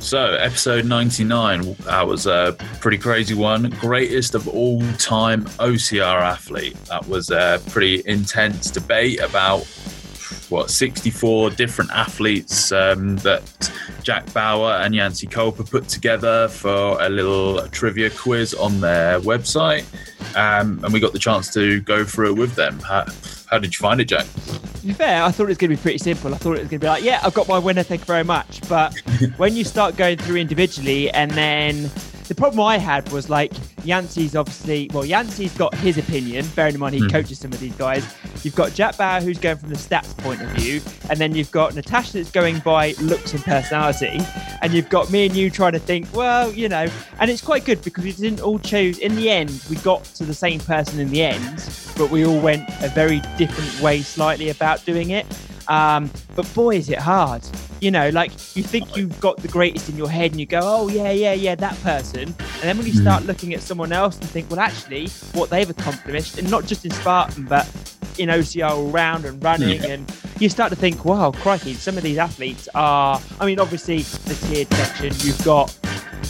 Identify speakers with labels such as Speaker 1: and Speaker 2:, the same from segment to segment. Speaker 1: So, episode 99, that was a pretty crazy one. Greatest of all time OCR athlete. That was a pretty intense debate about what 64 different athletes um, that Jack Bauer and Yancy Kolper put together for a little trivia quiz on their website. Um, and we got the chance to go through it with them. How, how did you find it, Jack?
Speaker 2: To be fair, I thought it was going to be pretty simple. I thought it was going to be like, yeah, I've got my winner, thank you very much. But when you start going through individually, and then the problem I had was like, Yancey's obviously, well, Yancey's got his opinion, bearing in mind he
Speaker 1: Hmm.
Speaker 2: coaches some of these guys. You've got Jack Bauer, who's going from the stats point of view, and then you've got Natasha that's going by looks and personality, and you've got me and you trying to think, well, you know, and it's quite good because we didn't all choose, in the end, we got to the same person in the end, but we all went a very different way slightly about doing it. Um, but boy, is it hard. You know, like you think you've got the greatest in your head and you go, oh, yeah, yeah, yeah, that person. And then when you
Speaker 1: Mhm.
Speaker 2: start looking at someone else and think, well, actually, what they've accomplished, and not just in Spartan, but in OCR all round and running, and you start to think, wow, crikey, some of these athletes are. I mean, obviously, the tiered section, you've got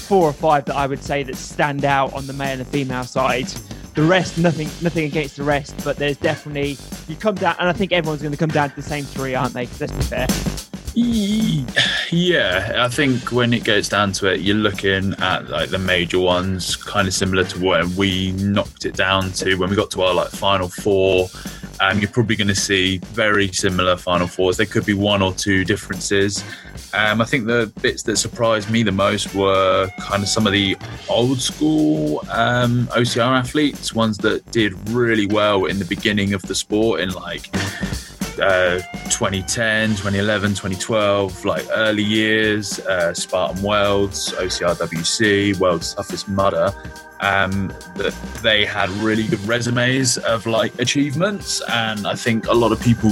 Speaker 2: four or five that I would say that stand out on the male and female side. The rest, nothing, nothing against the rest, but there's definitely you come down, and I think everyone's going to come down to the same three, aren't they? Let's be fair.
Speaker 1: Yeah, I think when it goes down to it, you're looking at like the major ones, kind of similar to what we knocked it down to when we got to our like final four. Um, you're probably going to see very similar final fours. There could be one or two differences. Um, I think the bits that surprised me the most were kind of some of the old school um, OCR athletes, ones that did really well in the beginning of the sport in like uh, 2010, 2011, 2012, like early years, uh, Spartan Worlds, OCRWC, World's Toughest Mudder, um, that they had really good resumes of like achievements. And I think a lot of people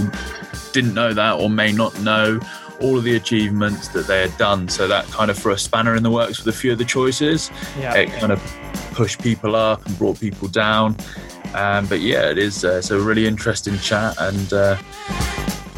Speaker 1: didn't know that or may not know all of the achievements that they had done. So that kind of threw a spanner in the works with a few of the choices
Speaker 2: Yeah.
Speaker 1: it kind of pushed people up and brought people down. Um, but yeah, it is. Uh, it's a really interesting chat and uh,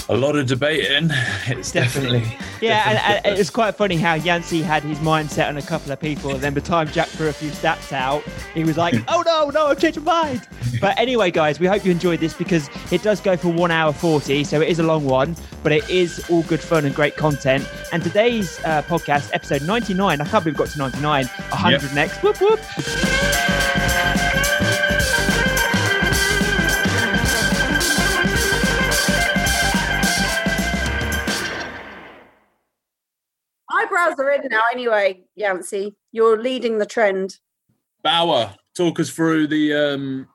Speaker 1: a lot of debating. It's
Speaker 2: Definitely.
Speaker 1: definitely,
Speaker 2: Yeah, and, and
Speaker 1: different.
Speaker 2: it was quite funny how Yancey had his mindset on a couple of people, and then by the time Jack threw a few stats out, he was like, "Oh no, no, I've changed my mind." But anyway, guys, we hope you enjoyed this because it does go for one hour forty, so it is a long one, but it is all good fun and great content. And today's uh, podcast, episode ninety nine, I can't believe we got to ninety nine, hundred next, whoop whoop.
Speaker 3: Eyebrows are in now anyway, Yancy. You're leading the trend.
Speaker 1: Bauer, talk us through the um,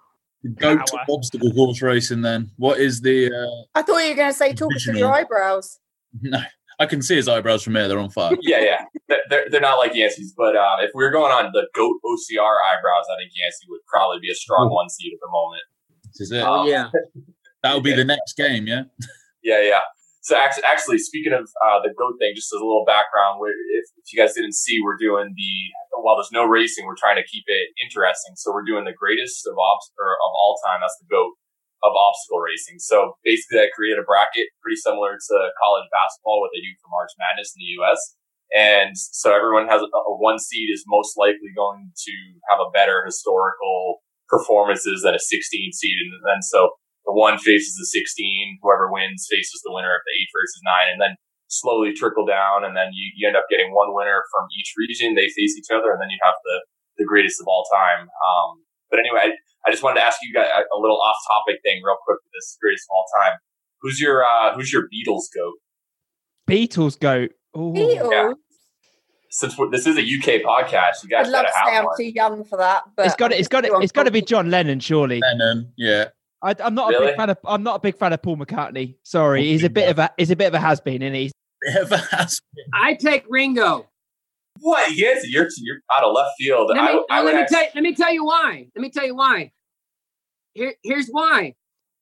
Speaker 1: the goat
Speaker 2: Bauer.
Speaker 1: obstacle course racing. Then, what is the? Uh,
Speaker 3: I thought you were going to say talk us through your
Speaker 1: Original.
Speaker 3: eyebrows.
Speaker 1: no, I can see his eyebrows from here. They're on fire.
Speaker 4: yeah, yeah. They're- They're, they're not like Yancey's, but uh, if we were going on the goat OCR eyebrows, I think Yancey would probably be a strong one seed at the moment.
Speaker 1: This is it.
Speaker 4: Oh, yeah.
Speaker 1: That'll be
Speaker 4: yeah.
Speaker 1: the next game. Yeah.
Speaker 4: Yeah, yeah. So actually, actually speaking of uh, the goat thing, just as a little background, we're, if, if you guys didn't see, we're doing the while there's no racing, we're trying to keep it interesting. So we're doing the greatest of obs- or of all time. That's the goat of obstacle racing. So basically, I created a bracket pretty similar to college basketball, what they do for March Madness in the U.S. And so everyone has a, a one seed is most likely going to have a better historical performances than a 16 seed, and then so the one faces the 16 whoever wins faces the winner of the eight versus nine and then slowly trickle down and then you, you end up getting one winner from each region they face each other and then you have the the greatest of all time um, but anyway I, I just wanted to ask you guys a, a little off topic thing real quick with this greatest of all time who's your uh, who's your beatles goat
Speaker 2: Beatles go. Ooh.
Speaker 3: Beatles.
Speaker 4: yeah. since we're, this is a uk podcast you guys
Speaker 3: I'd love
Speaker 4: gotta
Speaker 3: to say
Speaker 4: have
Speaker 3: I'm
Speaker 4: one
Speaker 3: too young for that, but
Speaker 2: It's got to, it's got to, it's got to be John Lennon, surely.
Speaker 1: Lennon. Yeah.
Speaker 2: I, I'm not a
Speaker 4: Really?
Speaker 2: big fan of. I'm not a big fan of Paul McCartney. Sorry,
Speaker 1: Okay,
Speaker 2: he's a bit
Speaker 1: yeah.
Speaker 2: of a he's a bit of a has been, and he's
Speaker 5: I take Ringo.
Speaker 4: what yes you're, you're out of left field
Speaker 5: Let me, uh,
Speaker 4: I, I would
Speaker 5: let, me
Speaker 4: actually-
Speaker 5: tell, let me tell you why. Let me tell you why. Here, here's why.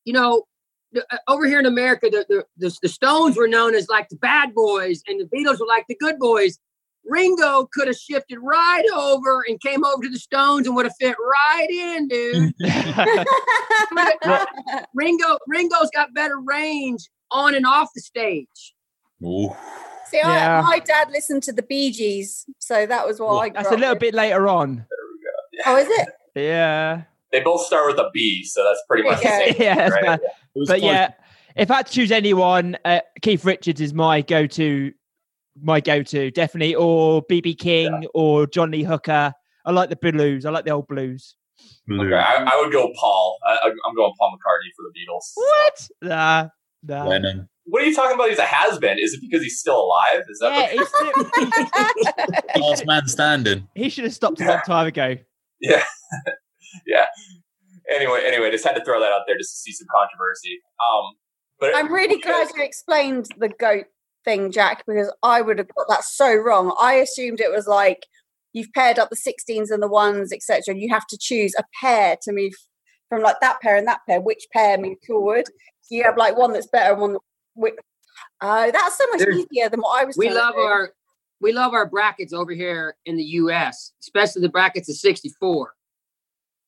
Speaker 5: You know, the, uh, over here in America, the, the, the, the Stones were known as like the bad boys, and the Beatles were like the good boys. Ringo could have shifted right over and came over to the Stones and would have fit right in, dude. Ringo, Ringo's got better range on and off the stage.
Speaker 1: Ooh.
Speaker 3: See,
Speaker 2: Yeah.
Speaker 3: I, my dad listened to the Bee Gees, so that was what I.
Speaker 2: That's a
Speaker 3: grew up
Speaker 2: little
Speaker 3: with.
Speaker 2: bit later on.
Speaker 3: Oh, is it?
Speaker 2: Yeah.
Speaker 4: They both start with a B, so that's pretty much the
Speaker 2: Yeah.
Speaker 4: same.
Speaker 2: that's
Speaker 4: right?
Speaker 2: bad.
Speaker 1: was
Speaker 2: but
Speaker 1: close.
Speaker 2: yeah, if I had to choose anyone, uh, Keith Richards is my go-to, my go-to definitely, or BB King or John Lee Hooker. I like the blues. I like the old blues.
Speaker 1: Blue.
Speaker 4: Okay, I, I would go Paul. I, I'm going Paul McCartney for the Beatles.
Speaker 2: What? Nah, nah.
Speaker 1: Lennon.
Speaker 4: What are you talking about? He's a has been. Is it because he's still alive? Is that?
Speaker 2: Yeah, he's
Speaker 4: what-
Speaker 2: still-
Speaker 1: Last man standing.
Speaker 2: he should have stopped a long time ago.
Speaker 4: Yeah. yeah. Anyway, anyway, just had to throw that out there just to see some controversy. Um, but
Speaker 3: I'm really glad you explained the goat thing, Jack, because I would have got that so wrong. I assumed it was like you've paired up the 16s and the ones, etc. And you have to choose a pair to move from like that pair and that pair. Which pair moves forward? So you have like one that's better, and one. That, wi- oh, that's so much
Speaker 5: There's-
Speaker 3: easier than what I was.
Speaker 5: we
Speaker 3: trying to
Speaker 5: love
Speaker 3: do.
Speaker 5: our we love our brackets over here in the U.S., especially the brackets of '64.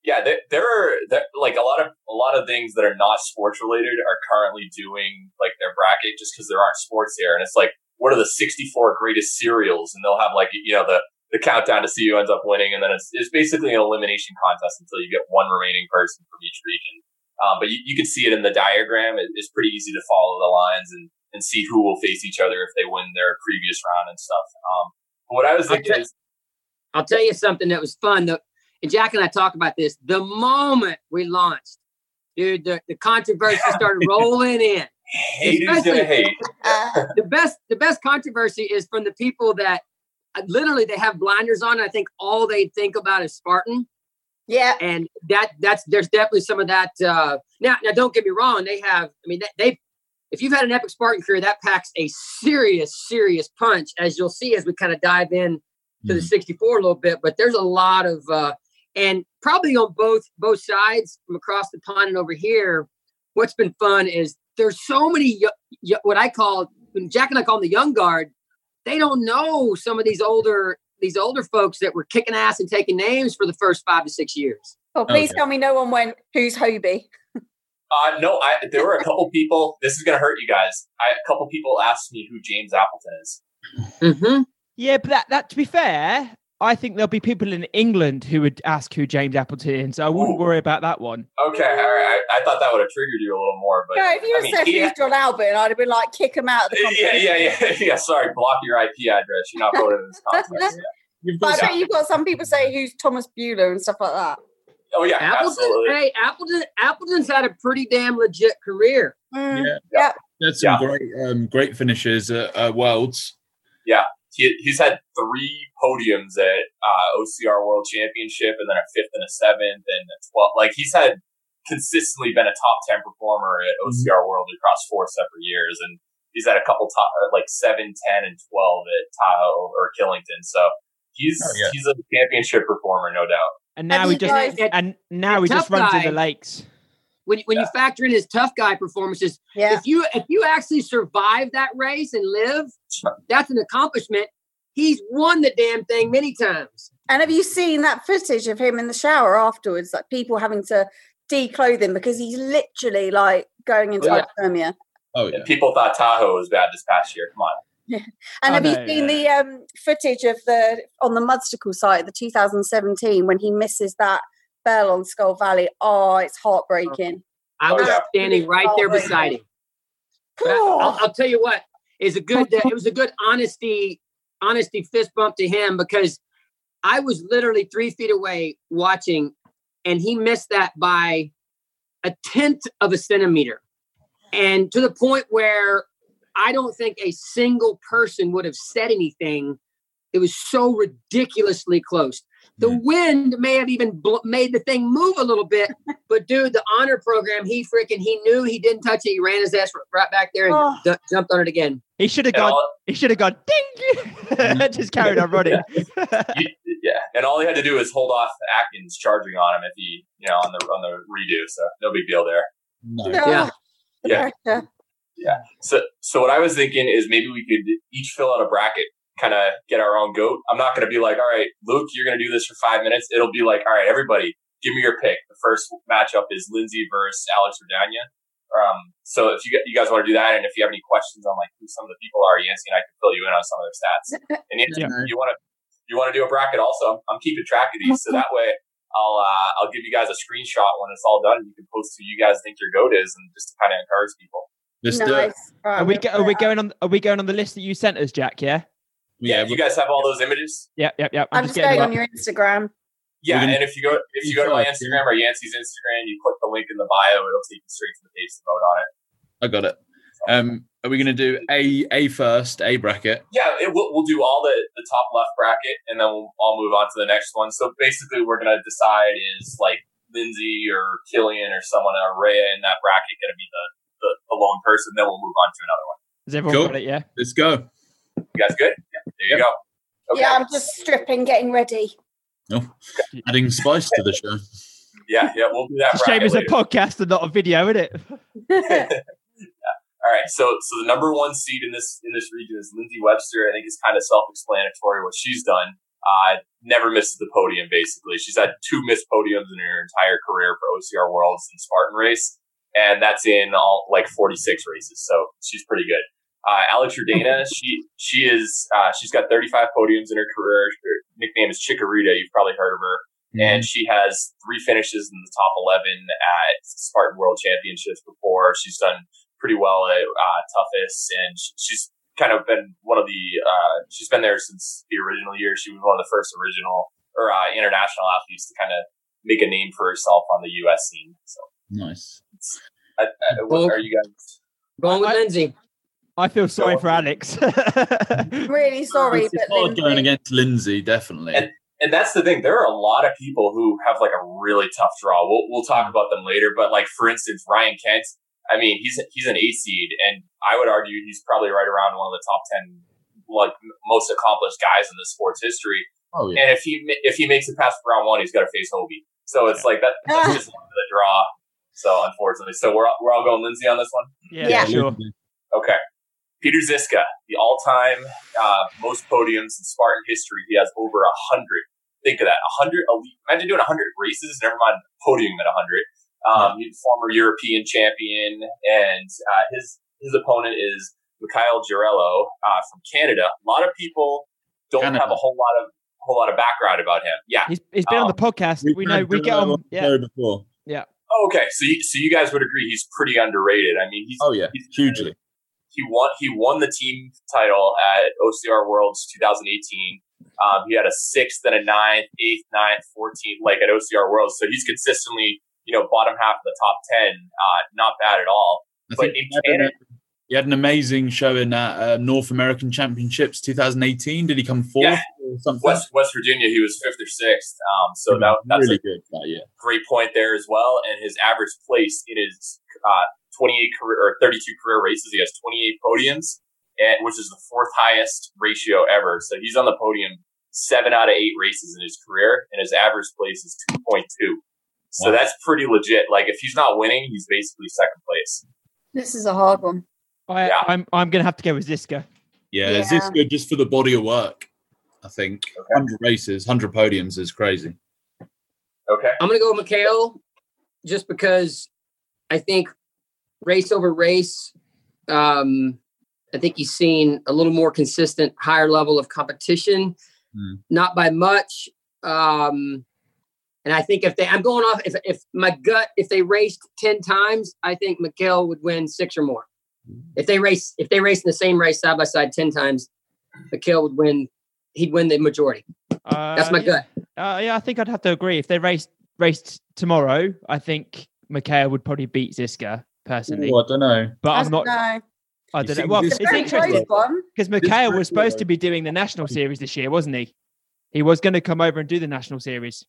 Speaker 4: yeah, there, there are there, like a lot of a lot of things that are not sports related are currently doing like their bracket just because there aren't sports here, and it's like what are the 64 greatest cereals, and they'll have like you know the the countdown to see who ends up winning, and then it's it's basically an elimination contest until you get one remaining person from each region. Um, but you, you can see it in the diagram; it, it's pretty easy to follow the lines and and see who will face each other if they win their previous round and stuff. Um, but what I was thinking
Speaker 5: Okay.
Speaker 4: is
Speaker 5: I'll tell you something that was fun. The, and Jack and I talk about this. The moment we launched, dude, the, the controversy started rolling in.
Speaker 4: hate is gonna
Speaker 5: Especially-
Speaker 4: hate.
Speaker 3: Uh,
Speaker 5: the best the best controversy is from the people that uh, literally they have blinders on. And I think all they think about is Spartan,
Speaker 3: yeah,
Speaker 5: and that that's there's definitely some of that. Uh, now now don't get me wrong, they have. I mean they, they if you've had an epic Spartan career, that packs a serious serious punch, as you'll see as we kind of dive in to the 64 a little bit but there's a lot of uh and probably on both both sides from across the pond and over here what's been fun is there's so many yo- yo- what i call when jack and i call them the young guard they don't know some of these older these older folks that were kicking ass and taking names for the first five to six years
Speaker 3: oh, please
Speaker 1: Okay.
Speaker 3: tell me no one went. Who's Hobie?
Speaker 4: Uh, no, I, there were a couple people. This is gonna hurt you guys. I, a couple people asked me who James Appleton is.
Speaker 5: mm-hmm.
Speaker 2: Yeah, but that, that to be fair, I think there'll be people in England who would ask who James Appleton is. So I wouldn't
Speaker 4: Ooh.
Speaker 2: worry about that one.
Speaker 4: Okay, all right. I, I thought that would have triggered you a little more, but
Speaker 3: No, if you
Speaker 4: I
Speaker 3: had
Speaker 4: mean,
Speaker 3: said
Speaker 4: he-
Speaker 3: who's John Albert, I'd have been like, kick him out of the
Speaker 4: yeah,
Speaker 3: competition.
Speaker 4: yeah, yeah, yeah. Sorry, block your IP address. You're not voted in this contest. Yeah.
Speaker 1: You've
Speaker 3: But
Speaker 1: got
Speaker 3: I bet you've got some people say who's Thomas Bueller and stuff like that.
Speaker 4: Oh yeah,
Speaker 5: appleton
Speaker 4: absolutely.
Speaker 5: hey appleton appleton's had a pretty damn legit career
Speaker 2: Mm-hmm.
Speaker 3: Mm.
Speaker 1: Yeah.
Speaker 3: Yeah.
Speaker 1: There's some
Speaker 4: Yeah.
Speaker 1: great, um, great finishes at uh, Worlds.
Speaker 4: He, he's had three podiums at uh, OCR World Championship, and then a fifth and a seventh and a twelfth. Like he's had consistently been a top ten performer at
Speaker 1: Mm-hmm.
Speaker 4: OCR World across four separate years, and he's had a couple top or, like seven, ten, and twelve at Tahoe or Killington. So he's
Speaker 1: Oh, yeah.
Speaker 4: he's a championship performer, no doubt.
Speaker 2: And
Speaker 3: Have
Speaker 2: now he
Speaker 3: you
Speaker 2: just
Speaker 3: guys-
Speaker 2: and now he
Speaker 5: Tough
Speaker 2: just runs in
Speaker 5: guy.
Speaker 2: the lakes.
Speaker 5: when, when you factor in his tough guy performances
Speaker 3: Yeah.
Speaker 5: if you if you actually survive that race and live that's an accomplishment he's won the damn thing many times
Speaker 3: And have you seen that footage of him in the shower afterwards? Like people having to declothe him because he's literally like going into
Speaker 5: Oh, yeah.
Speaker 3: hypothermia.
Speaker 1: Oh
Speaker 4: And
Speaker 1: yeah.
Speaker 4: people thought Tahoe was bad this past year. Come on,
Speaker 3: And
Speaker 2: Oh,
Speaker 3: have
Speaker 2: no,
Speaker 3: you seen
Speaker 2: yeah.
Speaker 3: the um, footage of the on the Mudstacle site, the 2017, when he misses that bell on Skull Valley? Oh, it's heartbreaking.
Speaker 5: i
Speaker 4: Oh,
Speaker 5: was
Speaker 4: yeah.
Speaker 5: standing right there beside him But I, will I'll tell you what is a good it was a good honesty honesty fist bump to him because i was literally three feet away watching and he missed that by a tenth of a centimeter and to the point where i don't think a single person would have said anything it was so ridiculously close the
Speaker 1: Mm.
Speaker 5: wind may have even bl- made the thing move a little bit but dude the honor program he freaking he knew he didn't touch it he ran his ass r- right back there and
Speaker 3: Oh.
Speaker 5: du- jumped on it again
Speaker 2: He should have
Speaker 4: and
Speaker 2: gone.
Speaker 4: all,
Speaker 2: He should have gone. Ding! just carried on running.
Speaker 4: you- Mm. yeah, and all he had to do was hold off Atkins charging on him if he, you know, on the on the redo. So no big deal there.
Speaker 1: No.
Speaker 3: No,
Speaker 5: Yeah.
Speaker 3: the
Speaker 4: Yeah.
Speaker 3: pressure.
Speaker 4: So, so what I was thinking is maybe we could each fill out a bracket, kind of get our own goat. I'm not going to be like, all right, Luke, you're going to do this for five minutes. It'll be like, all right, everybody, give me your pick. The first matchup is Lindsay versus Alex Redania. Um, so if you, you guys want to do that, and if you have any questions on like who some of the people are, Yancey and I can fill you in on some of their stats. And Yancey,
Speaker 5: Yeah.
Speaker 4: you want to you want to do a bracket also? I'm, I'm keeping track of these, so that way I'll uh, I'll give you guys a screenshot when it's all done, and you can post who you guys think your goat is, and just to kind of encourage people.
Speaker 1: Let's do it.
Speaker 3: nice. Right,
Speaker 2: uh, Are we
Speaker 3: we'll
Speaker 2: go-
Speaker 3: put
Speaker 2: are we
Speaker 3: it up.
Speaker 2: going on are we going on the list that you sent us, Jack? Yeah.
Speaker 1: Yeah,
Speaker 4: Yeah, you guys have all those images.
Speaker 2: Yep. Yep. Yep.
Speaker 3: I'm, just going
Speaker 2: them
Speaker 3: on
Speaker 2: up.
Speaker 3: your Instagram.
Speaker 4: Yeah,
Speaker 1: We're gonna-
Speaker 4: and if you go if you go to my Instagram or Yancey's Instagram, you click the link in the bio, it'll take you straight to the page to vote on it.
Speaker 1: I got it. Um, are we going to do a a first a bracket?
Speaker 4: Yeah, it, we'll, we'll do all the, the top left bracket, and then we'll, I'll move on to the next one. So basically, we're gonna decide is like Lindsay or Killian or someone or Rhea in that bracket gonna be the, the, the lone person. Then we'll move on to another one.
Speaker 2: Has everyone
Speaker 1: Cool.
Speaker 2: got it? Yeah.
Speaker 1: Let's go.
Speaker 4: You guys good? Yeah, there you go. Okay.
Speaker 3: Yeah, I'm just stripping, getting ready.
Speaker 1: Adding spice to the show.
Speaker 4: yeah, yeah, we'll do that.
Speaker 2: It's a shame
Speaker 4: bracket
Speaker 2: it's a
Speaker 4: later.
Speaker 2: podcast and not a video, isn't it?
Speaker 4: All right, so so the number one seed in this in this region is Lindsay Webster. I think it's kind of self explanatory what she's done. Uh, never misses the podium. Basically, she's had two missed podiums in her entire career for OCR Worlds and Spartan Race, and that's in all like forty six races. So she's pretty good. Uh, Alex Rodana, she she is uh, she's got thirty five podiums in her career. Her nickname is Chikorita. You've probably heard of her and she has three finishes in the top 11 at Spartan World Championships before. She's done pretty well at uh, Toughest, and sh- she's kind of been one of the, uh, she's been there since the original year. She was one of the first original or uh, international athletes to kind of make a name for herself on the US scene. So,
Speaker 1: Nice.
Speaker 4: I, I, what are you guys?
Speaker 5: Going with
Speaker 2: I-
Speaker 5: Lindsay.
Speaker 2: I feel sorry
Speaker 4: on.
Speaker 2: for Alex.
Speaker 3: really sorry,
Speaker 1: It's
Speaker 3: but
Speaker 1: hard going
Speaker 3: Lindsay-
Speaker 1: against Lindsay, definitely.
Speaker 4: and that's the thing. There are a lot of people who have like a really tough draw. We'll, we'll talk about them later. But like for instance, Ryan Kent. I mean, he's he's an eight seed, and I would argue he's probably right around one of the top ten like m- most accomplished guys in the sport's history.
Speaker 1: oh yeah.
Speaker 4: And if he ma- if he makes it past round one, he's got to face Hobie. So it's like that. That's just one of the draw. So unfortunately, so we're all- we're all going Lindsay on this one.
Speaker 2: yeah,
Speaker 3: Yeah.
Speaker 2: Sure.
Speaker 4: Okay. Peter Ziska, the all-time uh, most podiums in Spartan history. He has over a hundred. Think of that, a hundred elite. Imagine doing a hundred races. Never mind podium at a hundred. Um, He's a former European champion, and uh, his his opponent is Mikhail Girello uh, from Canada. A lot of people don't
Speaker 1: Canada.
Speaker 4: have a whole lot of whole lot of background about him. Yeah.
Speaker 2: He's, he's been on the
Speaker 4: Um,
Speaker 2: podcast. We know
Speaker 1: had
Speaker 2: we get
Speaker 1: Joe
Speaker 2: on.
Speaker 1: the
Speaker 2: Yeah.
Speaker 1: show before.
Speaker 4: Oh, okay. So you, so you guys would agree he's pretty underrated. I mean, he's
Speaker 1: Oh yeah,
Speaker 4: He's-
Speaker 1: hugely.
Speaker 4: he won he won the team title at OCR Worlds 2018. Um, he had a sixth and a ninth, eighth, ninth, fourteenth, like at OCR Worlds. So he's consistently, you know, bottom half of the top ten. Uh, not bad at all.
Speaker 1: I
Speaker 4: But
Speaker 1: think
Speaker 4: in
Speaker 1: he had
Speaker 4: Canada,
Speaker 1: an- he had an amazing showing at uh, North American Championships 2018. Did he come fourth
Speaker 4: Yeah.
Speaker 1: or something?
Speaker 4: West West Virginia, he was fifth or sixth. Um, so that, that's
Speaker 1: really good that year.
Speaker 4: a great point there as well. And his average place in his uh, 28 career or 32 career races, he has 28 podiums, and which is the fourth highest ratio ever. So he's on the podium seven out of eight races in his career, and his average place is 2.2. So
Speaker 1: Wow.
Speaker 4: that's pretty legit. Like if he's not winning, he's basically second place.
Speaker 3: This is a hard one.
Speaker 2: I,
Speaker 4: Yeah.
Speaker 2: I'm I'm gonna have to go with Ziska.
Speaker 1: Yeah, is
Speaker 3: Yeah.
Speaker 1: this good just for the body of work? I think 100 races, 100 podiums is crazy.
Speaker 4: Okay.
Speaker 5: I'm gonna go with Mikhail just because I think race over race. Um, I think he's seen a little more consistent, higher level of competition,
Speaker 1: Hmm.
Speaker 5: not by much. Um, and I think if they, I'm going off, if, if my gut, if they raced 10 times, I think Mikhail would win six or more. If they race, if they race in the same race side by side 10 times, Mikhail would win, he'd win the majority.
Speaker 2: Uh,
Speaker 5: That's my
Speaker 2: yeah.
Speaker 5: gut.
Speaker 2: Uh, yeah, I think I'd have to agree. If they raced raced tomorrow, I think Mikhail would probably beat Ziska personally.
Speaker 1: Ooh, I don't know.
Speaker 2: But
Speaker 3: I
Speaker 2: I'm not.
Speaker 3: don't know.
Speaker 2: I
Speaker 1: You
Speaker 2: don't know.
Speaker 1: think
Speaker 2: Well,
Speaker 1: this
Speaker 2: it's
Speaker 3: It's a very
Speaker 2: interesting
Speaker 3: close one.
Speaker 2: because Mikhail
Speaker 1: group
Speaker 2: was supposed
Speaker 1: here-
Speaker 2: to be doing the national series this year, wasn't he? He was going to come over and do the national series.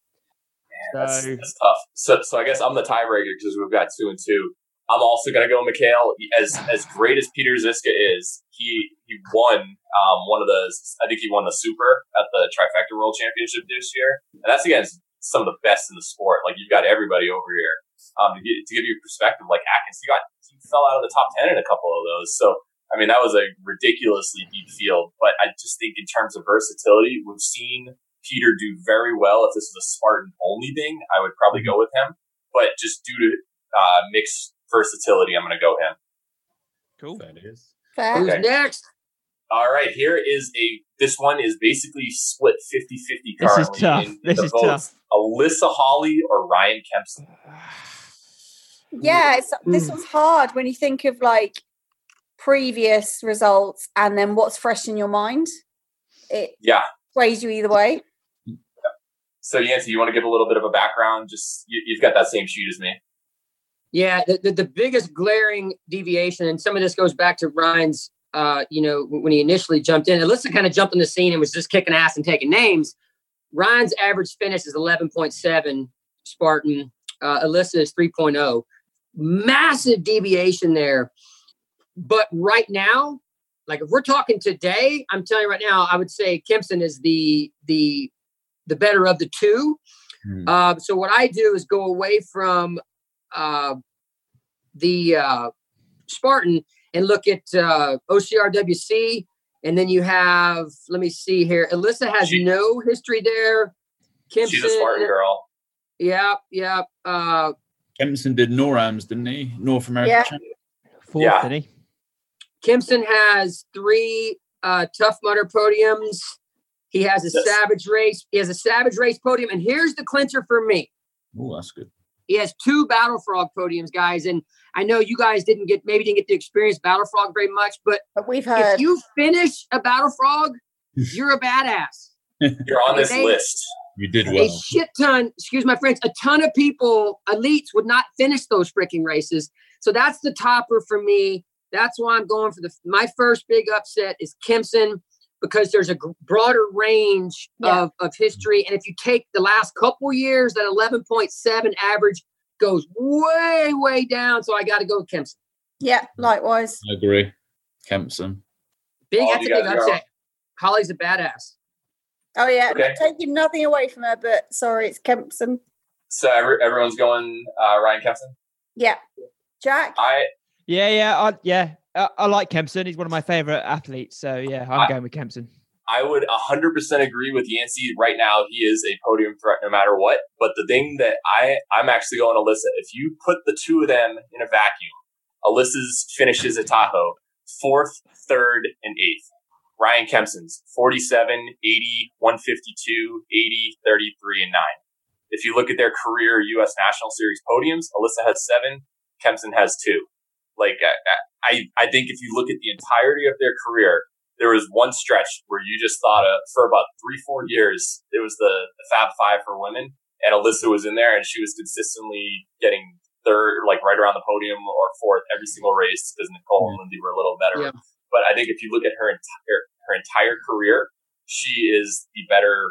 Speaker 4: That's,
Speaker 2: So
Speaker 4: that's tough. So, so I guess I'm the tiebreaker because we've got two and two. I'm also going to go Mikhail. As as great as Peter Ziska is, he he won um, one of the. I think he won the Super at the Trifecta World Championship this year, and that's against some of the best in the sport. Like you've got everybody over here. Um, to, gi- to give you perspective, like Atkins, he got he fell out of the top ten in a couple of those. So I mean, that was a ridiculously deep field. But I just think in terms of versatility, we've seen Peter do very well.
Speaker 2: Mm-hmm.
Speaker 4: If this was a Spartan only thing, I would probably go with him. But just due to uh, mixed versatility. I'm going to go him.
Speaker 2: Cool.
Speaker 1: That is.
Speaker 3: Fair.
Speaker 5: Who's
Speaker 4: Okay.
Speaker 5: next?
Speaker 4: All right, here is a. This one is basically split 50-50
Speaker 2: This is
Speaker 4: currently
Speaker 2: tough.
Speaker 4: in
Speaker 2: This
Speaker 4: the
Speaker 2: is
Speaker 4: votes. Alyssa Holly or Ryan Kempson.
Speaker 3: Yeah, it's, this
Speaker 5: Mm.
Speaker 3: one's hard when you think of like previous results and then what's fresh in your mind. It
Speaker 4: Yeah.
Speaker 3: sways you either way.
Speaker 4: So Yancy, you want to give a little bit of a background? Just you, you've got that same sheet as me.
Speaker 5: Yeah, the, the, the biggest glaring deviation, and some of this goes back to Ryan's, uh, you know, when he initially jumped in. Alyssa kind of jumped on the scene and was just kicking ass and taking names. Ryan's average finish is 11.7 Spartan. Uh, Alyssa is 3.0. Massive deviation there. But right now, like if we're talking today, I'm telling you right now, I would say Kempson is the the the better of the two.
Speaker 1: Hmm.
Speaker 5: Uh, so what I do is go away from uh, the uh, Spartan and look at uh, OCRWC, and then you have let me see here. Alyssa has
Speaker 4: She-
Speaker 5: no history there. Kempson,
Speaker 4: She's a Spartan girl.
Speaker 5: yeah, yeah. Uh,
Speaker 1: Kempson did NORAMs, didn't he? North American
Speaker 3: Yeah.
Speaker 1: Champion.
Speaker 2: Fourth,
Speaker 4: Yeah.
Speaker 2: didn't he?
Speaker 5: Kempson has three uh, Tough Mudder podiums. He has a
Speaker 4: Yes.
Speaker 5: Savage Race. He has a Savage Race podium, and here's the clincher for me.
Speaker 1: Oh, that's good.
Speaker 5: He has two Battle Frog podiums, guys, and I know you guys didn't get maybe didn't get to experience Battle Frog very much, but
Speaker 3: But we've
Speaker 5: if
Speaker 3: heard
Speaker 5: you finish a Battle Frog, you're a badass.
Speaker 4: You're on this
Speaker 5: They-
Speaker 4: list.
Speaker 1: You did
Speaker 5: a
Speaker 1: well.
Speaker 5: shit ton, excuse my friends, a ton of people, elites would not finish those freaking races. So that's the topper for me. That's why I'm going for the my first big upset is Kempson because there's a gr- broader range
Speaker 3: Yeah.
Speaker 5: of, of history. And if you take the last couple years, that 11.7 average goes way, way down. So I got to go with Kempson.
Speaker 3: yeah, likewise.
Speaker 1: I agree. Kempson.
Speaker 5: Big,
Speaker 4: All
Speaker 5: that's a
Speaker 4: you
Speaker 5: big
Speaker 4: guys are-
Speaker 5: upset. Holly's a badass.
Speaker 3: Oh yeah, I'm
Speaker 4: Okay.
Speaker 3: not taking nothing away from her, but sorry, it's Kempson.
Speaker 4: So every, everyone's going uh, Ryan Kempson.
Speaker 3: Yeah, Jack.
Speaker 4: I
Speaker 2: Yeah, yeah, I, yeah. I, I like Kempson. He's one of my favorite athletes. So yeah, I'm
Speaker 4: I-
Speaker 2: going with Kempson.
Speaker 4: I would 100% agree with Yancey right now. He is a podium threat no matter what. But the thing that I, I'm actually going Alyssa, if you put the two of them in a vacuum, Alyssa's finishes at Tahoe, fourth, third, and eighth. Ryan Kempson's 47, 80, 152, 80, 33, and 9. If you look at their career U.S. National Series podiums, Alyssa has seven, Kempson has two. Like, I, I, I think if you look at the entirety of their career, there was one stretch where you just thought uh, for about three, four years, it was the, the Fab Five for women, and Alyssa was in there, and she was consistently getting third, like right around the podium or fourth every single race because Nicole and Lindsay were a little better.
Speaker 5: Yeah.
Speaker 4: But I think if you look at her entire her entire career, she is the better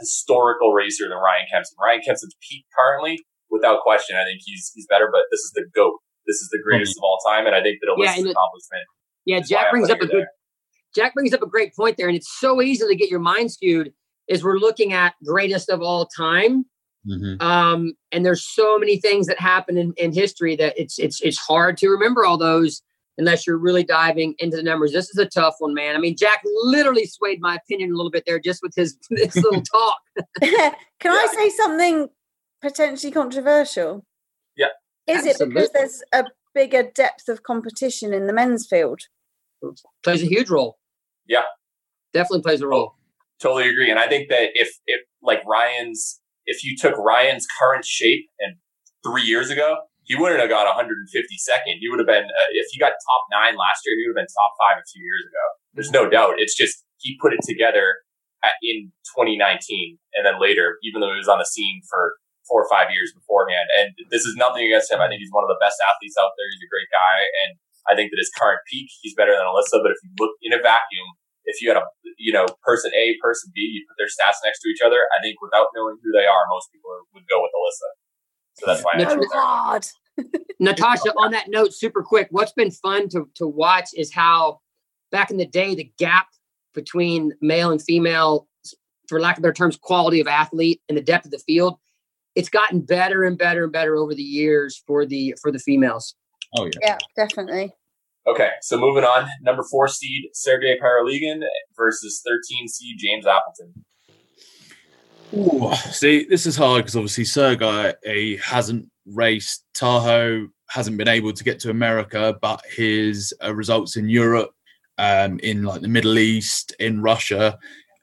Speaker 4: historical racer than Ryan Kempson. Ryan Kempson's peak currently, without question, I think he's he's better. But this is the goat. This is the greatest of all time, and I think that
Speaker 5: Yeah,
Speaker 4: Alyssa's
Speaker 5: and it-
Speaker 4: accomplishment.
Speaker 5: Yeah,
Speaker 4: is why
Speaker 5: Jack
Speaker 4: I
Speaker 5: brings
Speaker 4: put
Speaker 5: up a
Speaker 4: her
Speaker 5: good
Speaker 4: there.
Speaker 5: Jack brings up a great point there, and it's so easy to get your mind skewed. Is we're looking at greatest of all time,
Speaker 1: Mhm.
Speaker 5: um, and there's so many things that happen in, in history that it's it's it's hard to remember all those unless you're really diving into the numbers. This is a tough one, man. I mean, Jack literally swayed my opinion a little bit there just with his this little talk.
Speaker 3: Can I
Speaker 4: Yeah.
Speaker 3: say something potentially controversial?
Speaker 4: Yeah.
Speaker 3: Is it
Speaker 5: Absolutely.
Speaker 3: because there's a bigger depth of competition in the men's field?
Speaker 5: Plays a huge role.
Speaker 4: Yeah.
Speaker 5: definitely plays a role.
Speaker 4: Totally agree. And I think that if, if like Ryan's, if you took Ryan's current shape and three years ago, he wouldn't have got 152nd. He would have been, uh, if he got top nine last year, he would have been top five a few years ago. There's no doubt. It's just he put it together at, in 2019 and then later, even though he was on the scene for four or five years beforehand. And this is nothing against him. I think he's one of the best athletes out there. He's a great guy. And I think that his current peak, he's better than Alyssa. But if you look in a vacuum, if you had a you know person A, person B, you put their stats next to each other. I think without knowing who they are, most people are, would go with Alyssa. So that's why. I
Speaker 5: That's
Speaker 3: Oh
Speaker 4: put her.
Speaker 3: God!
Speaker 5: Natasha, on that note, super quick, what's been fun to, to watch is how back in the day, the gap between male and female, for lack of better terms, quality of athlete and the depth of the field, it's gotten better and better and better over the years for the for the females.
Speaker 1: Oh, yeah.
Speaker 3: Yeah, definitely.
Speaker 4: Okay, so moving on. Number four seed Sergey Paraligan versus 13 seed James Appleton.
Speaker 1: Ooh, see, this is hard because obviously Sergei he hasn't raced eh, Tahoe, hasn't been able to get to America, but his uh, results in Europe, um, in like the Middle East, in Russia,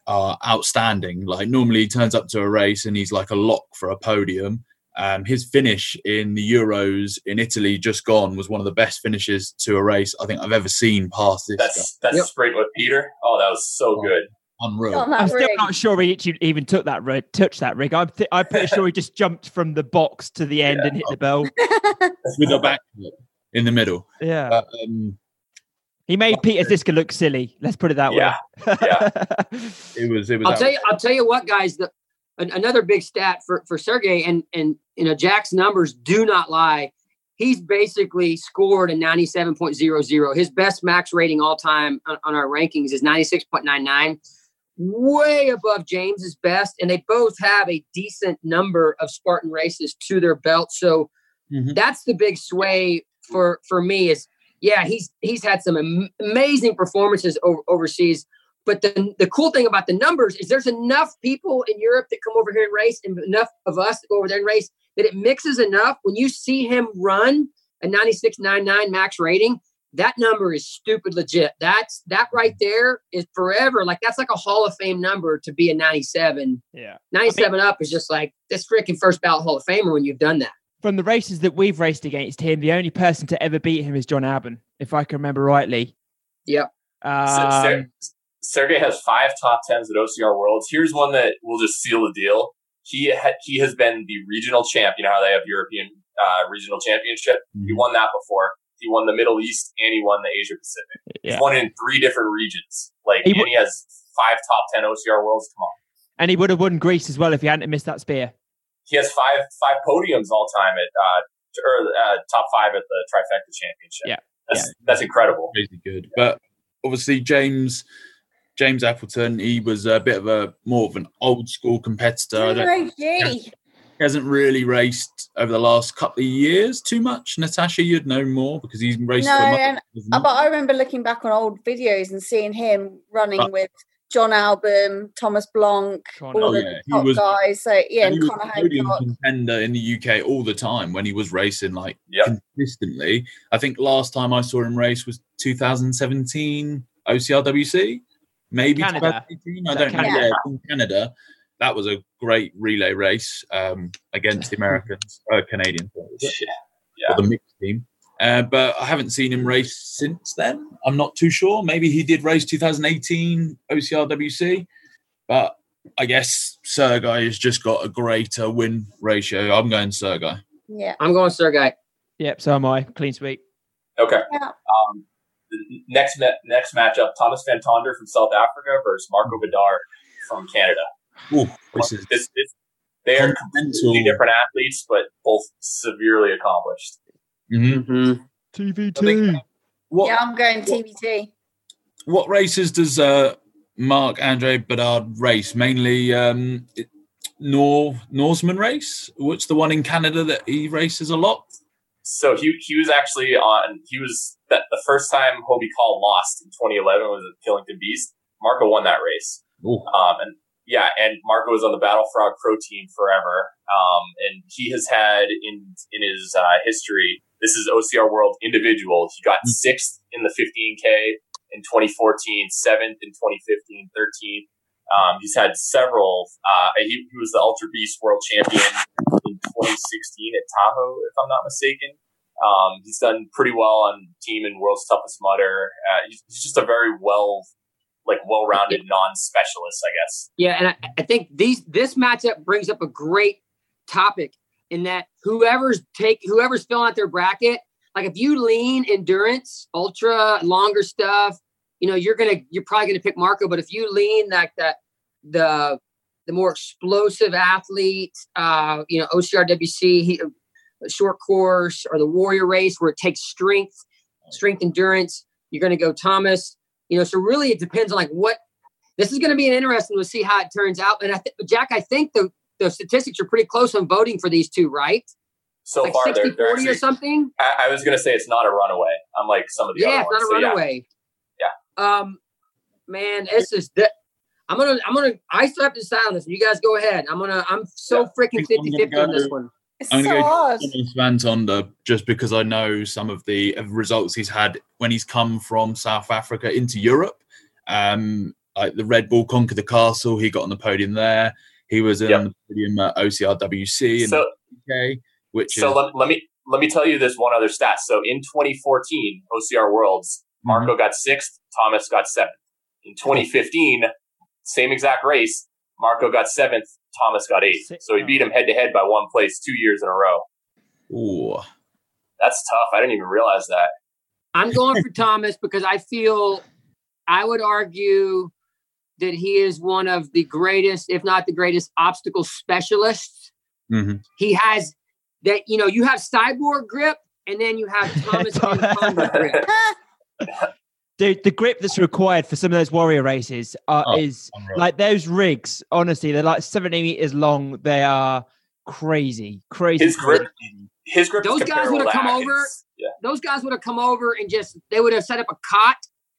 Speaker 1: are outstanding. Like normally, he turns up to a race and he's like a lock for a podium. Um, his finish in the Euros in Italy just gone was one of the best finishes to a race I think I've ever seen. Past this, guy.
Speaker 4: That's that's
Speaker 5: Yep.
Speaker 4: sprint with Peter. Oh, that was so
Speaker 1: Oh.
Speaker 4: good.
Speaker 1: unreal.
Speaker 3: on that
Speaker 2: I'm still
Speaker 3: rig.
Speaker 2: not sure he actually even took that rig, touched that rig. I'm, th- I'm pretty sure he just jumped from the box to the end and hit the bell.
Speaker 1: with a back in the middle.
Speaker 2: Yeah,
Speaker 1: But, um,
Speaker 2: he made Peter Ziska look silly. Let's put it that
Speaker 4: Yeah,
Speaker 2: way.
Speaker 1: it was it was
Speaker 5: I'll
Speaker 1: out-
Speaker 5: tell you. I'll tell you what, guys. The, an, another big stat for for Sergey and and you know Jack's numbers do not lie. He's basically scored a ninety seven point zero zero. His best max rating all time on, on our rankings is ninety six point nine nine, way above James's best. And they both have a decent number of Spartan races to their belt. So
Speaker 1: Mhm.
Speaker 5: that's the big sway for for me. Is yeah, he's he's had some am- amazing performances over, overseas. But the, the cool thing about the numbers is there's enough people in Europe that come over here and race, and enough of us that go over there and race that it mixes enough. When you see him run a 96.99 max rating, that number is stupid legit. That's that right there is forever. Like that's like a Hall of Fame number to be a 97.
Speaker 2: yeah.
Speaker 5: 97 up is just like that's freaking first ballot Hall of Famer when you've done that.
Speaker 2: From the races that we've raced against him, the only person to ever beat him is John Abban, if I can remember rightly.
Speaker 5: Yep.
Speaker 4: Se- Ser-
Speaker 2: Um,
Speaker 4: Sergey has five top tens at OCR Worlds. Here's one that will just seal the deal. He ha- he has been the regional champ. You know how they have European uh, regional championship. He
Speaker 1: Mhm.
Speaker 4: won that before. He won the Middle East and he won the Asia Pacific.
Speaker 2: Yeah.
Speaker 4: He's won in three different regions. Like
Speaker 2: He
Speaker 4: and he has five top ten OCR Worlds. Come on,
Speaker 2: and he would have won Greece as well if he hadn't have missed that spear.
Speaker 4: he has five five podiums all time at uh, t- or uh, top five at the Trifecta Championship.
Speaker 2: Yeah.
Speaker 4: That's, that's incredible.
Speaker 1: crazy good. But obviously, James James Appleton, he was a bit of a more of an old school competitor. I don't,
Speaker 3: Zero G.
Speaker 1: he hasn't really raced over the last couple of years too much. Natasha, you'd know more because he's raced.
Speaker 3: No,
Speaker 1: for much,
Speaker 3: and-
Speaker 1: hasn't
Speaker 3: Uh,
Speaker 1: he?
Speaker 3: But I remember looking back on old videos and seeing him runrunning
Speaker 1: But-
Speaker 3: with John Album, Thomas Blanc,
Speaker 2: Connor.
Speaker 3: all
Speaker 1: Oh,
Speaker 3: the
Speaker 1: yeah, he
Speaker 3: top
Speaker 1: was-
Speaker 3: guys. So yeah,
Speaker 1: And
Speaker 3: and,
Speaker 1: he was
Speaker 3: Connor
Speaker 1: a podium
Speaker 3: Hancock.
Speaker 1: contender in the UK all the time when he was racing like
Speaker 4: Yep.
Speaker 1: consistently. I think last time I saw him race was 2017 OCRWC, maybe
Speaker 2: Canada.
Speaker 1: 2018. I
Speaker 2: Is that
Speaker 1: don't know.
Speaker 2: Canada?
Speaker 1: Yeah, in Canada. That was a great relay race um, against the Americans, uh, Canadians, what was it?
Speaker 4: Yeah.
Speaker 1: or the mixed team. Uh, but I haven't seen him race since then. I'm not too sure. Maybe he did race 2018 OCRWC, but I guess Sergei has just got a greater win ratio. I'm going Sergei.
Speaker 3: Yeah.
Speaker 5: I'm going Sergey.
Speaker 2: Yep, so am I. Clean sweep.
Speaker 4: Okay.
Speaker 3: Yeah.
Speaker 4: Um, the n- next ma- next matchup: Thomas Van Tonder from South Africa versus Marco
Speaker 2: Mm-hmm.
Speaker 4: Bedard from Canada.
Speaker 1: Ooh, this is
Speaker 4: This, this, they are
Speaker 1: continental.
Speaker 4: completely different athletes, but both severely accomplished.
Speaker 1: Mhm. I
Speaker 2: TVT.
Speaker 1: think- What
Speaker 3: yeah, I'm going TBT.
Speaker 1: what races does uh, Mark Andre Bedard race? Mainly um, it- Nor Norseman race. What's the one in Canada that he races a lot?
Speaker 4: So he he was actually on. He was that the first time Hobie Call lost in 2011 was at Killington Beast. Marco won that race.
Speaker 1: Ooh.
Speaker 4: Um, and yeah, and Marco was on the Battle Frog Pro team forever. Um, and he has had in in his uh, history. This is OCR World individual. He got
Speaker 1: Mm.
Speaker 4: sixth in the 15k in 2014, seventh in 2015, 13th. Um, he's had several. Uh, he, he was the Ultra Beast World Champion in 2016 at Tahoe, if I'm not mistaken. Um, he's done pretty well on team and world's toughest mudder. Uh, he's he's just a very well, like well-rounded non-specialist, I guess.
Speaker 5: Yeah, and I, I think these this matchup brings up a great topic in that whoever's take whoever's filling out their bracket, like if you lean endurance, ultra, longer stuff, you know, you're gonna you're probably gonna pick Marco. But if you lean like that the the more explosive athlete, uh, you know, OCRWC, he, a short course or the warrior race where it takes strength, strength endurance, you're gonna go Thomas. You know, so really it depends on like what this is going to be an interesting to see how it turns out. And I th- Jack, I think the, the statistics are pretty close on voting for these two, right?
Speaker 4: So
Speaker 5: like
Speaker 4: far,
Speaker 5: 60
Speaker 4: they're, they're
Speaker 5: 40 or
Speaker 4: actually,
Speaker 5: something.
Speaker 4: I, I was gonna say it's not a runaway, unlike some of the
Speaker 5: Yeah,
Speaker 4: other ones.
Speaker 5: it's
Speaker 4: So,
Speaker 5: not a
Speaker 4: yeah.
Speaker 5: runaway. Um, man, this is that. I'm gonna, I'm gonna, I still have to decide on this. You guys go ahead. I'm gonna, I'm so
Speaker 1: Yeah, I
Speaker 5: freaking
Speaker 1: think I'm
Speaker 5: 50
Speaker 1: gonna
Speaker 5: 50 on
Speaker 1: go-
Speaker 5: this one.
Speaker 3: It's
Speaker 1: I'm
Speaker 3: so
Speaker 1: gonna go-
Speaker 3: hard.
Speaker 1: Van Tonder, just because I know some of the results he's had when he's come from South Africa into Europe. Um, like the Red Bull conquered the castle, he got on the podium there. He was in
Speaker 4: Yep.
Speaker 1: the podium at OCRWC in
Speaker 4: So,
Speaker 1: the UK, which
Speaker 4: so
Speaker 1: is
Speaker 4: let, let me let me tell you this one other stat. So in 2014 OCR Worlds, Mm-hmm. Marco got sixth, Thomas got seventh. In 2015, same exact race, Marco got seventh, Thomas got eighth.
Speaker 2: Six-
Speaker 4: So he beat him head to head by one place two years in a row.
Speaker 1: Ooh.
Speaker 4: That's tough. I didn't even realize that.
Speaker 5: I'm going for Thomas because I feel I would argue that he is one of the greatest, if not the greatest, obstacle specialists.
Speaker 1: Mhm.
Speaker 5: He has that, you know, you have cyborg grip and then you have Thomas and Conrad grip.
Speaker 2: Dude, the grip that's required for some of those warrior races are,
Speaker 1: Oh.
Speaker 2: is like those rigs. Honestly, they're like seventy meters long. They are crazy, crazy.
Speaker 4: His grip- His grip. is
Speaker 5: Those guys
Speaker 4: comparable
Speaker 5: would've
Speaker 4: to
Speaker 5: come
Speaker 4: that.
Speaker 5: over.
Speaker 4: It's- yeah.
Speaker 5: Those guys would have come over and just they would have set up a cot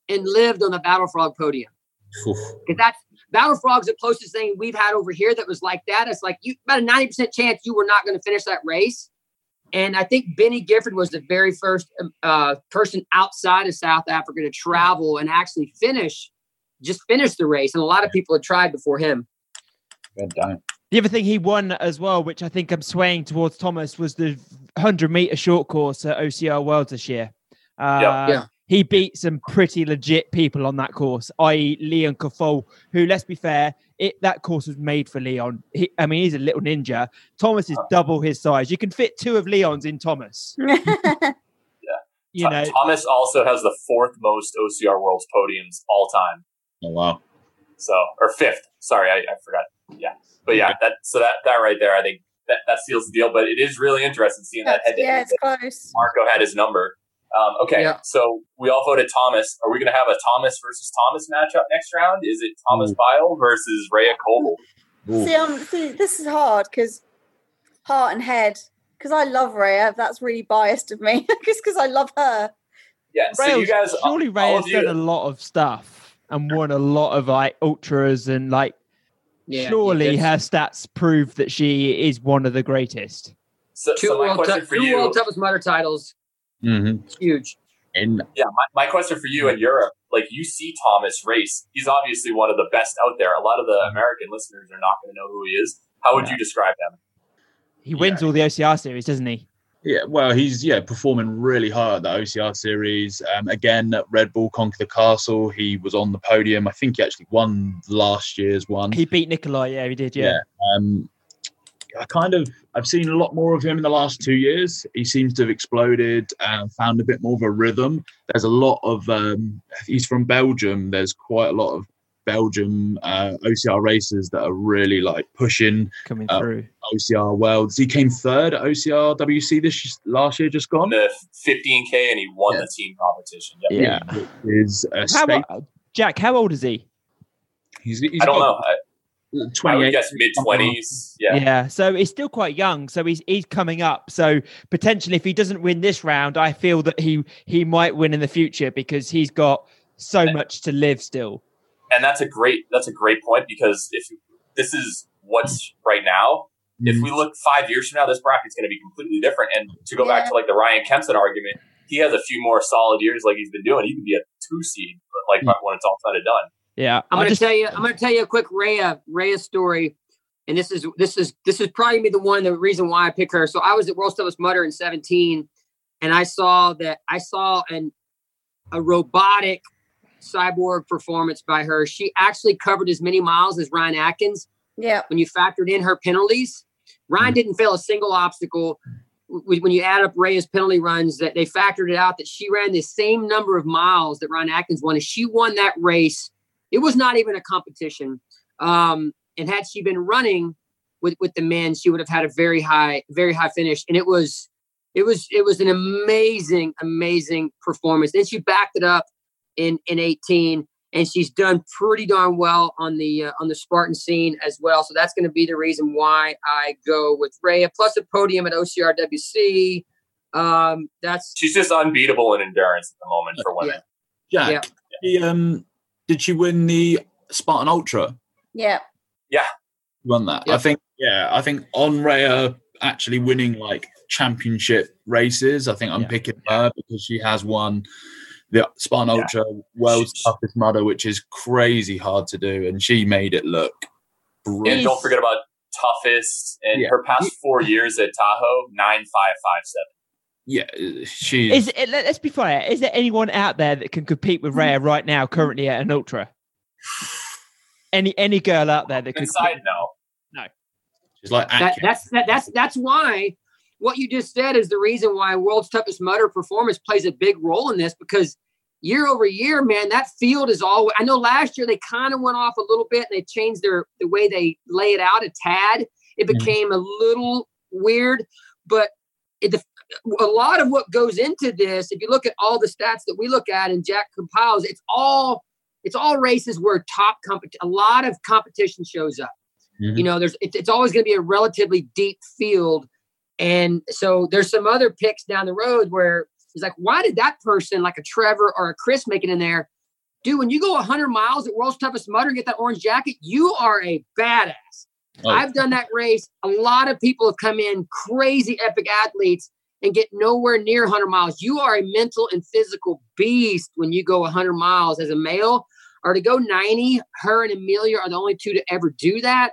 Speaker 5: and lived on the Battle Frog podium.
Speaker 1: Oof.
Speaker 5: Because that's Battle Frog's the closest thing we've had over here that was like that. It's like you about a 90% chance you were not going to finish that race. And I think Benny Gifford was the very first um, uh, person outside of South Africa to travel and actually finish, just finish the race. And a lot of people had tried before him.
Speaker 1: God damn it.
Speaker 2: The other thing he won as well, which I think I'm swaying towards Thomas, was the 100 meter short course at OCR Worlds this year. Uh,
Speaker 4: Yeah.
Speaker 5: Yeah.
Speaker 2: He beat some pretty legit people on that course, i.e., Leon Caffol, who, let's be fair, it, that course was made for Leon. He, I mean, he's a little ninja. Thomas
Speaker 4: Uh.
Speaker 2: is double his size. You can fit two of Leon's in Thomas. You
Speaker 4: Th-
Speaker 2: know,
Speaker 4: Thomas also has the fourth most OCR Worlds podiums all time.
Speaker 1: Oh, wow.
Speaker 4: So, or fifth. Sorry, I, I forgot. Yeah, but yeah, that so that that right there, I think that, that seals the deal. But it is really interesting seeing that head to
Speaker 3: yeah,
Speaker 4: head.
Speaker 3: it's close.
Speaker 4: Marco had his number. Um, okay,
Speaker 5: Yeah.
Speaker 4: so we all voted Thomas. Are we going to have a Thomas versus Thomas matchup next round? Is it Thomas
Speaker 1: Ooh.
Speaker 4: Bile versus Rhea Cole?
Speaker 1: Ooh.
Speaker 3: See, um, see, this is hard because heart and head. Because I love Raya, that's really biased of me. Just because I love her.
Speaker 4: Yeah, so you
Speaker 2: Rails-
Speaker 4: guys,
Speaker 2: surely
Speaker 4: all
Speaker 2: Ray's
Speaker 4: of
Speaker 2: done a
Speaker 4: you,
Speaker 2: lot of stuff and won a lot of like ultras and like surely her stats prove that she is one of the greatest.
Speaker 4: so,
Speaker 5: two
Speaker 4: so my
Speaker 5: world,
Speaker 4: question
Speaker 5: tou-
Speaker 4: for
Speaker 5: two
Speaker 4: you,
Speaker 5: world toughest mother titles.
Speaker 1: Mhm.
Speaker 5: It's huge.
Speaker 1: In
Speaker 4: yeah, my, my question for you in Europe, like you see Thomas race, he's obviously one of the best out there. A lot of the American listeners are not going to know who he is. How would
Speaker 2: Yeah.
Speaker 4: you describe him?
Speaker 2: He wins all the OCR series, doesn't he?
Speaker 1: Yeah, well, he's yeah performing really hard at the OCR series. Um, again, at Red Bull Conquer the Castle, he was on the podium. I think he actually won last year's one.
Speaker 2: He beat Nikolai. Yeah, he did. Yeah.
Speaker 1: Um, I kind of I've seen a lot more of him in the last two years. He seems to have exploded and found a bit more of a rhythm. There's a lot of um, he's from Belgium. There's quite a lot of Belgium uh, OCR racers that are really like pushing
Speaker 2: coming
Speaker 1: Oh.
Speaker 2: through.
Speaker 1: OCR Worlds. He came third at OCR WC this last year, just gone.
Speaker 4: On the 15K, and he won
Speaker 1: Yeah.
Speaker 4: the team competition. Yep.
Speaker 2: Yeah.
Speaker 1: Which is a
Speaker 2: How,
Speaker 1: state.
Speaker 2: o- Jack, how old is he?
Speaker 1: He's, he's
Speaker 4: I don't
Speaker 1: got
Speaker 4: know. I, I would
Speaker 1: 28.
Speaker 4: guess mid 20s. Yeah.
Speaker 2: So he's still quite young. So he's he's coming up. So potentially, if he doesn't win this round, I feel that he he might win in the future because he's got so much to live still.
Speaker 4: and that's a great that's a great point because if you- this is what's right now
Speaker 1: Mm-hmm.
Speaker 4: if we look five years from now this bracket's going to be completely different and to go back
Speaker 3: Yeah.
Speaker 4: to like the ryan kempson argument he has a few more solid years like he's been doing he could be a two seed but
Speaker 1: Mm.
Speaker 4: like when it's all said and done
Speaker 2: Yeah. I
Speaker 5: I'm gonna
Speaker 2: just-
Speaker 5: tell you. I'm gonna tell you a quick Rhea Rhea story, and this is this is this is probably the one the reason why I pick her. So I was at World Stubbs Mutter in 17, and I saw that I saw an a robotic cyborg performance by her. She actually covered as many miles as Ryan Atkins
Speaker 3: Yeah.
Speaker 5: when you factored in her penalties. Ryan didn't fail a single obstacle. W- When you add up Rhea's penalty runs, that they factored it out that she ran the same number of miles that Ryan Atkins won, and she won that race. It was not even a competition. Um, and had she been running with with the men, she would have had a very high, very high finish. And it was, it was, it was an amazing, amazing performance. Then she backed it up in in eighteen and she's done pretty darn well on the uh, on the Spartan scene as well. So that's going to be the reason why I go with Rhea plus a podium at OCRWC. Um, that's
Speaker 4: she's just unbeatable in endurance at the moment for women
Speaker 1: Jack, He, um, did she win the Spartan Ultra?
Speaker 3: Yeah.
Speaker 1: She won that.
Speaker 5: Yeah.
Speaker 1: I think, yeah, I think on Rhea, actually winning like championship races. I think I'm
Speaker 2: Yeah.
Speaker 1: picking her because she has won the Spartan
Speaker 4: Yeah.
Speaker 1: Ultra World's
Speaker 4: She's-
Speaker 1: Toughest Mudder, which is crazy hard to do, and she made it look
Speaker 4: And
Speaker 1: brilliant.
Speaker 4: don't forget about toughest and
Speaker 1: Yeah.
Speaker 4: her past four years at Tahoe nine five five seven.
Speaker 1: Yeah, she
Speaker 2: Is it, let- let's be fair. Is there anyone out there that can compete with Rhea right now, currently at an ultra? Any any girl out there that could?
Speaker 4: Inside no.
Speaker 1: she's like
Speaker 5: That,
Speaker 1: accurate.
Speaker 5: that's that, that's that's why what you just said is the reason why World's Toughest Mudder performance plays a big role in this because year over year, man, that field is all. I know last year they kind of went off a little bit and they changed their the way they lay it out a tad. It
Speaker 1: Mhm.
Speaker 5: became a little weird, but it, the, a lot of what goes into this, if you look at all the stats that we look at and Jack compiles, it's all it's all races where top compet a lot of competition shows up you know there's it's, it's always going to be a relatively deep field and so there's some other picks down the road where it's like why did that person like a trevor or a chris make it in there dude when you go 100 miles at world's toughest mudder and get that orange jacket you are a badass
Speaker 1: Oh.
Speaker 5: i've done that race a lot of people have come in crazy epic athletes and get nowhere near 100 miles you are a mental and physical beast when you go 100 miles as a male or to go 90 her and amelia are the only two to ever do that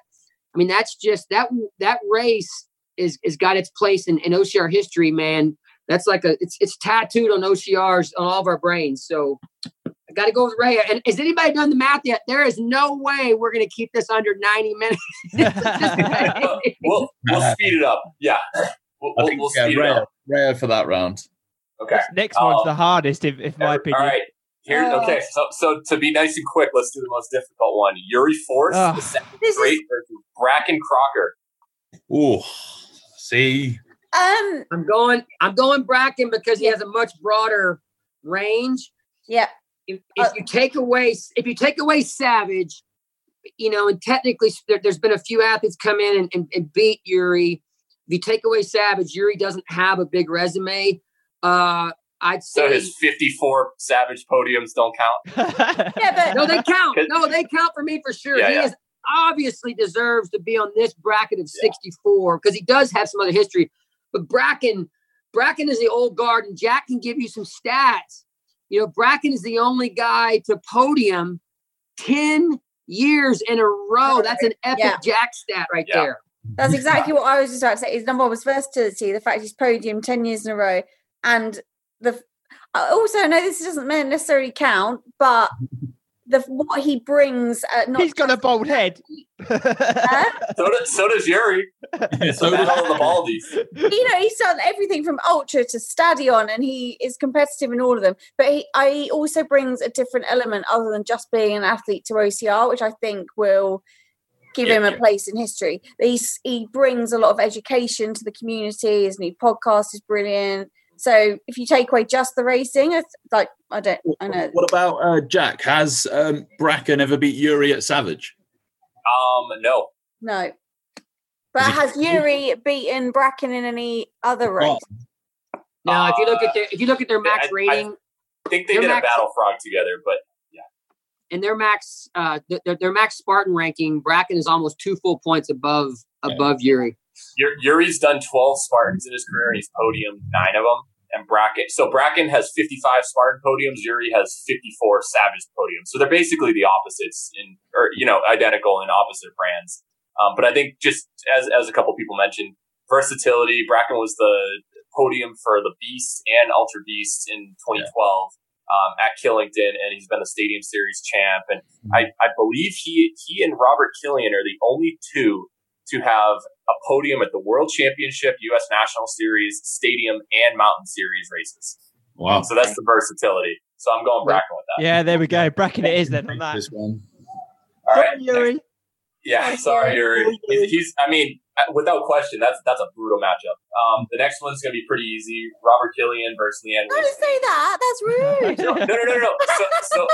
Speaker 5: I mean, that's just that that race is is got its place in, in OCR history, man. That's like a it's it's tattooed on OCRs on all of our brains. So I got to go with Raya. And has anybody done the math yet? There is no way we're going to keep this under ninety minutes.
Speaker 4: We'll we'll speed it up. Yeah. We'll,
Speaker 1: I
Speaker 4: we'll,
Speaker 1: think
Speaker 4: we'll
Speaker 1: yeah,
Speaker 4: speed it
Speaker 1: rare,
Speaker 4: up.
Speaker 1: rare for that round.
Speaker 4: Okay.
Speaker 2: Next one's
Speaker 4: Oh.
Speaker 2: the hardest, if, if my opinion.
Speaker 4: All right. Here,
Speaker 3: Oh.
Speaker 4: okay. So, so to be nice and quick, let's do the most difficult one. Yuri Force,
Speaker 2: Ugh.
Speaker 4: the second
Speaker 3: This
Speaker 4: great
Speaker 3: is
Speaker 4: versus Bracken Crocker.
Speaker 1: Oh, see,
Speaker 3: um
Speaker 5: I'm going. I'm going Bracken because he has a much broader range.
Speaker 3: yeah.
Speaker 5: if, if you take away if you take away Savage, you know, and technically there, there's been a few athletes come in and, and, and beat Yuri. If you take away Savage, Yuri doesn't have a big resume. Uh, I'd
Speaker 4: So
Speaker 5: say
Speaker 4: his 54 Savage podiums don't count.
Speaker 3: Yeah,
Speaker 5: no, they count. No, they count for me for sure.
Speaker 4: Yeah,
Speaker 5: he
Speaker 4: yeah.
Speaker 5: Is, obviously deserves to be on this bracket of 64 because he does have some other history. But Bracken, Bracken is the old guard, and Jack can give you some stats. You know, Bracken is the only guy to podium 10 years in a row. That's an epic
Speaker 3: Yeah.
Speaker 5: Jack stat right
Speaker 4: Yeah.
Speaker 5: there.
Speaker 3: That's exactly what I was just about to say. His number one was versatility, the fact he's podium 10 years in a row. And the I also know this doesn't necessarily count, but the what he brings uh, not
Speaker 2: He's got a bald head.
Speaker 4: So does, so does Yuri. It's the battle of the Baldies.
Speaker 3: you know, he's done everything from ultra to stadion, and he is competitive in all of them. But he, I, he also brings a different element other than just being an athlete to OCR, which I think will give
Speaker 1: Yeah,
Speaker 3: him a
Speaker 1: yeah.
Speaker 3: place in history. He's, he brings a lot of education to the community. His new podcast is brilliant. So if you take away just the racing, it's like I don't, I know.
Speaker 1: What about uh, Jack? Has um, Bracken ever beat Yuri at Savage?
Speaker 4: Um, no.
Speaker 3: No. But
Speaker 1: Is Oh, it-
Speaker 3: has Yuri beaten Bracken in any other race?
Speaker 5: Now, if you look
Speaker 4: Uh,
Speaker 5: at their if you look at their max
Speaker 4: I- I-
Speaker 5: rating,
Speaker 4: I think they
Speaker 5: They're
Speaker 4: did a
Speaker 5: max-
Speaker 4: Battle Frog together, but
Speaker 5: and their max uh th- their, their max Spartan ranking, Bracken is almost two full points above
Speaker 1: Yeah.
Speaker 5: above Yuri.
Speaker 4: Yur- Yuri's done 12 Spartans in his career. He's podiumed nine of them. And Bracken, so Bracken has 55 Spartan podiums. Yuri has 54 Savage podiums. So they're basically the opposites in, or, you know, identical in opposite brands. Um, but I think just as, as a couple people mentioned, versatility, Bracken was the podium for the Beast and Ultra Beast in 2012 um, at Killington, and he's been a Stadium Series champ. And I, I believe he, he and Robert Killian are the only two to have a podium at the World Championship, U.S. National Series, Stadium, and Mountain Series races.
Speaker 1: Wow.
Speaker 4: So that's the versatility. So I'm going Bracken with that.
Speaker 2: yeah, there we go. Bracken it is then on that.
Speaker 1: This one.
Speaker 4: All right.
Speaker 2: Sorry, Yuri.
Speaker 4: Yeah, sorry, Yuri. He's, he's- I mean, uh, without question, that's that's a brutal matchup. Um, the next one's going to be pretty easy. Robert Killian versus Leanne.
Speaker 3: Don't
Speaker 4: Wilson.
Speaker 3: say that. That's rude.
Speaker 4: No, no, no, no. no. So, so,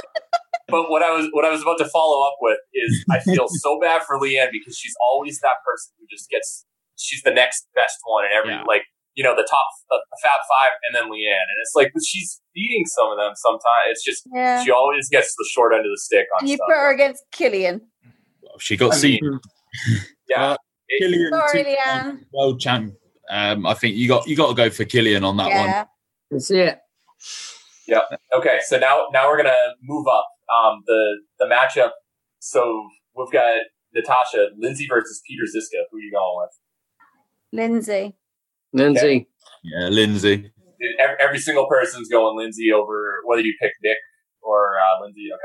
Speaker 4: but what I was what I was about to follow up with is I feel so bad for Leanne because she's always that person who just gets she's the next best one in every
Speaker 1: Yeah.
Speaker 4: like you know the top the, the Fab Five and then Leanne and it's like but she's beating some of them sometimes. It's just
Speaker 3: yeah.
Speaker 4: she always gets the short end of the stick on
Speaker 3: You
Speaker 4: stuff.
Speaker 3: put her against Killian.
Speaker 1: She got
Speaker 4: I mean,
Speaker 1: seen.
Speaker 4: yeah,
Speaker 1: Killian,
Speaker 3: Sorry,
Speaker 1: two-time
Speaker 3: Leanne.
Speaker 1: World champ, Um, I think you got you got to go for Killian on that one.
Speaker 3: yeah.
Speaker 5: That's it.
Speaker 4: Okay, so now now we're gonna move up um, the the matchup. So we've got Natasha Lindsay versus Peter Ziska. Who are you going
Speaker 3: Lindsay.
Speaker 5: Lindsay.
Speaker 1: Yeah, Lindsay.
Speaker 4: with? Every, every single person's going Lindsay over whether you pick Nick or uh, Lindsay. Okay,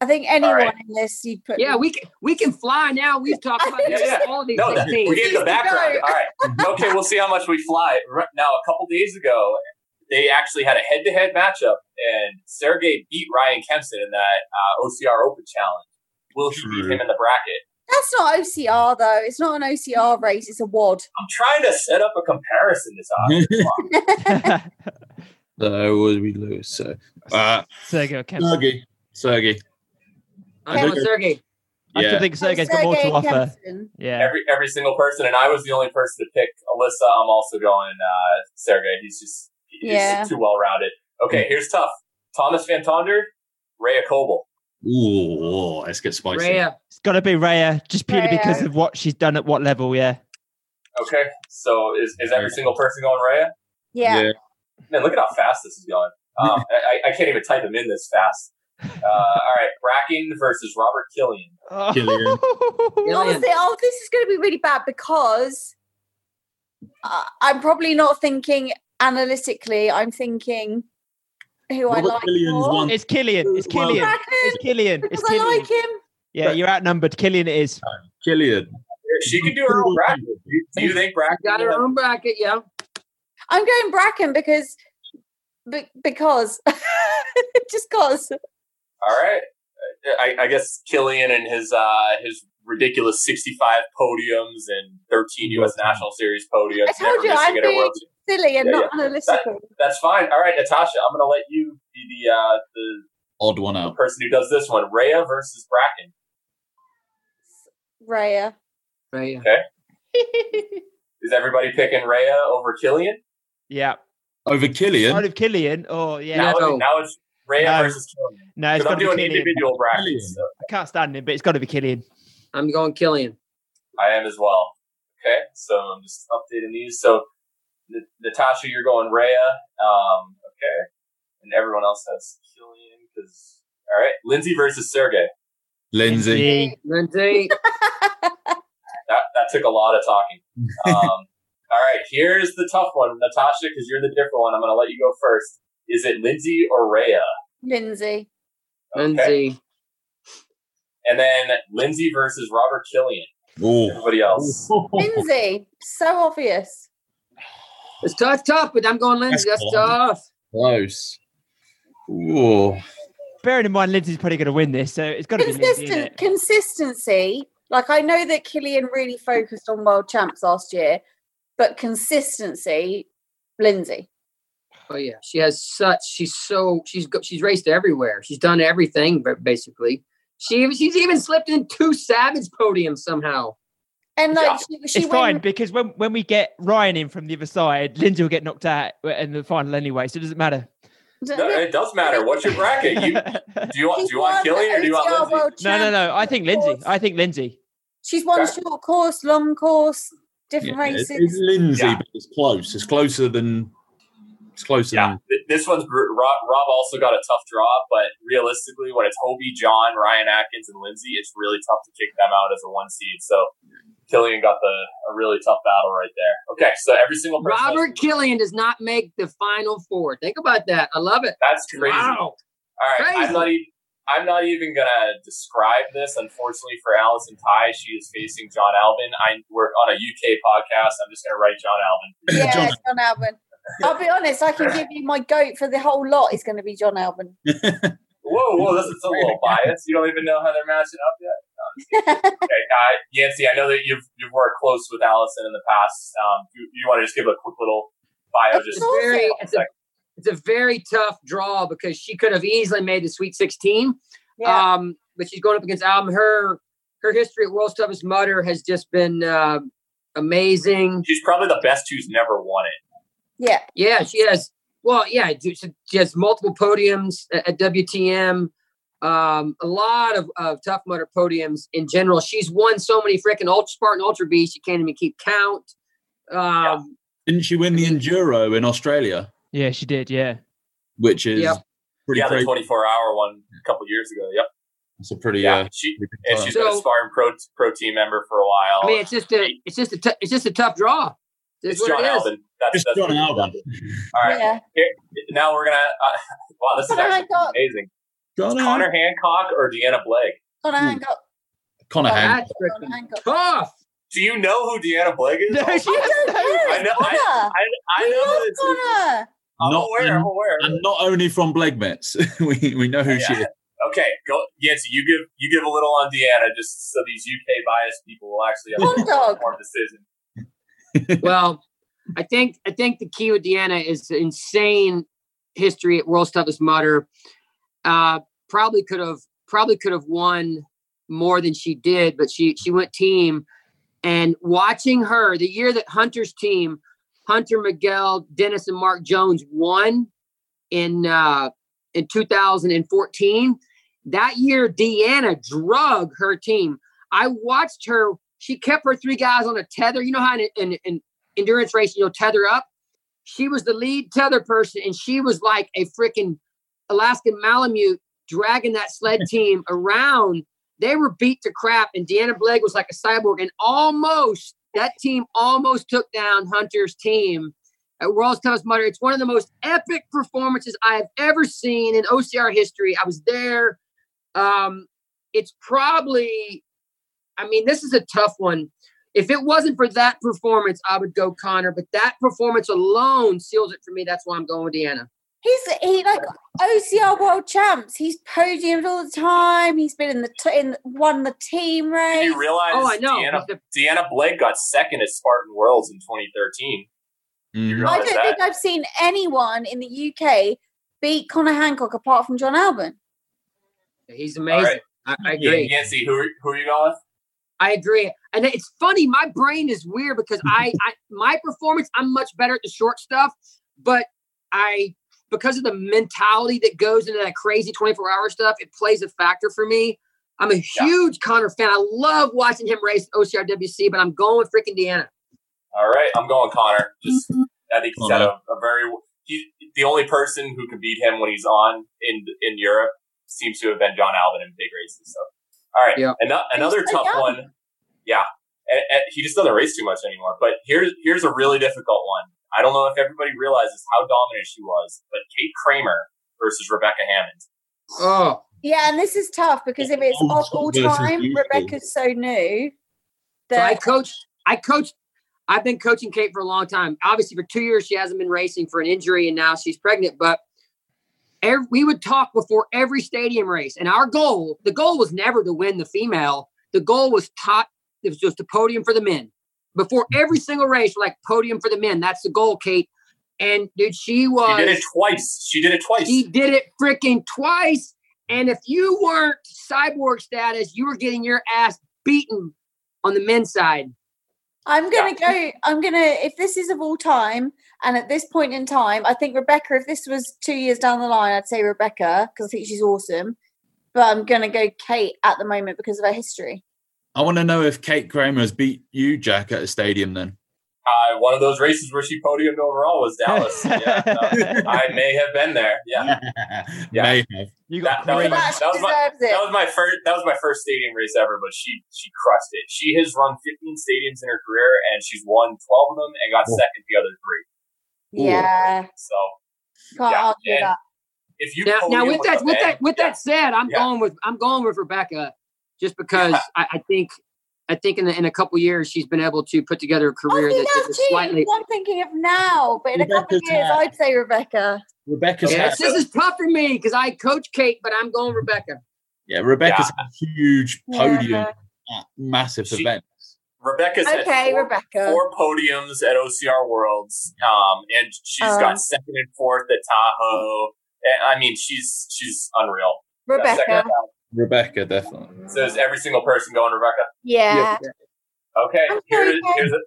Speaker 3: I think anyone
Speaker 4: right.
Speaker 3: in this you'd put.
Speaker 5: Yeah, we can we can fly now. We've talked about
Speaker 4: Yeah, yeah.
Speaker 5: all these
Speaker 4: no,
Speaker 5: six
Speaker 4: that,
Speaker 5: teams.
Speaker 4: we gave the background.
Speaker 3: Go.
Speaker 4: All right, okay, we'll see how much we fly. Right Now, a couple days ago, they actually had a head-to-head matchup, and Sergey beat Ryan Kempson in that uh, OCR Open Challenge. Will he beat
Speaker 1: True.
Speaker 4: him in the bracket?
Speaker 3: That's not OCR though. It's not an OCR race. It's a WAD.
Speaker 4: I'm trying to set up a comparison this time.
Speaker 1: So what did we lose? So uh,
Speaker 2: Sergio Kemp.
Speaker 1: Sergey. Sergey.
Speaker 5: I'm going with Sergey.
Speaker 2: I still
Speaker 1: Yeah.
Speaker 2: think Sergey's got more to
Speaker 3: Sergey
Speaker 2: offer.
Speaker 3: Kempson.
Speaker 2: Yeah.
Speaker 4: every every single person, and I was the only person to pick Alyssa. I'm also going uh, Sergey. He's just he's
Speaker 3: Yeah.
Speaker 4: too well rounded.
Speaker 5: Hmm.
Speaker 4: Okay, here's tough. Thomas Van Tonder, Rhea Coble.
Speaker 1: Ooh, let's get spicy.
Speaker 5: Rhea.
Speaker 2: It's got to be Raya, just purely
Speaker 3: Raya.
Speaker 2: because of what she's done at what level. Yeah.
Speaker 4: Okay, so is, is every single person going Rhea?
Speaker 3: Yeah.
Speaker 4: Man, look at how fast this is going. Um, I, I- I can't even type him in this fast. Uh, all right, Bracken versus Robert Killian.
Speaker 1: Killian.
Speaker 3: Honestly, oh, this is going to be really bad because uh, I'm probably not thinking analytically. I'm thinking who I
Speaker 1: Robert
Speaker 3: like
Speaker 1: Killian's
Speaker 3: more.
Speaker 1: one-
Speaker 2: It's Killian. It's
Speaker 1: Well-
Speaker 2: Killian.
Speaker 3: Bracken,
Speaker 2: It's Killian. It's
Speaker 3: because
Speaker 2: Killian.
Speaker 3: I like him.
Speaker 2: Yeah, you're outnumbered. Killian it is.
Speaker 1: Killian.
Speaker 4: She can do her own bracket. Do you think Bracken?
Speaker 5: Got her own bracket, yeah.
Speaker 3: I'm going Bracken because be- because just cause.
Speaker 4: All right. I, I guess Killian and his uh, his ridiculous 65 podiums and 13 U.S.
Speaker 2: Mm-hmm.
Speaker 4: National Series podiums.
Speaker 3: I told
Speaker 4: never
Speaker 3: you,
Speaker 4: missing
Speaker 3: I'm
Speaker 4: it at World Series.
Speaker 3: Silly and
Speaker 4: Yeah,
Speaker 3: not analytical.
Speaker 4: That's fine. All right, Natasha, I'm going to let you be the, uh, the
Speaker 1: Odd one out.
Speaker 4: person who does this one. Rhea versus Bracken.
Speaker 3: Raya.
Speaker 5: Rhea.
Speaker 4: Is everybody picking Rhea over Killian?
Speaker 2: Yeah.
Speaker 1: Over
Speaker 2: Out
Speaker 1: Killian.
Speaker 2: of Killian. Oh yeah.
Speaker 4: Now,
Speaker 5: Yeah. No.
Speaker 4: now it's Rhea
Speaker 2: No.
Speaker 4: versus Killian.
Speaker 2: No, it's
Speaker 4: 'Cause
Speaker 2: got to
Speaker 4: I'm
Speaker 2: be
Speaker 4: doing
Speaker 2: Killian.
Speaker 4: individual
Speaker 1: Killian.
Speaker 4: brackets. So
Speaker 2: I can't stand him, but it's got to be Killian.
Speaker 5: I'm going Killian.
Speaker 4: I am as well. Okay, so I'm just updating these. So N- Natasha, you're going Rhea. Um, okay, and everyone else has Killian because all right, Lindsay versus Sergey.
Speaker 1: Lindsay.
Speaker 5: Lindsay.
Speaker 4: That that took a lot of talking. Um, all right, here's the tough one, Natasha, because you're the different one. I'm going to let you go first. Is it Lindsay or Rhea?
Speaker 3: Lindsay.
Speaker 4: Okay.
Speaker 5: Lindsay.
Speaker 4: And then Lindsay versus Robert Killian.
Speaker 1: Oh.
Speaker 4: Everybody else.
Speaker 3: Lindsay. So obvious.
Speaker 5: It's tough, tough, but I'm going Lindsay.
Speaker 1: That's
Speaker 5: That's tough.
Speaker 1: Close. Ooh.
Speaker 2: Bearing in mind, Lindsay's probably going to win this, so it's got to be Lindsay. is
Speaker 3: Consistent consistency. Like I know that Killian really focused on world champs last year, but consistency, Lindsay.
Speaker 5: Oh yeah, she has such. She's so. She's go, she's raced everywhere. She's done everything, ba- basically. She she's even slipped in two Savage podiums somehow.
Speaker 3: And like she, she
Speaker 2: It's fine
Speaker 3: went-
Speaker 2: because when, when we get Ryan in from the other side, Lindsay will get knocked out in the final anyway, so it doesn't matter.
Speaker 4: No, it does matter. What's your bracket? You, do you want
Speaker 3: She's
Speaker 4: do you want
Speaker 3: won the
Speaker 4: Killian or do you want
Speaker 3: OTR
Speaker 4: Lindsay?
Speaker 3: world
Speaker 2: no, no, no. I
Speaker 3: champs,
Speaker 2: think
Speaker 3: of course.
Speaker 2: Lindsay. I think Lindsay.
Speaker 3: She's won
Speaker 4: Okay.
Speaker 3: short course, long course, different
Speaker 1: Yeah, it's, it's
Speaker 3: races.
Speaker 1: Lindsay,
Speaker 4: Yeah.
Speaker 1: but it's close. It's closer than. It's closer
Speaker 4: Yeah,
Speaker 1: than.
Speaker 4: th- this one's br- Rob, Rob also got a tough draw, but realistically, when it's Hobie, John, Ryan Atkins, and Lindsay, it's really tough to kick them out as a one seed. So Killian got the a really tough battle right there. Okay, so every single person
Speaker 5: Robert Killian does not make the final four. Think about that. I love it.
Speaker 4: that's crazy.
Speaker 5: Wow.
Speaker 4: All right, I'm
Speaker 5: Crazy.
Speaker 4: not even. I'm not even gonna describe this. Unfortunately for Allison Ty, she is facing John Alvin. I work on a UK podcast. I'm just gonna write John Alvin.
Speaker 3: Yeah,
Speaker 1: John-
Speaker 3: John Alban. I'll be honest, I can give you my goat for the whole lot is going to be John Alban.
Speaker 4: Whoa, whoa, this is a little biased. You don't even know how they're matching up yet. Okay, uh, Yancy, I know that you've you've worked close with Allison in the past. Um, you, you want to just give a quick little bio,
Speaker 3: Of
Speaker 4: just
Speaker 5: It's very. It's a,
Speaker 4: Sorry.
Speaker 5: it's a very tough draw because she could have easily made the Sweet 16.
Speaker 3: yeah.
Speaker 5: Um, but she's going up against Alvin. Her her history at World's Toughest Mudder has just been uh, amazing.
Speaker 4: she's probably the best who's never won it.
Speaker 3: yeah.
Speaker 5: Yeah, she has. Well, yeah, she she has multiple podiums at, at WTM. Um, a lot of, of tough mudder podiums in general. She's won so many freaking Ultra Spartan Ultra Beasts, you can't even keep count. Um,
Speaker 1: Didn't she win the
Speaker 4: Mm-hmm.
Speaker 1: enduro in Australia,
Speaker 2: Yeah, she did. Yeah.
Speaker 1: which is
Speaker 5: Yep.
Speaker 1: pretty
Speaker 4: yeah, the
Speaker 1: crazy.
Speaker 4: 24 hour one a couple years ago. Yep.
Speaker 1: It's a pretty
Speaker 4: Yeah.
Speaker 1: uh,
Speaker 4: She,
Speaker 1: pretty good
Speaker 4: and
Speaker 1: time.
Speaker 4: she's been a
Speaker 5: So-
Speaker 4: sparring pro, pro team member for a while.
Speaker 5: I mean, it's just a, it's just a, t- it's just a tough draw. That's
Speaker 4: it's
Speaker 5: what
Speaker 4: John
Speaker 5: it is.
Speaker 4: Alvin. That's,
Speaker 1: Just
Speaker 4: that's
Speaker 1: John Alvin.
Speaker 4: All right.
Speaker 3: Yeah.
Speaker 4: Now we're going to. Uh, wow, this is
Speaker 3: Connor
Speaker 4: actually
Speaker 3: Hancock.
Speaker 4: amazing.
Speaker 1: John Al-
Speaker 4: Connor Hancock or Deanna Blake?
Speaker 3: Connor
Speaker 1: Hmm.
Speaker 3: Hancock.
Speaker 1: Connor Hancock.
Speaker 5: Oh, That's
Speaker 3: Connor
Speaker 5: freaking
Speaker 3: Hancock.
Speaker 5: tough.
Speaker 4: Do you know who Deanna Blake is? Oh,
Speaker 2: No, she
Speaker 3: I don't
Speaker 2: has
Speaker 3: know.
Speaker 4: I
Speaker 3: It's
Speaker 4: know-
Speaker 3: Connor.
Speaker 4: I
Speaker 3: We
Speaker 4: know
Speaker 3: love
Speaker 4: that it's.
Speaker 3: Connor.
Speaker 4: I'm
Speaker 1: Not-
Speaker 4: aware. I'm aware.
Speaker 1: And not only from Blegmets, we, we know who she is.
Speaker 4: Okay, go Yancy. You give you give a little on Deanna just so these UK biased people will actually have
Speaker 3: Bulldog.
Speaker 4: a informed decision.
Speaker 5: well, I think I think the key with Deanna is the insane history at World's Toughest Mudder. Uh, probably could have probably could have won more than she did, but she she went team. And watching her, the year that Hunter's team, Hunter Miguel, Dennis, and Mark Jones won in uh, in 2014. That year, Deanna drug her team. I watched her. She kept her three guys on a tether. You know how in, in, in endurance racing you'll tether up. She was the lead tether person, and she was like a freaking Alaskan Malamute dragging that sled team around. They were beat to crap, and Deanna Blake was like a cyborg, and almost that team almost took down Hunter's team at World's Toughest Mudder. It's one of the most epic performances I have ever seen in OCR history. I was there. Um, it's probably, I mean, this is a tough one. If it wasn't for that performance, I would go Connor, but that performance alone seals it for me. That's why I'm going with Deanna.
Speaker 3: He's he like OCR world champs. He's podiumed all the time. He's been in the t- in won the team
Speaker 4: Do
Speaker 3: race.
Speaker 4: you realize
Speaker 5: Oh, I know.
Speaker 4: Deanna,
Speaker 5: but the-
Speaker 4: Deanna Blake got second at Spartan Worlds in 2013?
Speaker 1: Mhm.
Speaker 3: I
Speaker 4: realize
Speaker 3: don't
Speaker 4: that?
Speaker 3: think I've seen anyone in the UK beat Connor Hancock apart from John Alban.
Speaker 5: He's amazing.
Speaker 4: right.
Speaker 5: I, I
Speaker 4: Yeah,
Speaker 5: agree.
Speaker 4: Yancy, who are, who are you going with?
Speaker 5: I agree. And it's funny, my brain is weird because I, I my performance, I'm much better at the short stuff, but I because of the mentality that goes into that crazy 24 hour stuff, it plays a factor for me. I'm a
Speaker 4: Yeah.
Speaker 5: huge Connor fan. I love watching him race at OCRWC, but I'm going with freaking Deanna.
Speaker 4: All right, I'm going Connor. Just I think he's had
Speaker 1: Connor.
Speaker 4: a, a very he's the only person who can beat him when he's on in in Europe seems to have been John Alvin in big races. So, all right,
Speaker 5: Yeah.
Speaker 4: ano- another
Speaker 3: he's so
Speaker 4: tough
Speaker 3: young.
Speaker 4: one. Yeah, And- and he just doesn't race too much anymore. But here's here's a really difficult one. I don't know if everybody realizes how dominant she was, but Kate Kramer versus Rebecca Hammond.
Speaker 5: Oh,
Speaker 3: Yeah, and this is tough because if it's
Speaker 1: Old
Speaker 3: off all
Speaker 1: versus
Speaker 3: time,
Speaker 1: new.
Speaker 3: Rebecca's so new
Speaker 5: so I
Speaker 3: that
Speaker 5: coached I coached I've been coaching Kate for a long time. Obviously, for two years she hasn't been racing for an injury, and now she's pregnant. But ev- we would talk before every stadium race, and our goal the goal was never to win the female. The goal was top. It was just a podium for the men. Before every single race, we're like podium for the men. That's the goal, Kate. And dude, she
Speaker 4: She
Speaker 5: was
Speaker 4: did it twice. She did it twice.
Speaker 5: he did it freaking twice. And if you weren't cyborg status, you were getting your ass beaten on the men's side.
Speaker 3: I'm gonna go. I'm gonna if this is of all time and at this point in time, I think Rebecca. If this was two years down the line, I'd say Rebecca because I think she's awesome. But I'm gonna go Kate at the moment because of her history.
Speaker 1: I want to know if Kate Kramer has beat you, Jack, at a stadium then.
Speaker 4: Uh, one of those races where she podiumed overall was Dallas. yeah, no, I may have been there. Yeah. Yeah.
Speaker 1: May have.
Speaker 2: You
Speaker 4: That-
Speaker 2: got
Speaker 4: that was
Speaker 3: So
Speaker 2: crazy.
Speaker 4: my-
Speaker 3: that, she deserves it.
Speaker 4: Oh, that was my- That was my first. That was my first stadium race ever, but she she crushed it. She has run 15 stadiums in her career, and she's won 12 of them and got
Speaker 1: Whoa.
Speaker 4: second the other three. Ooh.
Speaker 3: yeah,
Speaker 4: So
Speaker 3: can't
Speaker 4: yeah,
Speaker 3: argue
Speaker 4: and-
Speaker 3: that.
Speaker 4: if you
Speaker 5: Now, now
Speaker 4: podium
Speaker 5: with that,
Speaker 4: a
Speaker 5: with
Speaker 4: man-
Speaker 5: that, with
Speaker 4: yeah,
Speaker 5: that said, I'm
Speaker 4: Yeah.
Speaker 5: going with I'm going with Rebecca, just because I, I think I think in, the, in a couple years she's been able to put together a
Speaker 3: I
Speaker 5: career
Speaker 3: think
Speaker 5: that
Speaker 3: that's
Speaker 5: is
Speaker 3: cheating.
Speaker 5: slightly.
Speaker 3: I'm thinking of now, but in a couple of
Speaker 1: Rebecca's
Speaker 3: years,
Speaker 1: had-
Speaker 3: I'd say Rebecca.
Speaker 1: Rebecca's
Speaker 5: Yeah,
Speaker 1: had,
Speaker 5: this, this is tough for me because I coach Kate, but I'm going Rebecca.
Speaker 1: yeah, Rebecca's had a huge podium
Speaker 3: Yeah.
Speaker 1: at massive
Speaker 4: She-
Speaker 1: events.
Speaker 4: Rebecca's had
Speaker 3: Okay,
Speaker 4: four,
Speaker 3: Rebecca.
Speaker 4: four podiums at OCR Worlds, um, and she's
Speaker 3: Um.
Speaker 5: Uh-huh.
Speaker 4: got second and fourth at Tahoe. And, I mean, she's she's unreal. Yeah, second
Speaker 3: Rebecca.
Speaker 4: at Tahoe.
Speaker 1: Rebecca, definitely.
Speaker 4: So is every single person going Rebecca?
Speaker 3: Yeah.
Speaker 4: Okay,
Speaker 3: I'm
Speaker 4: here,
Speaker 3: sorry, guys.
Speaker 4: here's the-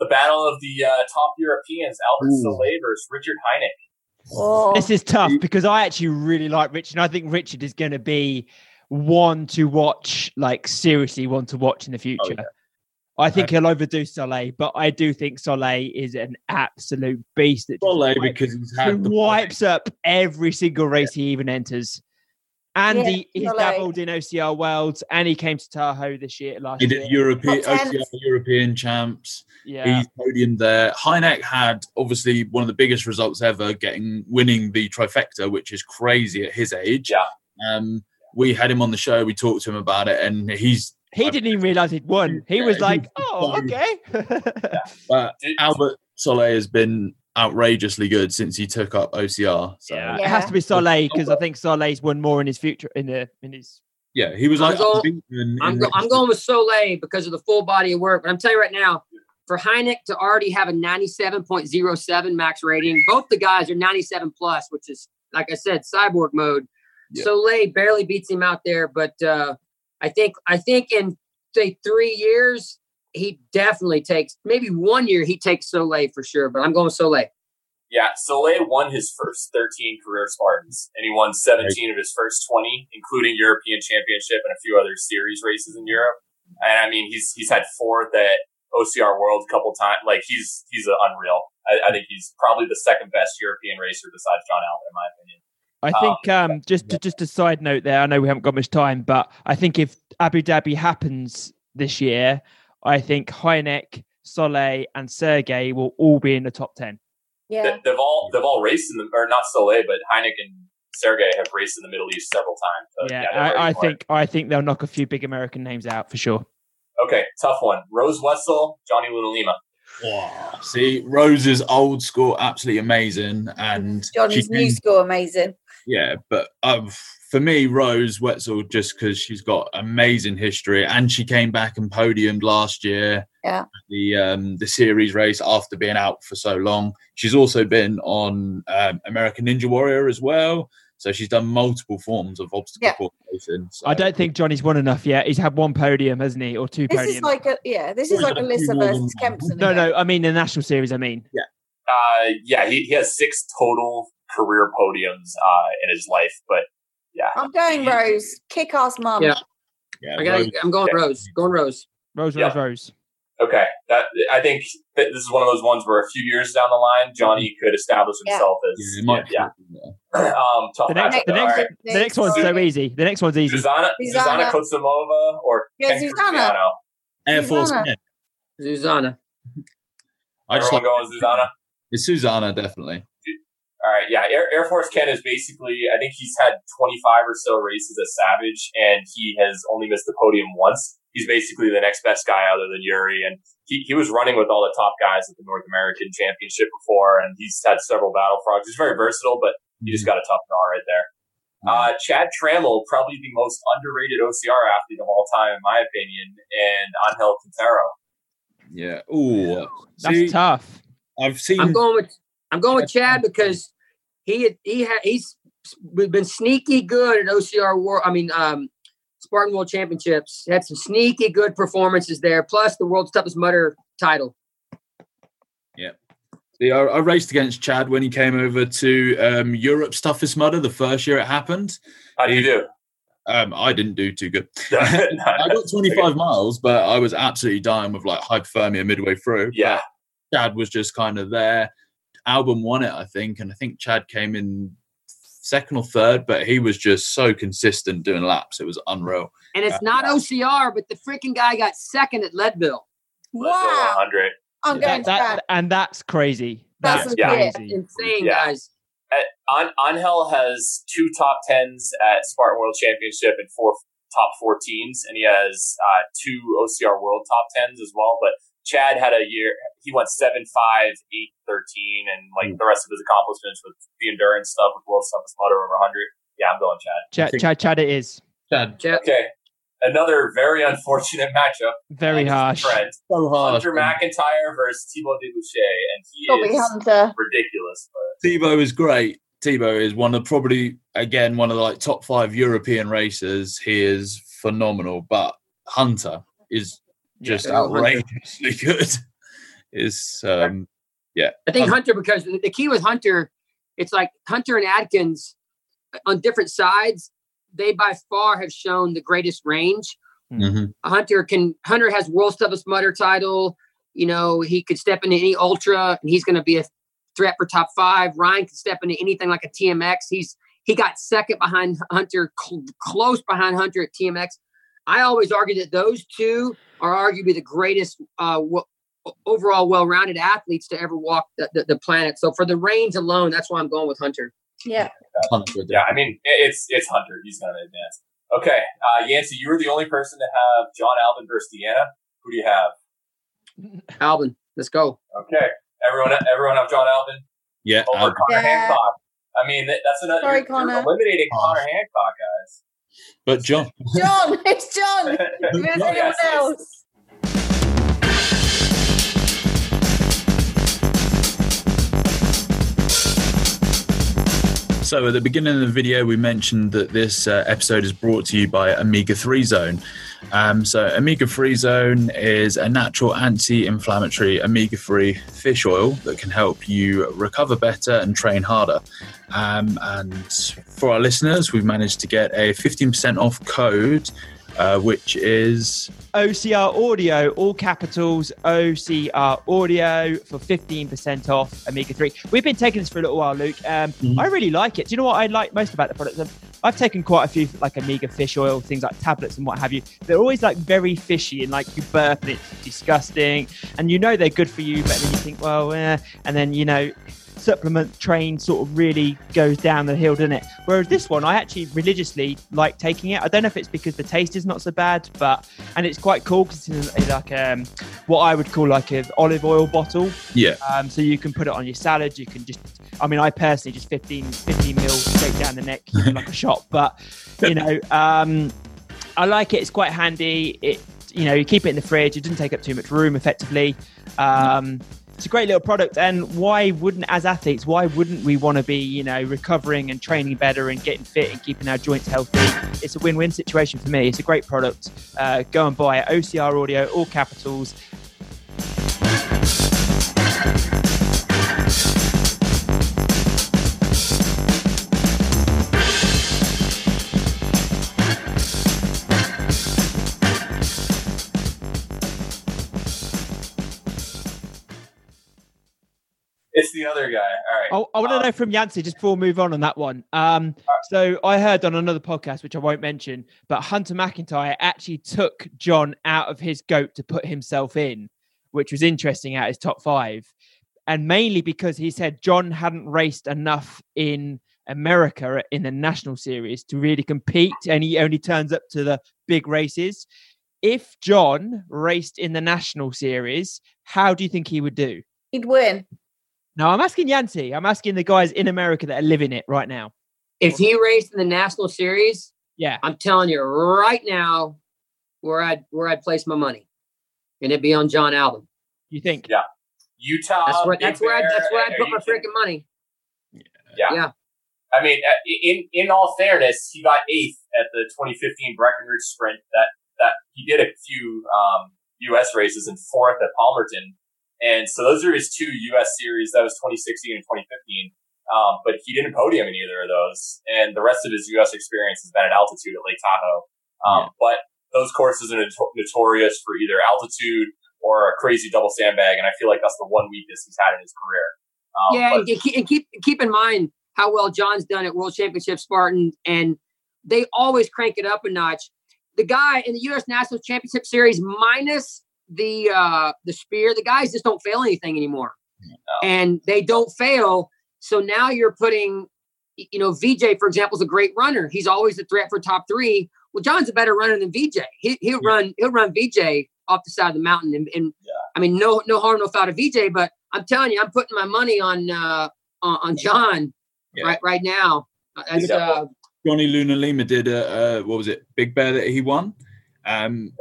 Speaker 4: the battle of the uh, top Europeans: Albert
Speaker 1: Ooh.
Speaker 4: Saleh versus Richard Heineck.
Speaker 3: Oh.
Speaker 2: This is tough
Speaker 1: You-
Speaker 2: because I actually really like Richard. And I think Richard is going to
Speaker 1: Oh,
Speaker 2: be one to watch, like seriously, one to watch in the future. I think he'll overdo Soleil, but I do think Soleil is an absolute beast that just
Speaker 1: Soleil
Speaker 2: wipes-
Speaker 1: because he's
Speaker 2: who
Speaker 1: had the
Speaker 2: wipes up every single race he even enters. And
Speaker 3: Yeah,
Speaker 2: he, he's
Speaker 3: Soleil.
Speaker 2: dabbled in OCR Worlds, and he came to Tahoe this year last
Speaker 1: He
Speaker 2: year.
Speaker 1: did European,
Speaker 3: Top ten.
Speaker 1: OCR European champs.
Speaker 2: Yeah,
Speaker 1: He's podiumed there. Heineck had obviously one of the biggest results ever, getting winning the trifecta, which is crazy at his age.
Speaker 4: Yeah.
Speaker 1: Um, we had him on the show. We talked to him about it, and he's
Speaker 2: he didn't even realize he'd won. He was
Speaker 1: Yeah,
Speaker 2: like,
Speaker 1: he's
Speaker 2: "Oh, okay."
Speaker 1: uh,
Speaker 4: Did-
Speaker 1: Albert Soleil has been outrageously good since he took up OCR. So
Speaker 2: Yeah.
Speaker 1: yeah,
Speaker 2: It has to be Soleil because I think Soleil's won more in his future in the in his.
Speaker 1: he was
Speaker 5: I'm
Speaker 1: like.
Speaker 5: go-
Speaker 1: unbeaten in-
Speaker 5: I'm, go- I'm going with Soleil because of the full body of work. But I'm telling you right now, for Heineck to already have a 97.07 max rating, both the guys are 97 plus, which is, like I said, cyborg mode.
Speaker 1: Yeah.
Speaker 5: Soleil barely beats him out there, but uh, I think I think in say three years he definitely takes maybe one year he takes Soleil for sure. But I'm going with Soleil.
Speaker 4: Yeah, Soleil won his first 13 career Spartans, and he won 17 of his first 20, including European Championship and a few other series races in Europe. And I mean, he's he's had fourth at OCR World a couple times. Like he's he's a unreal. I, I think he's probably the second best European racer besides John Albert, in my opinion.
Speaker 2: I think um, just to, just a side note there. I know we haven't got much time, but I think if Abu Dhabi happens this year, I think Heineck, Soleil, and Sergey will all be in the top ten.
Speaker 3: Yeah.
Speaker 4: They, they've all they've all raced in the or not Soleil, but Heineck and Sergey have raced in the Middle East several times. So,
Speaker 2: yeah,
Speaker 4: Oh, they're ready
Speaker 2: I, I
Speaker 4: for it.
Speaker 2: think I think they'll knock a few big American names out for sure.
Speaker 4: Okay, tough one. Rose Wessel, Johnny Luna Lima.
Speaker 1: Wow. See, Rose is old school, absolutely amazing, and
Speaker 3: Johnny's
Speaker 1: she
Speaker 3: new
Speaker 1: came-
Speaker 3: school, amazing.
Speaker 1: Yeah, but um, for me, Rose Wetzel, just because she's got amazing history, and she came back and podiumed last year.
Speaker 3: Yeah.
Speaker 1: at The um, the series race after being out for so long. She's also been on um, American Ninja Warrior as well. So she's done multiple forms of obstacle
Speaker 3: Yeah.
Speaker 1: course racing. So
Speaker 2: I don't think Johnny's won enough yet. He's had one podium, hasn't he, or two
Speaker 3: This
Speaker 2: podiums?
Speaker 3: is like a yeah. This is
Speaker 1: Well,
Speaker 3: like
Speaker 1: yeah, more
Speaker 3: Alyssa
Speaker 1: than
Speaker 3: versus
Speaker 1: one.
Speaker 3: Kempson.
Speaker 2: no,
Speaker 3: again.
Speaker 2: no. I mean the national series. I mean,
Speaker 4: Uh, yeah, he, he has six total career podiums uh, in his life, but yeah,
Speaker 3: I'm going Rose. Kick ass mum.
Speaker 5: Yeah.
Speaker 1: Yeah,
Speaker 5: I gotta,
Speaker 1: Rose-
Speaker 5: I'm going
Speaker 4: Yeah.
Speaker 5: Rose. Going Rose.
Speaker 2: Rose, Rose,
Speaker 4: Yeah.
Speaker 2: Rose.
Speaker 4: okay. That I think that this is one of those ones where a few years down the line, Johnny could establish
Speaker 3: Mm-hmm. Yeah.
Speaker 4: himself
Speaker 1: yeah, it
Speaker 4: as
Speaker 1: might be-
Speaker 4: yeah. um, tough
Speaker 2: The next,
Speaker 4: matchup,
Speaker 2: the
Speaker 4: though.
Speaker 2: next,
Speaker 4: All right.
Speaker 2: the next one's so easy. The next one's easy.
Speaker 4: Zuzana,
Speaker 3: Zuzana.
Speaker 4: Zuzana Kotsimova or
Speaker 3: Yeah,
Speaker 4: Ken
Speaker 3: Zuzana.
Speaker 4: Cristiano?
Speaker 1: Air Force.
Speaker 3: Susanna.
Speaker 1: 10.
Speaker 5: Zuzana.
Speaker 1: I just
Speaker 4: Everyone
Speaker 1: like
Speaker 4: going with Zuzana.
Speaker 1: it's Susanna definitely.
Speaker 4: All right, yeah. Air, Air Force Ken is basically, I think he's had 25 or so races as Savage, and he has only missed the podium once. He's basically the next best guy other than Yuri, and he, he was running with all the top guys at the North American Championship before, and he's had several Battle Frogs. He's very versatile, but he just got a tough gnaw right there. Uh, Chad Trammell, probably the most underrated OCR athlete of all time, in my opinion, and Angel Quintero.
Speaker 1: Yeah. Ooh.
Speaker 2: That's
Speaker 1: See,
Speaker 2: tough.
Speaker 1: I've seen.
Speaker 5: I'm going with I'm going with Chad because he he ha, he's been sneaky good at OCR World. I mean, um, Spartan World Championships had some sneaky good performances there. Plus the world's toughest mutter title.
Speaker 1: See, I, I raced against Chad when he came over to um, Europe's Toughest Mudder the first year it happened.
Speaker 4: How do you do?
Speaker 1: Um, I didn't do too good. I
Speaker 4: I
Speaker 1: got 25 miles, but I was absolutely dying with like hypothermia midway through.
Speaker 4: Yeah,
Speaker 1: Chad was just kind of there. Album won it, I think, and I think Chad came in second or third, but he was just so consistent doing laps. It was unreal.
Speaker 5: And it's not OCR, but the freaking guy got second at Leadville.
Speaker 4: let's go
Speaker 3: Wow.
Speaker 4: 100.
Speaker 3: I'm
Speaker 1: Yeah,
Speaker 3: going
Speaker 2: That,
Speaker 3: Chad.
Speaker 2: that, and that's crazy. That's
Speaker 3: That's Yeah.
Speaker 2: crazy.
Speaker 5: Insane
Speaker 4: Yeah.
Speaker 5: guys.
Speaker 4: An- Angel has two top tens at Spartan World Championship and four top 14s, and he has uh, two OCR World top tens as well. But Chad had a year; he went seven five eight thirteen, and like
Speaker 2: Hmm.
Speaker 4: the rest of his accomplishments with the endurance stuff with World Toughest Mudder over 100. Yeah, I'm going Chad.
Speaker 2: Chad, Chad, Chad, it is
Speaker 1: Chad,
Speaker 5: Chad,
Speaker 4: Okay, another very unfortunate matchup.
Speaker 2: very
Speaker 4: This is
Speaker 2: harsh. Oh,
Speaker 4: Friend
Speaker 1: so hard.
Speaker 4: Hunter McIntyre versus Thibaut Debouché, and he
Speaker 3: Bobby
Speaker 4: is
Speaker 3: Hunter.
Speaker 4: ridiculous. But
Speaker 1: Tebow is great. Tebow is one of probably again one of the like top five European racers. He is phenomenal, but Hunter is just
Speaker 5: Yeah.
Speaker 1: outrageously good. Is um,
Speaker 5: I think
Speaker 1: Um,
Speaker 5: Hunter because the the key with Hunter, it's like Hunter and uh, Atkins on different sides. They by far have shown the greatest range,
Speaker 1: Mhm.
Speaker 5: Hunter can Hunter has world stuff mutter title. You know, he could step into any ultra and he's gonna be a threat for top five. Ryan could step into anything like a TMX. He's he got second behind Hunter, cl- close behind Hunter at TMX. I always argue that those two are arguably the greatest uh, w- overall well-rounded athletes to ever walk the, the, the planet. So for the reins alone, that's why I'm going with Hunter.
Speaker 3: Yeah.
Speaker 1: Hunter,
Speaker 4: Yeah, I mean i- it's it's Hunter. He's gonna advance. Okay, uh, Yancey, you were the only person to have John Alvin versus Deanna. Who do you have?
Speaker 5: Alvin, let's go.
Speaker 4: Okay, everyone everyone have John Alvin
Speaker 1: Yeah,
Speaker 4: over
Speaker 1: Al-
Speaker 3: Yeah.
Speaker 4: Connor Hancock. I mean that, that's another.
Speaker 3: Sorry,
Speaker 4: you're- you're
Speaker 3: Connor.
Speaker 4: eliminating
Speaker 1: Oh.
Speaker 4: Connor Hancock, guys.
Speaker 1: but John,
Speaker 3: John, it's John. Who is anyone
Speaker 4: Yes, it's-
Speaker 3: else?
Speaker 1: So at the beginning of the video, we mentioned that this uh, episode is brought to you by Omega 3 Zone. Um, so Omega 3 Zone is a natural anti-inflammatory omega-3 fish oil that can help you recover better and train harder. Um, and for our listeners, we've managed to get a 15% off code, uh, which is
Speaker 2: OCR Audio, all capitals, OCR Audio for 15% off Omega 3. We've been taking this for a little while, Luke. Um,
Speaker 1: Mhm.
Speaker 2: I really like it. Do you know what I like most about the product? Um, I've taken quite a few like Omega fish oil, things like tablets and what have you. They're always like very fishy and like you burp and it's disgusting. And you know they're good for you, but then you think, well, eh. and then, you know, supplement train sort of really goes down the hill, doesn't it? Whereas this one, I actually religiously like taking it. I don't know if it's because the taste is not so bad, but and it's quite cool because it's in a- like um, what I would call like an olive oil bottle.
Speaker 1: Yeah.
Speaker 2: Um, so you can put it on your salad. You can just, I mean, I personally just 15, 15 mil straight down the neck like a shot, but you know, um, I like it. It's quite handy. It, you know, you keep it in the fridge. It doesn't take up too much room, effectively. Um, it's a great little product, and why wouldn't, as athletes, why wouldn't we want to be, you know, recovering and training better and getting fit and keeping our joints healthy? It's a win-win situation for me. It's a great product. Uh, go and buy it. OCR Audio, all capitals.
Speaker 4: It's the other guy. All right.
Speaker 2: Oh, I want to
Speaker 4: Um,
Speaker 2: know from Yancey just before we move on on that one. Um, so I heard on another podcast, which I won't mention, but Hunter McIntyre actually took John out of his goat to put himself in, which was interesting at his top five, and mainly because he said John hadn't raced enough in America in the national series to really compete, and he only turns up to the big races. If John raced in the national series, how do you think he would do?
Speaker 3: He'd win.
Speaker 2: No, I'm asking Yancy. I'm asking the guys in America that are living it right now.
Speaker 5: If he raced in the national series,
Speaker 2: Yeah.
Speaker 5: I'm telling you right now where I'd where I'd place my money. And it'd be on John Alvin.
Speaker 2: You think?
Speaker 4: Yeah. Utah.
Speaker 5: That's where
Speaker 4: Big
Speaker 5: that's where I
Speaker 4: Bear,
Speaker 5: that's where I
Speaker 4: are
Speaker 5: put
Speaker 4: Oh, you
Speaker 5: my
Speaker 4: kidding?
Speaker 5: freaking money.
Speaker 4: I mean, uh, in in all fairness, he got eighth at the 2015 Breckenridge Sprint. That that he did a few um, U.S. races and fourth at Palmerton, and so those are his two U.S. series. That was 2016 and 2015. Um, but he didn't podium in either of those, and the rest of his U.S. experience has been at altitude at Lake Tahoe. Um, But those courses are noto- notorious for either altitude or a crazy double sandbag, and I feel like that's the one weakness he's had in his career. Um,
Speaker 5: yeah,
Speaker 4: but
Speaker 5: and, ke- and keep keep in mind how well John's done at World Championship Spartan, and they always crank it up a notch. The guy in the U.S. National Championship Series, minus the uh, the spear, the guys just don't fail anything anymore, and they don't fail. So now you're putting, y- you know, VJ for example is a great runner. He's always a threat for top three. Well, John's a better runner than VJ. He, he'll run he'll run VJ off the side of the mountain, and, and I mean, no, no harm, no foul to VJ, but I'm telling you, I'm putting my money on uh, on, on John
Speaker 1: Yeah.
Speaker 5: right right now. As,
Speaker 4: Yeah.
Speaker 5: uh,
Speaker 1: Johnny Luna Lima did a, a what was it, Big Bear that he won. Um,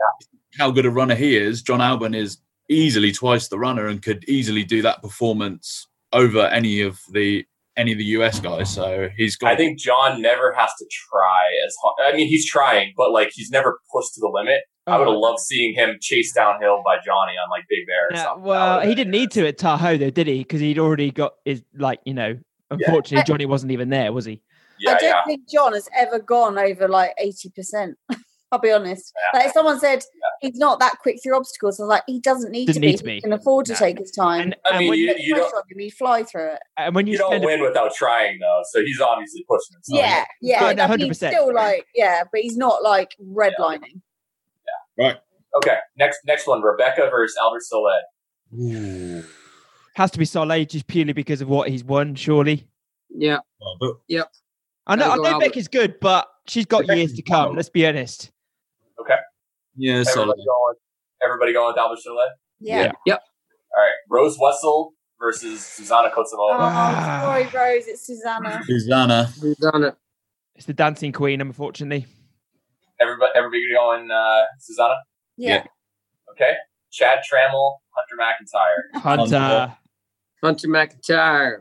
Speaker 1: How good a runner he is. John Alban is easily twice the runner and could easily do that performance over any of the any of the US guys. So he's got.
Speaker 4: I think John never has to try as hard. I mean, he's trying, but like he's never pushed to the limit. I
Speaker 2: Uh-huh.
Speaker 4: would have loved seeing him chased downhill by Johnny on like Big Bear. Or
Speaker 2: Yeah,
Speaker 4: something.
Speaker 2: well,
Speaker 4: That
Speaker 2: he
Speaker 4: would've
Speaker 2: didn't
Speaker 4: been-
Speaker 2: need to at Tahoe though, did he? Because he'd already got his like, you know. Unfortunately, Johnny wasn't even there, was he?
Speaker 4: Yeah,
Speaker 3: I don't
Speaker 4: yeah.
Speaker 3: think John has ever gone over like 80%. I'll be honest.
Speaker 4: Yeah.
Speaker 3: Like if someone said he's not that quick through obstacles, I was like, he doesn't need,
Speaker 2: Doesn't
Speaker 3: to, be.
Speaker 2: need to be.
Speaker 3: He can afford to
Speaker 2: No.
Speaker 3: take his time.
Speaker 2: And,
Speaker 4: I
Speaker 2: and
Speaker 4: mean,
Speaker 2: when,
Speaker 4: you-
Speaker 2: you, Oh,
Speaker 3: Put pressure on him, he'd fly through it.
Speaker 2: and when you,
Speaker 4: You don't
Speaker 2: spend a-
Speaker 4: win without trying, though. So he's obviously pushing himself.
Speaker 3: yeah, yeah.
Speaker 2: Oh, no,
Speaker 3: I mean, he's
Speaker 2: 100%.
Speaker 3: Still like, yeah, but he's not like redlining.
Speaker 4: Okay. Next, next one: Rebecca versus Albert Solet.
Speaker 2: has to be Soleil just purely because of what he's won, surely.
Speaker 5: Yeah.
Speaker 1: Well, but
Speaker 2: I know, I
Speaker 5: Gotta go
Speaker 2: know
Speaker 5: Albert.
Speaker 2: Becca's good, but she's got
Speaker 1: Rebecca's
Speaker 2: years to come.
Speaker 1: good.
Speaker 2: Let's be honest.
Speaker 1: yeah,
Speaker 4: Everybody
Speaker 1: solid.
Speaker 4: going. Everybody going with Albert Solet.
Speaker 3: Yeah.
Speaker 2: Yeah.
Speaker 4: All right. Rose Wessel versus Susanna Kotsumova.
Speaker 3: Oh,
Speaker 2: Wow.
Speaker 3: sorry, Rose. It's Susanna.
Speaker 1: Susanna.
Speaker 5: Susanna.
Speaker 2: It's the dancing queen, unfortunately.
Speaker 4: Everybody, everybody going uh, Susanna.
Speaker 3: Yeah.
Speaker 4: Okay. Chad Trammell, Hunter McIntyre.
Speaker 2: Hunter.
Speaker 5: Hunter McIntyre.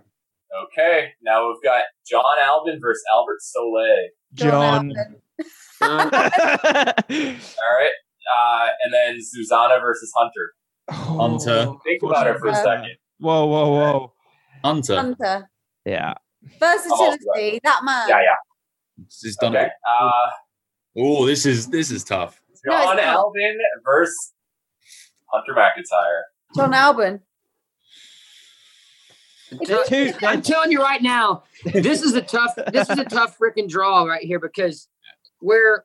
Speaker 4: Okay. Now we've got John Albin versus Albert Solet.
Speaker 2: John.
Speaker 3: Alvin.
Speaker 5: Uh,
Speaker 4: All right. Uh, and then Susanna versus Hunter.
Speaker 1: Hunter.
Speaker 4: Think about it for a
Speaker 3: Yeah.
Speaker 4: second.
Speaker 2: Whoa, whoa, whoa.
Speaker 1: Hunter.
Speaker 3: Hunter.
Speaker 2: Yeah.
Speaker 3: Versatility. That man.
Speaker 4: Oh, Yeah, yeah.
Speaker 1: This is done.
Speaker 4: Okay. Uh,
Speaker 1: Oh, this is this is tough.
Speaker 3: No, it's
Speaker 4: John
Speaker 3: not.
Speaker 4: Alvin versus Hunter McIntyre.
Speaker 3: John Albin.
Speaker 5: John-
Speaker 2: Two,
Speaker 5: I'm telling you right now, this is a tough, this is a tough freaking draw right here because where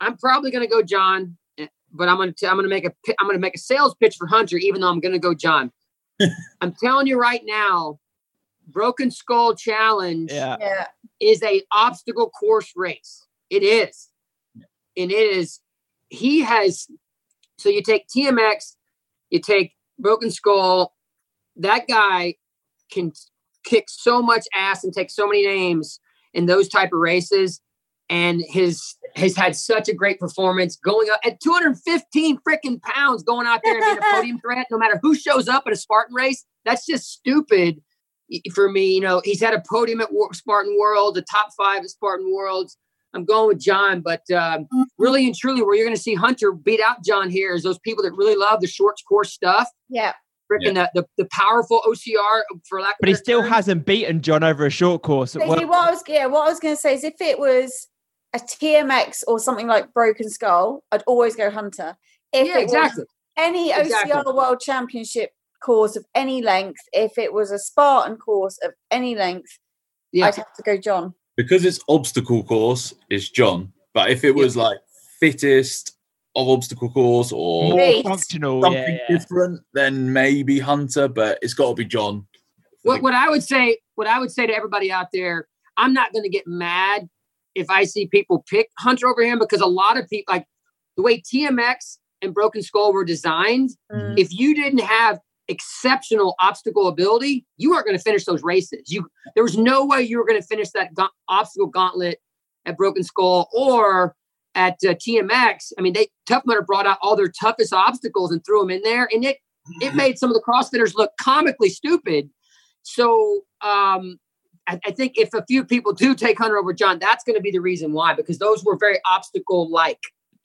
Speaker 5: I'm probably going to go John, eh, but I'm going to I'm going to make a pi- I'm going to make a sales pitch for Hunter, even though I'm going to go John. I'm telling you right now, Broken Skull Challenge
Speaker 4: Uh,
Speaker 2: yeah.
Speaker 3: Yeah.
Speaker 5: is a obstacle course race. It is, and it is. He has. So you take TMX, you take Broken Skull. That guy can kick so much ass and take so many names in those type of races, and his has had such a great performance going up at 215 freaking pounds going out there and being a podium threat. No matter who shows up at a Spartan race, that's just stupid y- for me, you know, he's had a podium at War- Spartan World, the top five at Spartan Worlds. I'm going with John, but um, really and truly, where you're going to see Hunter beat out John here is those people that really love the short course stuff,
Speaker 3: Yeah.
Speaker 5: freaking the, the the powerful OCR for lack. of
Speaker 2: But he
Speaker 5: better
Speaker 2: still
Speaker 3: um,
Speaker 5: term.
Speaker 2: hasn't beaten John over a short course. At
Speaker 3: Basically,
Speaker 2: work.
Speaker 3: what I was yeah, what I was going to say is if it was a TMX or something like Broken Skull, I'd always go Hunter. If
Speaker 5: Yeah,
Speaker 3: it was
Speaker 5: exactly.
Speaker 3: any OCR
Speaker 5: Exactly.
Speaker 3: World Championship course of any length, if it was a Spartan course of any length,
Speaker 5: Yeah.
Speaker 3: I'd have to go John.
Speaker 1: Because it's obstacle course, it's John. But if it was like fittest of obstacle course or
Speaker 2: More
Speaker 3: Mate.
Speaker 2: functional.
Speaker 1: something
Speaker 2: Oh, Yeah, yeah.
Speaker 1: different, then maybe Hunter, but it's gotta be John.
Speaker 5: what, what I would say, what I would say to everybody out there, I'm not going to get mad if I see people pick Hunter over him because a lot of people, like the way TMX and Broken Skull were designed,
Speaker 4: Mm.
Speaker 3: Mm-hmm. Mm.
Speaker 1: Mhm.
Speaker 5: if you didn't have exceptional obstacle ability, you weren't going to finish those races. You there was no way you were going to finish that gaunt, obstacle gauntlet at Broken Skull or at uh, TMX. I mean, they Tough Mudder brought out all their toughest obstacles and threw them in there, and it it made some of the CrossFitters look comically stupid. So um, I, I think if a few people do take Hunter over John, that's going to be the reason why because those were very obstacle like.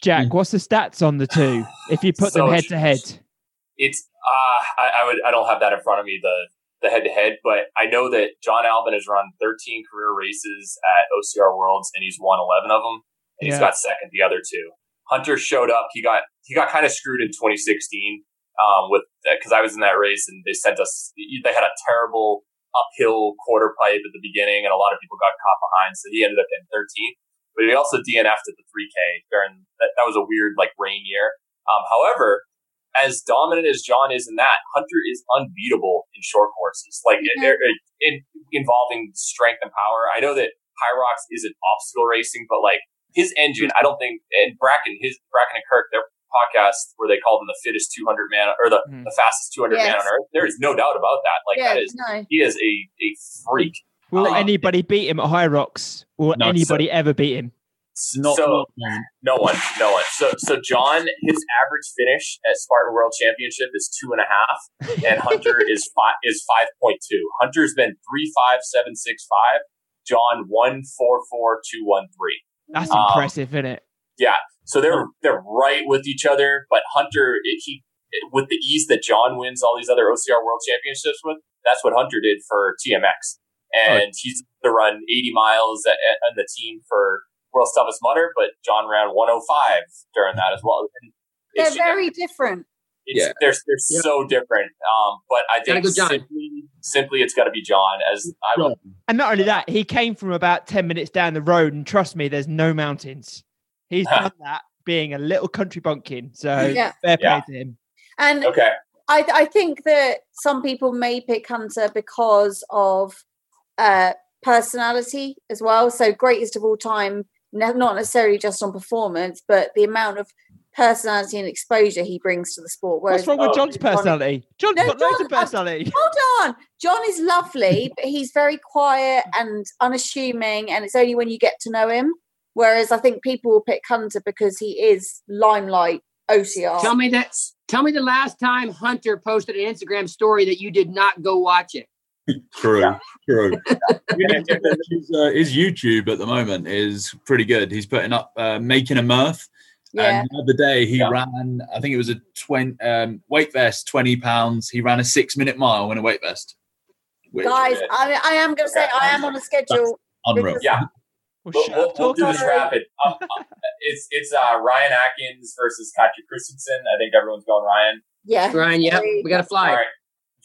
Speaker 2: Jack, what's the stats on the two? If you put
Speaker 4: So
Speaker 2: them head to head,
Speaker 4: It's uh, I, I would I don't have that in front of me the the head to head, but I know that John Albin has run 13 career races at OCR Worlds and he's won 11 of them, and
Speaker 2: Yeah.
Speaker 4: he's got second the other two. Hunter showed up. He got he got kind of screwed in 2016 um, with because I was in that race and they sent us. They had a terrible uphill quarter pipe at the beginning, and a lot of people got caught behind, so he ended up in 13th. But he also DNF'd at the 3K during that. That was a weird like rain year. Um, however, as dominant as John is in that, Hunter is unbeatable in short courses, like
Speaker 3: Mhm.
Speaker 4: they're- in, involving strength and power. I know that Pyrox isn't obstacle racing, but like his engine, I don't think, and Bracken, his Bracken and Kirk, their podcast where they called him the fittest 200 man or the,
Speaker 2: Mm.
Speaker 4: the fastest 200 man
Speaker 3: Yes.
Speaker 4: on earth. There is no doubt about that. Like
Speaker 3: yeah,
Speaker 4: that is,
Speaker 3: no.
Speaker 4: he is a, a freak.
Speaker 2: will
Speaker 4: Uh,
Speaker 2: anybody beat him at High Rocks? Will
Speaker 1: No, so-
Speaker 2: anybody ever beat him?
Speaker 1: Not
Speaker 4: so,
Speaker 1: John.
Speaker 4: No one, no one. So, so John, his average finish at Spartan World Championship is two and a half, and Hunter is five is five point two. Hunter's been three five seven six five. John one four four two one three.
Speaker 2: That's
Speaker 4: Um,
Speaker 2: impressive, isn't it?
Speaker 4: So they're they're right with each other, but Hunter it- he eh, with the ease that John wins all these other OCR World Championships with, that's what Hunter eh, did for TMX, and he's to run eighty miles a- a- on the team for world's toughest mudder, but John ran 105 during that as well. And
Speaker 3: They're
Speaker 4: it's just-
Speaker 3: very different.
Speaker 4: it's,
Speaker 6: Yeah.
Speaker 4: they're they're
Speaker 5: Yep.
Speaker 4: so different. Um, but I
Speaker 5: Gotta
Speaker 4: think
Speaker 5: go John.
Speaker 4: simply, simply it's got to be John. As I would,
Speaker 2: And not only that, he came from about 10 minutes down the road, and trust me, there's no mountains. He's done that being a little country bumpkin. So
Speaker 3: Yeah.
Speaker 2: fair play
Speaker 4: Yeah.
Speaker 2: to him.
Speaker 3: And
Speaker 4: okay,
Speaker 3: I, I think that some people may pick Hunter because of uh, personality as well. So greatest of all time, ne- not necessarily just on performance, but the amount of personality and exposure he brings to the sport. Whereas
Speaker 2: What's wrong with
Speaker 4: Oh,
Speaker 2: John's
Speaker 3: John-
Speaker 2: personality? John's
Speaker 3: No,
Speaker 2: got loads
Speaker 3: John-
Speaker 2: of personality.
Speaker 3: hold on. John is lovely, but he's very quiet and unassuming, and it's only when you get to know him. Whereas I think people will pick Hunter because he is limelight OCR.
Speaker 5: Tell me that. Tell me the last time Hunter posted an Instagram story that you did not go watch it.
Speaker 1: True, true.
Speaker 4: We need to-
Speaker 1: his, uh, his YouTube at the moment is pretty good. He's putting up uh, making a mirth.
Speaker 3: yeah,
Speaker 1: And the other day he
Speaker 4: Yeah.
Speaker 1: ran, I think it was a 20, um, weight vest, 20 pounds. He ran a six minute mile in a weight vest. Which,
Speaker 3: guys, I, I am going to say
Speaker 4: Okay.
Speaker 3: I am on a schedule.
Speaker 1: unreal.
Speaker 3: because-
Speaker 4: yeah.
Speaker 2: Well,
Speaker 4: We'll,
Speaker 2: shut
Speaker 4: we'll,
Speaker 2: up,
Speaker 4: we'll
Speaker 2: talk
Speaker 4: do
Speaker 2: about
Speaker 4: this
Speaker 2: it.
Speaker 3: Sorry.
Speaker 4: rapid. Um, uh, it's it's uh, Ryan Atkins versus Katja Christensen. I think everyone's going Ryan.
Speaker 3: Yeah,
Speaker 5: Ryan, yep, we got to
Speaker 4: All
Speaker 5: fly.
Speaker 4: right.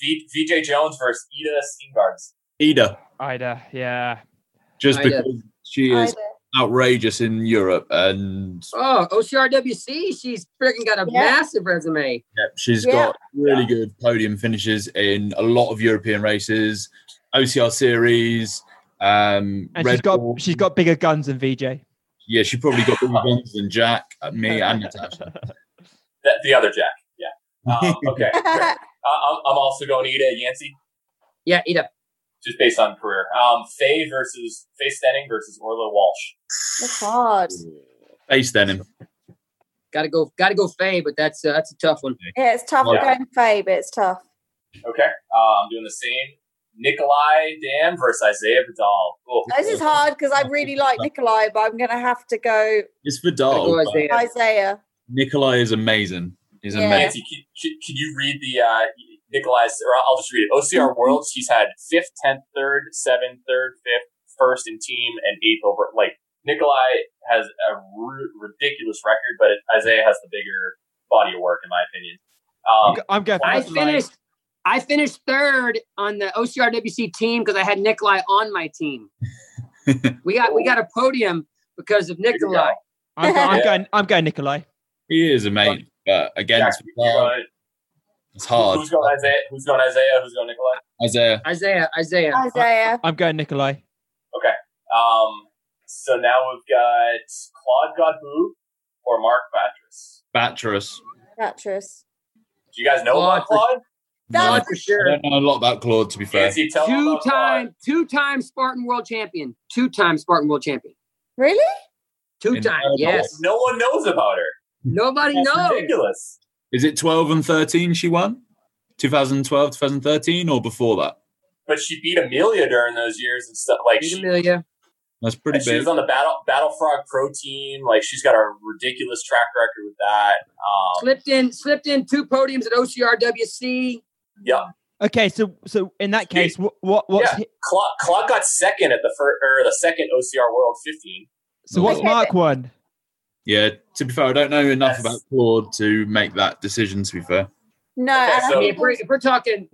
Speaker 4: V, VJ Jones versus Ida Steengards.
Speaker 1: Ida,
Speaker 2: Ida, yeah.
Speaker 1: just
Speaker 5: Ida.
Speaker 1: because she is
Speaker 3: Either.
Speaker 1: outrageous in Europe and
Speaker 5: Oh, OCRWC, she's freaking got a
Speaker 3: Yeah.
Speaker 5: massive resume.
Speaker 1: yeah, she's
Speaker 3: Yeah.
Speaker 1: got really
Speaker 4: Yeah.
Speaker 1: good podium finishes in a lot of European races, OCR series. Um,
Speaker 2: And
Speaker 1: Red
Speaker 2: she's got
Speaker 1: Bull.
Speaker 2: she's got bigger guns than VJ.
Speaker 1: yeah, she probably got more guns than Jack, me, and Natasha. Ah,
Speaker 4: The, the other Jack. Yeah. Um, okay. great. uh, I'm, I'm also going Ida Yancey
Speaker 5: Yeah, eat up.
Speaker 4: just based on career. Um, Faye versus Faye Stenning versus Orla Walsh.
Speaker 3: That's hard.
Speaker 1: Face then him.
Speaker 5: Got to go. Got to go. Faye, but that's uh, that's a tough one.
Speaker 3: Yeah, it's tough.
Speaker 4: Yeah.
Speaker 3: I'm going Faye, but it's tough.
Speaker 4: Okay. Uh, I'm doing the same. Nikolai Dan versus Isaiah Vidal. Oh,
Speaker 3: This is hard because I really like Nikolai, but I'm going to have to go
Speaker 1: It's
Speaker 4: Oh,
Speaker 1: Vidal.
Speaker 5: Gotta go
Speaker 1: but
Speaker 5: Isaiah.
Speaker 3: Isaiah.
Speaker 1: Nikolai is amazing. He's
Speaker 3: Yeah.
Speaker 1: amazing.
Speaker 4: Nancy, can, can- can you read the uh, Nikolai's? Or I'll just read it. OCR Worlds. He's had fifth, tenth, third, seventh, third, fifth, first in team, and eighth over. Like Nikolai has a ru- ridiculous record, but Isaiah has the bigger body of work, in my opinion.
Speaker 2: I'm
Speaker 4: Um,
Speaker 2: go- I'm going for
Speaker 5: I
Speaker 2: Nikolai.
Speaker 5: finished. I finished third on the OCRWC team because I had Nikolai on my team. we got we got a podium because of
Speaker 4: here we go.
Speaker 5: Nikolai.
Speaker 2: I'm, go- I'm
Speaker 4: Yeah.
Speaker 2: going I'm going Nikolai.
Speaker 1: He is amazing. But
Speaker 4: Jack,
Speaker 1: against
Speaker 4: you're
Speaker 1: Vidal,
Speaker 4: going-
Speaker 1: it's hard.
Speaker 4: Who's going Isaiah? Who's going Isaiah? Who's going Nikolai?
Speaker 1: Isaiah,
Speaker 5: Isaiah, Isaiah.
Speaker 3: Isaiah.
Speaker 2: I'm going Nikolai.
Speaker 4: Um, so now we've got Claude Godbout or Mark Batras.
Speaker 1: Batras.
Speaker 3: Actress.
Speaker 4: Do you guys know about
Speaker 5: Claude.
Speaker 4: Claude?
Speaker 3: That
Speaker 5: Claude for
Speaker 1: I
Speaker 5: sure.
Speaker 1: don't know a lot about Claude, to be fair.
Speaker 4: Nancy, tell them
Speaker 5: Two
Speaker 4: about Claude.
Speaker 5: time, two time Spartan world champion. Two time Spartan world champion.
Speaker 3: really?
Speaker 5: Two
Speaker 1: In
Speaker 5: time.
Speaker 1: Idaho.
Speaker 5: Yes.
Speaker 4: No one knows about her.
Speaker 5: Nobody
Speaker 4: That's
Speaker 5: knows.
Speaker 4: ridiculous.
Speaker 1: Is it 12 and 13 she won? 2012, 2013, or before that?
Speaker 4: But she beat Amelia during those years and stuff. Like
Speaker 5: Beat
Speaker 4: she,
Speaker 5: Amelia.
Speaker 1: That's pretty
Speaker 4: she
Speaker 1: big.
Speaker 4: was on the Battle Battle Frog Pro team. Like she's got a ridiculous track record with that. Um,
Speaker 5: Slipped in, slipped in two podiums at OCRWC.
Speaker 2: Okay, so so in that case, what what what's
Speaker 4: Yeah.
Speaker 2: hi-
Speaker 4: Claude, Claude got second at the first or the second OCR World 15.
Speaker 2: so what's
Speaker 3: Okay.
Speaker 2: Mark one?
Speaker 1: yeah, to be fair, I don't know enough
Speaker 4: Yes.
Speaker 1: about Claude to make that decision, to be fair.
Speaker 3: No.
Speaker 4: Okay,
Speaker 3: and I
Speaker 5: I
Speaker 4: so-
Speaker 5: mean, if
Speaker 3: think
Speaker 5: we're, if we're talking,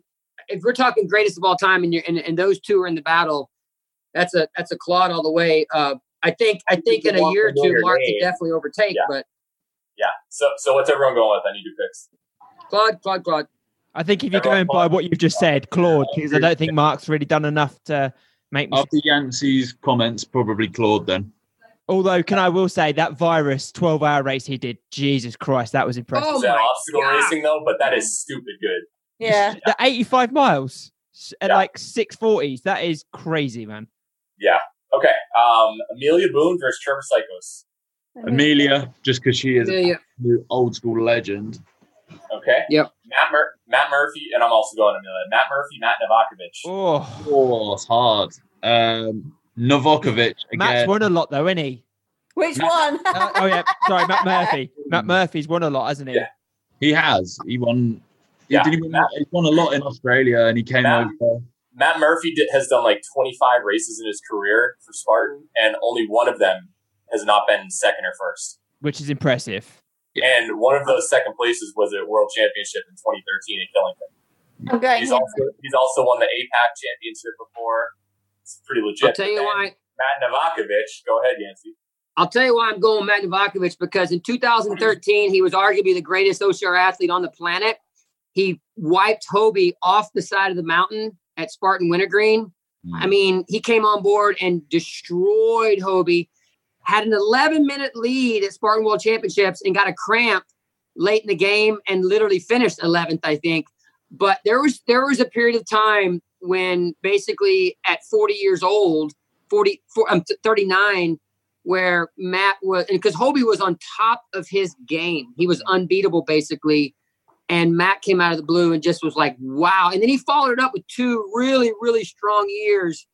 Speaker 5: if we're talking greatest of all time, and you're and, and those two are in the battle, that's a that's a Claude all the way. Uh, I think I think in a year or two, Mark could definitely overtake.
Speaker 4: Yeah.
Speaker 5: But
Speaker 4: Yeah. So so what's everyone going with? I need to fix.
Speaker 5: Claude, Claude, Claude.
Speaker 2: I think if you're
Speaker 4: Yeah, well,
Speaker 2: going by what you've just said, Claude, because I don't think Mark's really done enough to make me.
Speaker 1: After Yancey's comments, probably Claude then.
Speaker 2: Although, can I will say that virus 12 hour race he did, Jesus Christ, that was impressive.
Speaker 5: Oh
Speaker 4: Is that
Speaker 5: my
Speaker 4: obstacle
Speaker 5: God.
Speaker 4: racing though? But that is stupid good.
Speaker 3: Yeah.
Speaker 2: The 85 miles s- at
Speaker 4: Yeah.
Speaker 2: like 640s. That is crazy, man.
Speaker 4: Okay. Um, Amelia Boone versus Trevor Psychos.
Speaker 1: Amelia, just because she is an
Speaker 5: Amelia.
Speaker 1: absolute old school legend.
Speaker 4: Okay.
Speaker 5: Yep.
Speaker 4: Matt Mur- Matt Murphy and I'm also going Amelia. Matt Murphy, Matt Novakovic.
Speaker 2: Oh,
Speaker 1: Oh, it's hard. Um, Novakovic
Speaker 2: Matt's
Speaker 1: again.
Speaker 2: won a lot though, isn't he?
Speaker 3: Which one?
Speaker 2: Uh, oh yeah, sorry, Matt Murphy. Matt Murphy's won a lot, hasn't he?
Speaker 4: Yeah.
Speaker 1: He has. He won.
Speaker 4: Yeah.
Speaker 1: He, did he, win, he won a lot in Australia, and he came
Speaker 4: Matt.
Speaker 1: over.
Speaker 4: Matt Murphy did, has done like 25 races in his career for Spartan, and only one of them has not been second or first.
Speaker 2: which is impressive.
Speaker 4: And one of those second places was at World Championship in 2013 in Killington.
Speaker 3: I'm going.
Speaker 4: He's
Speaker 3: here.
Speaker 4: also he's also won the APAC Championship before. It's pretty legit.
Speaker 5: I'll tell you
Speaker 4: And
Speaker 5: why.
Speaker 4: Matt Novakovic, go ahead, Yancy.
Speaker 5: I'll tell you why I'm going Matt Novakovic because in 2013 he was arguably the greatest OCR athlete on the planet. He wiped Hobie off the side of the mountain at Spartan Wintergreen. I mean, he came on board and destroyed Hobie. Had an 11 minute lead at Spartan World Championships and got a cramp late in the game and literally finished 11th, I think. But there was there was a period of time when basically at 40 years old, 40, four, um, 39 where Matt was, and because Hobie was on top of his game, he was unbeatable basically. And Matt came out of the blue and just was like, wow. And then he followed it up with two really, really strong years.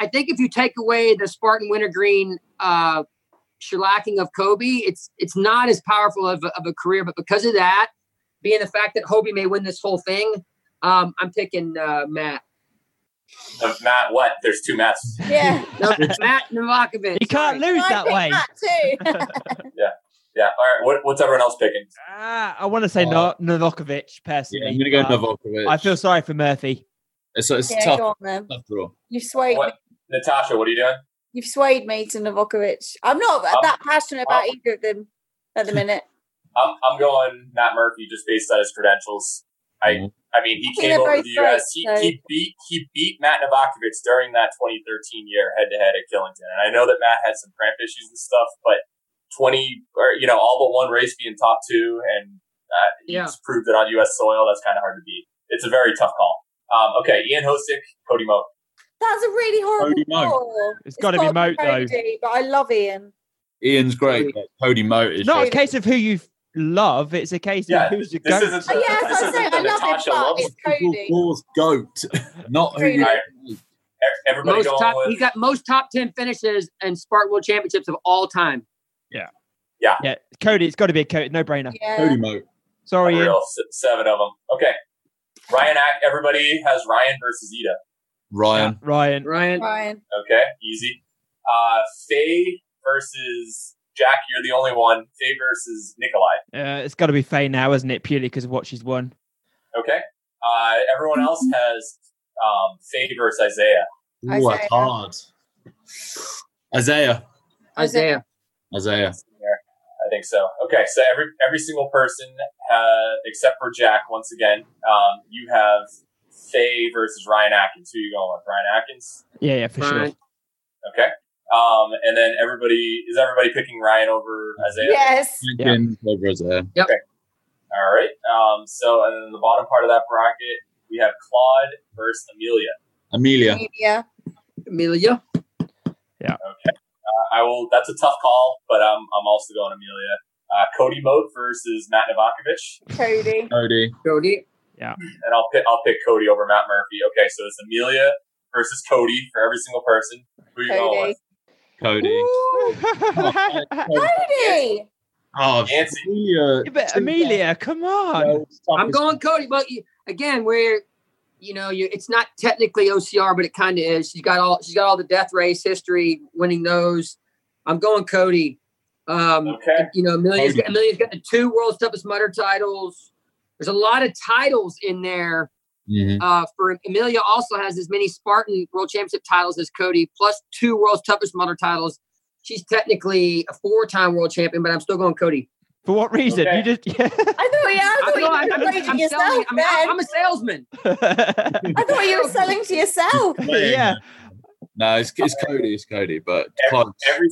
Speaker 5: I think if you take away the Spartan Wintergreen uh, shellacking of Kobe, it's it's not as powerful of a, of a career. But because of that, being the fact that Hobie may win this whole thing, um, I'm picking uh, Matt.
Speaker 4: Uh, Matt, what? There's two Matts.
Speaker 3: Yeah,
Speaker 5: No, it's Matt Novakovic.
Speaker 2: You can't
Speaker 5: Sorry.
Speaker 2: lose
Speaker 3: I
Speaker 2: that
Speaker 3: picked
Speaker 2: way.
Speaker 3: that too.
Speaker 4: Yeah. All right. What, what's everyone else picking?
Speaker 2: Ah, I want to say
Speaker 1: Oh.
Speaker 2: no Novakovic personally.
Speaker 1: Yeah, I'm going to go
Speaker 2: but
Speaker 1: Novakovic.
Speaker 2: uh, I feel sorry for Murphy.
Speaker 1: it's, it's
Speaker 3: yeah,
Speaker 1: tough,
Speaker 3: go on then.
Speaker 1: tough draw.
Speaker 3: You've swayed.
Speaker 4: What?
Speaker 3: Me.
Speaker 4: Natasha, what are you doing?
Speaker 3: You've swayed me to Novakovic. I'm not that passionate about either of them at the minute.
Speaker 4: I'm, I'm going Matt Murphy just based on his credentials. I I mean, he
Speaker 3: I think
Speaker 4: came
Speaker 3: they're
Speaker 4: over to
Speaker 3: both
Speaker 4: the
Speaker 3: right,
Speaker 4: U.S. He,
Speaker 3: so-
Speaker 4: he beat he beat Matt Novakovic during that 2013 year head to head at Killington, and I know that Matt had some cramp issues and stuff, but 20 or you know all but one race being top two, and uh, he
Speaker 5: Yeah.
Speaker 4: just proved that on U.S. soil. That's kind of hard to beat. It's a very tough call. Um, okay, Ian Hosick, Cody Moat.
Speaker 3: That's a really horrible
Speaker 1: Cody Moat.
Speaker 3: call.
Speaker 2: It's gotta be
Speaker 3: gotta
Speaker 2: Moat, though.
Speaker 3: Cody, But I love Ian.
Speaker 1: Ian's great, but Cody Moat is
Speaker 2: Not a
Speaker 1: just-
Speaker 2: case of who you love, it's a case
Speaker 4: Yeah,
Speaker 2: of who's your
Speaker 4: This
Speaker 2: goat.
Speaker 4: isn't.
Speaker 3: Oh, yeah,
Speaker 4: this
Speaker 3: that's what I
Speaker 4: isn't
Speaker 3: say.
Speaker 4: the
Speaker 3: I love him,
Speaker 4: Natasha
Speaker 3: but
Speaker 4: loves.
Speaker 3: it's Cody.
Speaker 1: People's goat, not who you.
Speaker 3: Cody.
Speaker 4: Everybody
Speaker 5: most
Speaker 4: going
Speaker 5: top,
Speaker 4: with
Speaker 5: he's got most top 10 finishes and Spartan World Championships of all time.
Speaker 2: Yeah, Cody, it's got to be a Cody, no brainer.
Speaker 3: Yeah.
Speaker 1: Cody Moat.
Speaker 2: Sorry, Ian.
Speaker 4: Unreal. S- Seven of them. Okay. Ryan, Ack- everybody has Ryan versus Ida.
Speaker 1: Ryan.
Speaker 2: Yeah, Ryan.
Speaker 5: Ryan.
Speaker 3: Ryan.
Speaker 4: Okay, easy. Uh, Faye versus Jack. You're the only one. Faye versus Nikolai.
Speaker 2: Uh, it's got to be Faye now, isn't it? Purely because of what she's won.
Speaker 4: Okay. Uh, everyone else has um, Faye versus Isaiah.
Speaker 1: Ooh,
Speaker 3: Isaiah.
Speaker 1: that's hard. Isaiah.
Speaker 5: Isaiah.
Speaker 1: Isaiah.
Speaker 4: I think so. Okay, so every every single person, uh, except for Jack, once again, um, you have Faye versus Ryan Atkins. Who you going with? Ryan Atkins.
Speaker 2: Yeah, yeah, for
Speaker 5: Ryan.
Speaker 2: sure.
Speaker 4: Okay. Um, and then everybody is everybody picking Ryan over Isaiah?
Speaker 3: Yes.
Speaker 2: Yeah.
Speaker 1: Lincoln over Isaiah.
Speaker 4: All right. Um, so, and then the bottom part of that bracket, we have Claude versus Amelia.
Speaker 1: Amelia.
Speaker 3: Yeah.
Speaker 5: Amelia.
Speaker 4: Uh, I will. That's a tough call, but I'm I'm also going Amelia. Uh, Cody Moat versus Matt Novakovic,
Speaker 3: Cody.
Speaker 1: Cody.
Speaker 5: Cody.
Speaker 4: and I'll pick I'll pick Cody over Matt Murphy. Okay, so it's Amelia versus Cody for every single person. Who you going
Speaker 3: Cody.
Speaker 4: with?
Speaker 1: Cody.
Speaker 3: Cody.
Speaker 1: Oh,
Speaker 4: Nancy. uh,
Speaker 1: Amelia.
Speaker 2: but Amelia, come on.
Speaker 5: I'm going Cody, but you, again, we're you know, you it's not technically OCR, but it kind of is. She's got all she's got all the death race history, winning those. I'm going Cody. Um,
Speaker 4: Okay.
Speaker 5: you know, Amelia's
Speaker 1: Cody.
Speaker 5: got, Amelia's got the two world's toughest mudder titles. There's a lot of titles in there.
Speaker 1: Mhm.
Speaker 5: Uh, for Amelia also has as many Spartan World Championship titles as Cody, plus two World's Toughest Mother titles. She's technically a four-time world champion, but I'm still going Cody.
Speaker 2: For what reason?
Speaker 4: Okay.
Speaker 2: You just.
Speaker 3: I thought, yeah, I
Speaker 5: I'm,
Speaker 3: thought you
Speaker 5: no, I'm-
Speaker 3: were
Speaker 5: I'm-
Speaker 3: rating
Speaker 5: I'm
Speaker 3: yourself
Speaker 5: selling- I'm-
Speaker 3: then.
Speaker 5: I'm a salesman.
Speaker 3: I thought you were selling to yourself.
Speaker 2: yeah.
Speaker 1: No, it's, it's Cody. It's Cody, but
Speaker 4: Every,
Speaker 1: Claude's-
Speaker 4: every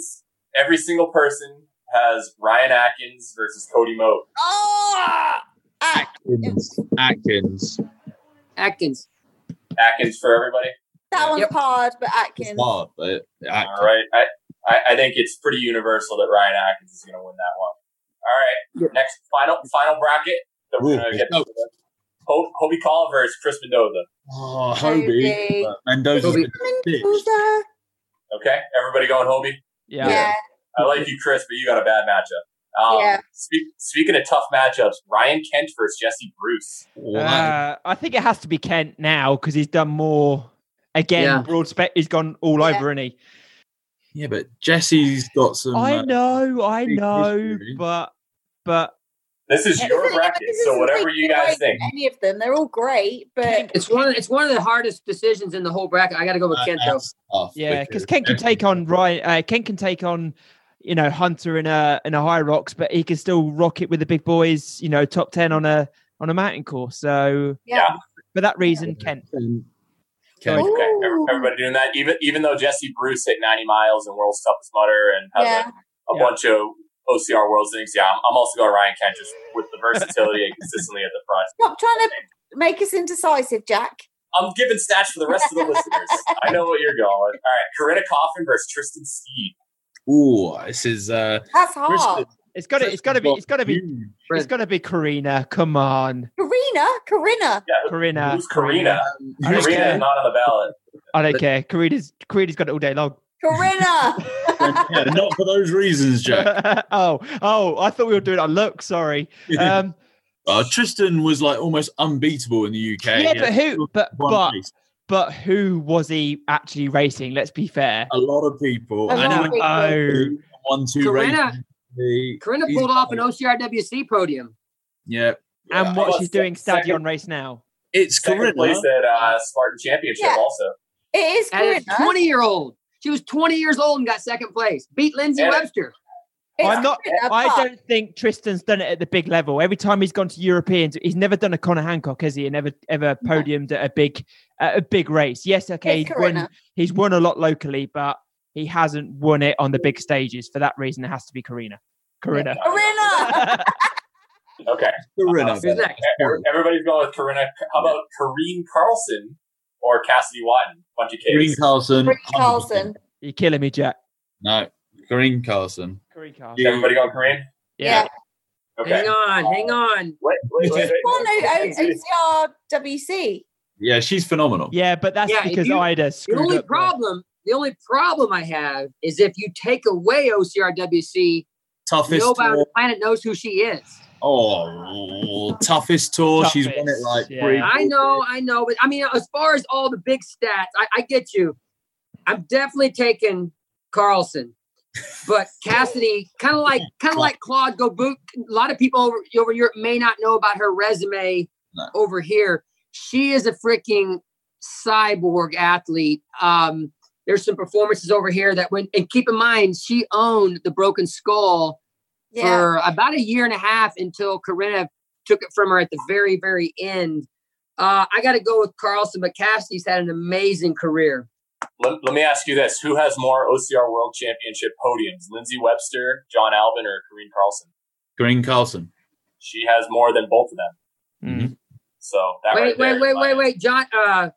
Speaker 4: every single person has Ryan Atkins versus Cody Moat.
Speaker 3: Oh, ah,
Speaker 1: Atkins. Atkins.
Speaker 5: Atkins.
Speaker 4: Atkins for everybody.
Speaker 3: that one's
Speaker 5: Yep.
Speaker 3: hard, but
Speaker 1: It's
Speaker 3: Atkins.
Speaker 1: hard, but Atkins.
Speaker 4: All right. I, I, I think it's pretty universal that Ryan Atkins is going to win that one. All right. Next, final final bracket that we're
Speaker 1: Ooh,
Speaker 4: going
Speaker 1: it's
Speaker 4: to get to.
Speaker 1: dope.
Speaker 4: Ho- Hobie Collin versus Chris Mendoza.
Speaker 1: Oh, Hobie.
Speaker 3: Cody.
Speaker 1: But Mendoza's
Speaker 5: Hobie.
Speaker 1: been ditched.
Speaker 3: Mendoza.
Speaker 4: Okay. Everybody going Hobie?
Speaker 2: Yeah.
Speaker 3: uh, Yeah.
Speaker 4: I like you, Chris, but you got a bad matchup. Um,
Speaker 3: Yeah.
Speaker 4: speak, speaking of tough matchups, Ryan Kent versus Jesse Bruce.
Speaker 1: Wow.
Speaker 2: Uh, I think it has to be Kent now because he's done more. Again,
Speaker 5: Yeah.
Speaker 2: broad spec. He's gone all
Speaker 3: Yeah.
Speaker 2: over, and he.
Speaker 1: Yeah, but Jesse's got some.
Speaker 2: I
Speaker 1: uh,
Speaker 2: know, I
Speaker 1: big
Speaker 2: know,
Speaker 1: history.
Speaker 2: but but
Speaker 4: This is
Speaker 3: Yeah,
Speaker 4: your
Speaker 3: this is-
Speaker 4: bracket,
Speaker 3: this
Speaker 4: so
Speaker 3: isn't
Speaker 4: whatever
Speaker 3: like
Speaker 4: you guys
Speaker 3: deriding
Speaker 4: think.
Speaker 3: Any of them, they're all great, but
Speaker 5: It's one. Of, it's one of the hardest decisions in the whole bracket. I got to go with
Speaker 1: uh,
Speaker 5: Kent though.
Speaker 1: stuff
Speaker 2: yeah, because Ken can take on Ryan. Uh, Ken can take on you know Hunter in a in a high rocks, but he can still rock it with the big boys. You know, top ten on a on a mountain course. So
Speaker 4: Yeah.
Speaker 2: for that reason, Kent.
Speaker 1: Ken-
Speaker 3: Ooh.
Speaker 4: Okay, every- everybody doing that. Even even though Jesse Bruce hit 90 miles in World's Toughest Mudder and has
Speaker 3: yeah,
Speaker 4: a, a
Speaker 2: Yeah.
Speaker 4: bunch of OCR Worlds things, yeah, I'm, I'm also going Ryan Kent just with the versatility and consistently at the front.
Speaker 3: stop trying to make us indecisive, Jack.
Speaker 4: I'm giving stats for the rest of the listeners. I know what you're going. All right, Corinna Coffin versus Tristan Steed.
Speaker 1: Ooh, this is uh,
Speaker 3: That's
Speaker 2: Oh,
Speaker 3: hard.
Speaker 2: It's got to. It's got to be. It's got to be. It's got to be Karina. Come on,
Speaker 3: Karina, Karina.
Speaker 4: Yeah,
Speaker 2: Karina.
Speaker 4: who's
Speaker 1: Karina.
Speaker 4: Karina? Karina,
Speaker 2: Who's
Speaker 4: is
Speaker 2: Karina?
Speaker 4: not on the ballot.
Speaker 2: I don't care. Karina's Karina's got it all day long.
Speaker 3: Karina.
Speaker 1: yeah, not for those reasons, Jack.
Speaker 2: oh, oh! I thought we were doing it on look. Sorry. Um,
Speaker 1: Uh, Tristan was like almost unbeatable in the UK.
Speaker 2: yeah,
Speaker 1: He
Speaker 2: but
Speaker 1: had
Speaker 2: who? But
Speaker 1: one
Speaker 2: but
Speaker 1: place.
Speaker 2: but who was he actually racing? Let's be fair.
Speaker 1: a lot of people.
Speaker 3: A
Speaker 1: and he
Speaker 3: lot
Speaker 1: went
Speaker 3: of people.
Speaker 2: Oh,
Speaker 1: one two
Speaker 5: Corinna-
Speaker 1: races. The-
Speaker 5: Corinna
Speaker 1: he's-
Speaker 5: pulled off an OCRWC podium.
Speaker 1: Yeah,
Speaker 2: and
Speaker 4: Yeah,
Speaker 2: what
Speaker 4: I
Speaker 2: she's
Speaker 4: was
Speaker 2: doing
Speaker 4: second-
Speaker 2: Stadion race now.
Speaker 1: it's
Speaker 4: Second place
Speaker 1: Corinna.
Speaker 4: at uh, Spartan Championship
Speaker 3: Yeah.
Speaker 4: also.
Speaker 3: It is
Speaker 5: As a
Speaker 3: Karina.
Speaker 5: 20 year old, she was 20 years old and got second place. Beat Lindsey
Speaker 4: And-
Speaker 5: Webster.
Speaker 3: It's
Speaker 2: I'm not-
Speaker 3: Karina,
Speaker 2: I
Speaker 3: but
Speaker 2: don't think Tristan's done it at the big level. Every time he's gone to Europeans, he's never done a Connor Hancock, has he? And never ever podiumed at a big at a big race. Yes, okay,
Speaker 3: It's
Speaker 2: he's won,
Speaker 3: Karina.
Speaker 2: he's won a lot locally, but he hasn't won it on the big stages. For that reason, it has to be Karina. Karina.
Speaker 3: Karina.
Speaker 4: Okay,
Speaker 1: Corinna.
Speaker 5: Who's next?
Speaker 4: E- everybody's going with Corinna. How about Kareen Carlson or Cassidy Watton? Bunch of
Speaker 1: Green
Speaker 4: kids.
Speaker 1: Carlson.
Speaker 3: Karina Carlson.
Speaker 2: You're killing me, Jack.
Speaker 1: No, Green Carlson.
Speaker 2: Karina. Carr.
Speaker 1: Yeah.
Speaker 4: Everybody going Kareen?
Speaker 3: Yeah.
Speaker 4: Okay.
Speaker 5: Hang on, hang on.
Speaker 4: Wait, wait, wait, wait.
Speaker 3: Well, no, OCRWC.
Speaker 1: Yeah, she's phenomenal.
Speaker 2: Yeah, but that's
Speaker 5: Yeah, if
Speaker 2: because
Speaker 5: you-
Speaker 2: Ida
Speaker 5: The
Speaker 2: screwed
Speaker 5: only
Speaker 2: up. the-
Speaker 5: problem, the only problem I have is if you take away OCRWC,
Speaker 1: Toughest
Speaker 5: nobody on
Speaker 1: tour.
Speaker 5: the planet knows who she is.
Speaker 1: Oh, toughest tour. She's won it
Speaker 2: Toughest,
Speaker 1: like
Speaker 2: yeah.
Speaker 1: three.
Speaker 5: I know, I know, but I mean, as far as all the big stats, I, I get you. I'm definitely taking Carlson, but Cassidy, kind of like, kind of like Claude Goboot. A lot of people over over in Europe may not know about her resume
Speaker 1: No.
Speaker 5: over here. She is a freaking cyborg athlete. Um, there's some performances over here that when, and keep in mind, she owned the Broken Skull
Speaker 3: Yeah.
Speaker 5: for about a year and a half until Corinna took it from her at the very, very end. Uh, I got to go with Carlson, but Cassidy's had an amazing career.
Speaker 4: Let, let me ask you this: Who has more OCR World Championship podiums, Lindsey Webster, John Albin, or Kareen Carlson?
Speaker 1: Green Carlson.
Speaker 4: She has more than both of them.
Speaker 2: Mm.
Speaker 4: So that
Speaker 5: Wait,
Speaker 4: right there
Speaker 5: wait,
Speaker 4: is
Speaker 5: wait,
Speaker 4: my-
Speaker 5: wait, wait. John, uh,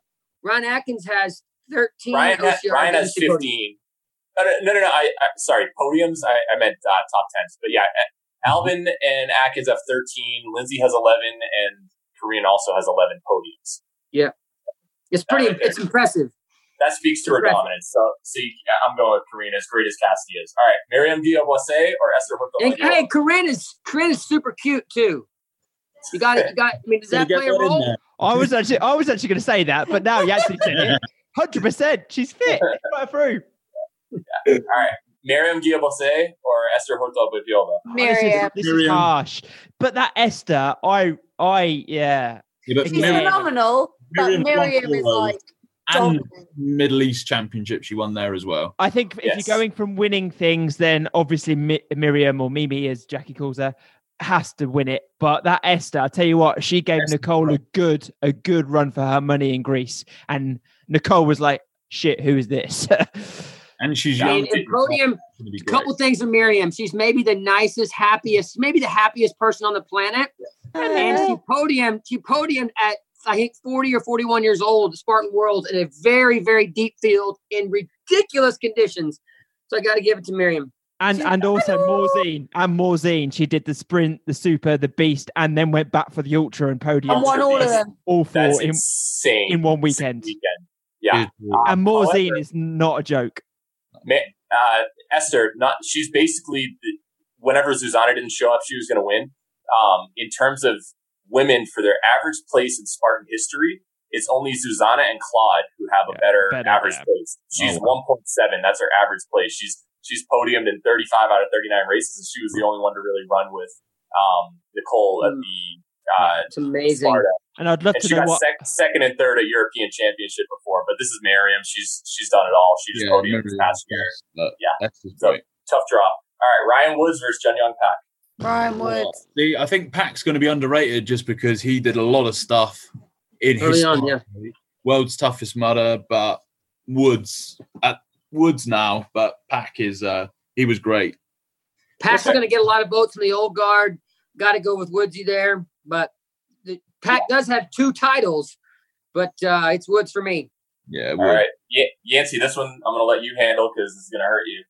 Speaker 5: Ron Atkins has 13.
Speaker 4: Ryan has,
Speaker 5: OCR
Speaker 4: Ryan has
Speaker 5: championship
Speaker 4: 15. No, no, no, no, no, I, I sorry, podiums. I, I meant uh, top tens, but yeah, uh,
Speaker 5: Mm-hmm.
Speaker 4: Alvin and Atkins have thirteen. Lindsay has eleven, and Korean also has eleven podiums.
Speaker 5: podiums. It's pretty,
Speaker 4: Alright,
Speaker 5: it's impressive.
Speaker 4: That speaks to her
Speaker 5: Correct.
Speaker 4: dominance. So, so you, yeah, I'm going with Korean, as great as Cassidy is. All right, Miriam Diablese or Esther Hookel?
Speaker 5: And hey, Corinna's, Corinna's super cute too. You got it. You got, I mean, does that
Speaker 1: Gotta get
Speaker 5: play a
Speaker 1: that in
Speaker 5: role?
Speaker 1: there.
Speaker 2: I was actually I was actually going to say that, but now you actually said it. Hundred percent, she's fit right through.
Speaker 4: Miriam Diablese or Esther Hookel Biviola?
Speaker 2: This is-
Speaker 3: Miriam.
Speaker 2: This, is,
Speaker 1: Miriam.
Speaker 2: harsh. But that Esther, I, I, yeah,
Speaker 1: Yeah, but
Speaker 3: She's
Speaker 2: Miriam-
Speaker 3: phenomenal, but
Speaker 1: Miriam
Speaker 3: Miriam is
Speaker 1: Blanco,
Speaker 3: like
Speaker 1: and
Speaker 3: dominant.
Speaker 1: Middle East Championship, she won there as well.
Speaker 2: I think if
Speaker 4: Yes.
Speaker 2: you're going from winning things, then obviously Mi- Miriam or Mimi, as Jackie calls her, has to win it. But that Esther, I tell you what, she gave
Speaker 1: Esther,
Speaker 2: Nicole a good, a good run for her money in Greece, and Nicole was like, "Shit, who is this?"
Speaker 1: And she's
Speaker 5: I
Speaker 1: young.
Speaker 5: mean,
Speaker 1: too, so
Speaker 5: and
Speaker 1: it's
Speaker 5: podium,
Speaker 1: gonna be great.
Speaker 5: couple things with Miriam. She's maybe the nicest, happiest, maybe the happiest person on the planet. And she podiumed, she podiumed at I think 40 or 41 years old, Spartan World, in a very, very deep field in ridiculous conditions. So I got to give it to Miriam.
Speaker 2: And
Speaker 3: She's
Speaker 2: and also
Speaker 3: phenomenal.
Speaker 2: Morzine and Morzine, she did the sprint, the super, the beast, and then went back for the ultra and podium
Speaker 3: and won all of them.
Speaker 2: all four
Speaker 4: That's
Speaker 2: in,
Speaker 4: insane.
Speaker 2: in one
Speaker 4: Insane
Speaker 2: weekend.
Speaker 4: Weekend. Yeah. Uh,
Speaker 2: And Morzine
Speaker 4: however-
Speaker 2: is not a joke.
Speaker 4: Ma- uh, Esther, not she's basically the, whenever Zuzana didn't show up, she was going to win. Um, in terms of women for their average place in Spartan history, It's only Susanna and Claude who have a better,
Speaker 2: better,
Speaker 4: average
Speaker 2: yeah.
Speaker 4: place. She's
Speaker 1: Oh, wow.
Speaker 4: 1.7. That's her average place. She's she's podiumed in 35 out of 39 races, and she was the only one to really run with um, Nicole at
Speaker 5: Mm.
Speaker 4: the uh,
Speaker 5: It's amazing.
Speaker 4: Sparta.
Speaker 2: And I'd love
Speaker 4: And
Speaker 2: to
Speaker 4: she
Speaker 2: know
Speaker 4: got
Speaker 2: what.
Speaker 4: sec- second and third at European Championship before, but this is Miriam. She's she's done it all. She just
Speaker 6: I
Speaker 4: podiumed
Speaker 6: remember
Speaker 4: this
Speaker 6: that.
Speaker 4: past year.
Speaker 6: Yes, but
Speaker 4: Yeah.
Speaker 6: That's his
Speaker 4: So-
Speaker 6: point.
Speaker 4: Tough draw. All right, Ryan Woods versus Jun Young Pak.
Speaker 3: Brian Woods.
Speaker 1: The, I think Pac's going to be underrated just because he did a lot of stuff in
Speaker 5: Early
Speaker 1: his
Speaker 5: on,
Speaker 1: time. world's toughest mudder, but Woods at Woods now, but Pack is uh he was great.
Speaker 5: Pack's
Speaker 4: Okay.
Speaker 5: going to get a lot of votes from the old guard. Got to go with Woodsy there, but the, Pack does have two titles, but uh, it's Woods for me.
Speaker 6: Yeah,
Speaker 4: All
Speaker 6: well,
Speaker 4: right, y- Yancey, this one I'm going to let you handle because this is going to hurt you.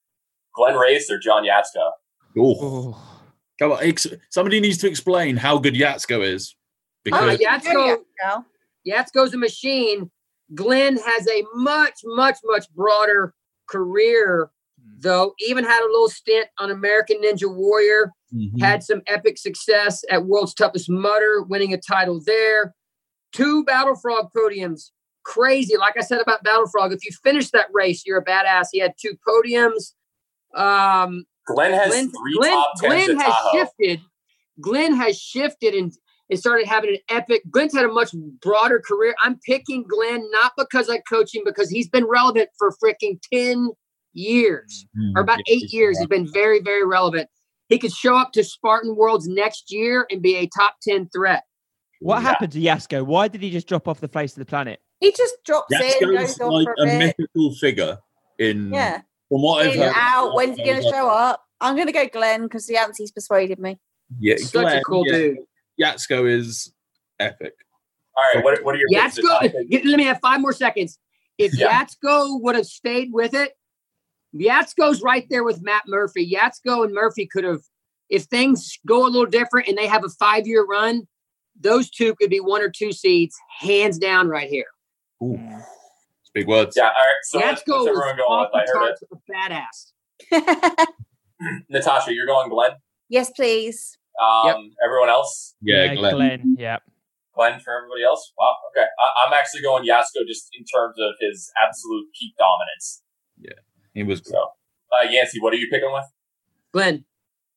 Speaker 4: Glenn Race or John Yatsko?
Speaker 1: Oh,
Speaker 2: Oh.
Speaker 1: come on! Ex- somebody needs to explain how good Yatsko is
Speaker 5: Uh,
Speaker 1: because
Speaker 5: Yatsko,
Speaker 3: Oh, Yeah.
Speaker 5: Yatsko's a machine. Glenn has a much, much, much broader career,
Speaker 4: Hmm.
Speaker 5: though. Even had a little stint on American Ninja Warrior.
Speaker 1: Mm-hmm.
Speaker 4: Mm-hmm.
Speaker 5: had some epic success at World's Toughest Mudder, winning a title there. Two Battle Frog podiums. Crazy. Like I said about Battle Frog, if you finish that race, you're a badass. He had two podiums. Um,
Speaker 4: Glenn has
Speaker 5: Glenn,
Speaker 4: three
Speaker 5: Glenn,
Speaker 4: top tens
Speaker 5: Glenn
Speaker 4: at
Speaker 5: has
Speaker 4: Tahoe.
Speaker 5: shifted. Glenn has shifted and, and started having an epic. Glenn's had a much broader career. I'm picking Glenn not because I coach him, because he's been relevant for freaking 10 years
Speaker 1: Mm-hmm.
Speaker 5: or about eight years. He's been very, very relevant. He could show up to Spartan Worlds next year and be a top 10 threat.
Speaker 2: What
Speaker 4: Yeah.
Speaker 2: happened to Yasko? Why did he just drop off the face of the planet?
Speaker 3: He just drops in,
Speaker 1: Yatsko's
Speaker 3: goes on
Speaker 1: like
Speaker 3: for
Speaker 1: a
Speaker 3: a bit.
Speaker 1: mythical figure in
Speaker 3: Yeah.
Speaker 1: from what I've
Speaker 3: In,
Speaker 1: heard.
Speaker 3: out. When's he going to
Speaker 1: Yatsko's
Speaker 3: show up? I'm going to go Glenn because the Yancy's persuaded me.
Speaker 1: like- Yeah,
Speaker 5: Such a cool dude.
Speaker 1: Yatsko is epic.
Speaker 4: All right, what, what are your picks?
Speaker 5: Yatsko, let me have five more seconds. If
Speaker 4: Yeah.
Speaker 5: Yatsko would have stayed with it, Yatsko's right there with Matt Murphy. Yatsko and Murphy could have, if things go a little different and they have a five year run, those two could be one or two seeds, hands down, right here.
Speaker 1: Ooh. It's big words.
Speaker 4: Yeah, all right. So that's
Speaker 5: Yatsko
Speaker 4: what's
Speaker 5: was
Speaker 4: everyone going
Speaker 5: off
Speaker 4: with. I
Speaker 5: the
Speaker 4: heard
Speaker 5: charts, a badass.
Speaker 4: it. Natasha, you're going Glenn.
Speaker 3: yes, please.
Speaker 4: Um,
Speaker 5: Yep.
Speaker 4: Everyone else,
Speaker 1: Yeah, Glenn.
Speaker 2: Yeah.
Speaker 4: Glenn for everybody else. Wow. Okay, I, I'm actually going Yasko just in terms of his absolute peak dominance.
Speaker 1: He was great.
Speaker 4: So, uh, Yancey, what are you picking with?
Speaker 5: Glenn,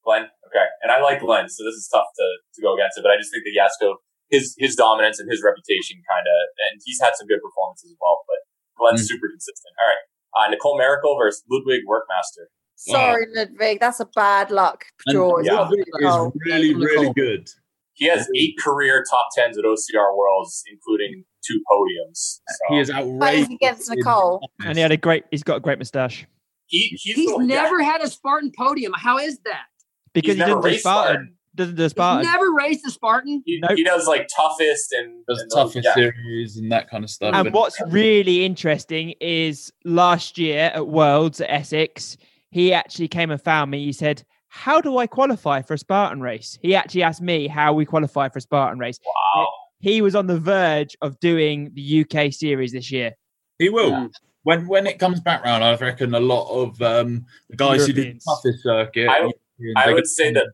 Speaker 4: Glenn. Okay, and I like Glenn, so this is tough to, to go against it. But I just think that Yasko, his his dominance and his reputation, kind of, and he's had some good performances as well. But Glenn's super consistent. All right, uh, Nicole Miracle versus Ludwig Workmaster.
Speaker 3: Sorry, Ludwig. That's a bad luck draw.
Speaker 4: yeah.
Speaker 1: Ludwig
Speaker 3: It's not good at
Speaker 1: is
Speaker 5: Oh,
Speaker 3: all.
Speaker 1: really, really good.
Speaker 4: He has eight career top tens at OCR Worlds, including two podiums. So
Speaker 1: He is
Speaker 3: That is
Speaker 1: outrageous.
Speaker 3: against Nicole.
Speaker 2: And he had a great. He's got a great moustache
Speaker 4: he, he's,
Speaker 5: He's
Speaker 4: the one- yeah,
Speaker 5: never had a Spartan podium. How is that?
Speaker 2: because he
Speaker 4: never
Speaker 2: doesn't do
Speaker 4: raced
Speaker 2: Spartan.
Speaker 4: Spartan.
Speaker 2: Doesn't do
Speaker 5: He's
Speaker 2: Spartan.
Speaker 5: never raised a Spartan.
Speaker 4: he,
Speaker 2: Nope.
Speaker 4: he does like toughest and,
Speaker 1: Does
Speaker 4: and those-
Speaker 1: tougher
Speaker 4: yeah.
Speaker 1: series and that kind of stuff.
Speaker 2: And
Speaker 1: but-
Speaker 2: what's really interesting is last year at Worlds at Essex, he actually came and found me. He said, How do I qualify for a Spartan race? He actually asked me how we qualify for a Spartan race.
Speaker 4: Wow.
Speaker 2: He was on the verge of doing the UK series this year.
Speaker 1: He will.
Speaker 5: Yeah.
Speaker 1: When when it comes back round, I reckon a lot of um, the guys who did the
Speaker 2: Europeans.
Speaker 1: toughest circuit.
Speaker 4: I would-
Speaker 1: Europeans,
Speaker 4: I
Speaker 1: they
Speaker 4: would
Speaker 1: get-
Speaker 4: say that-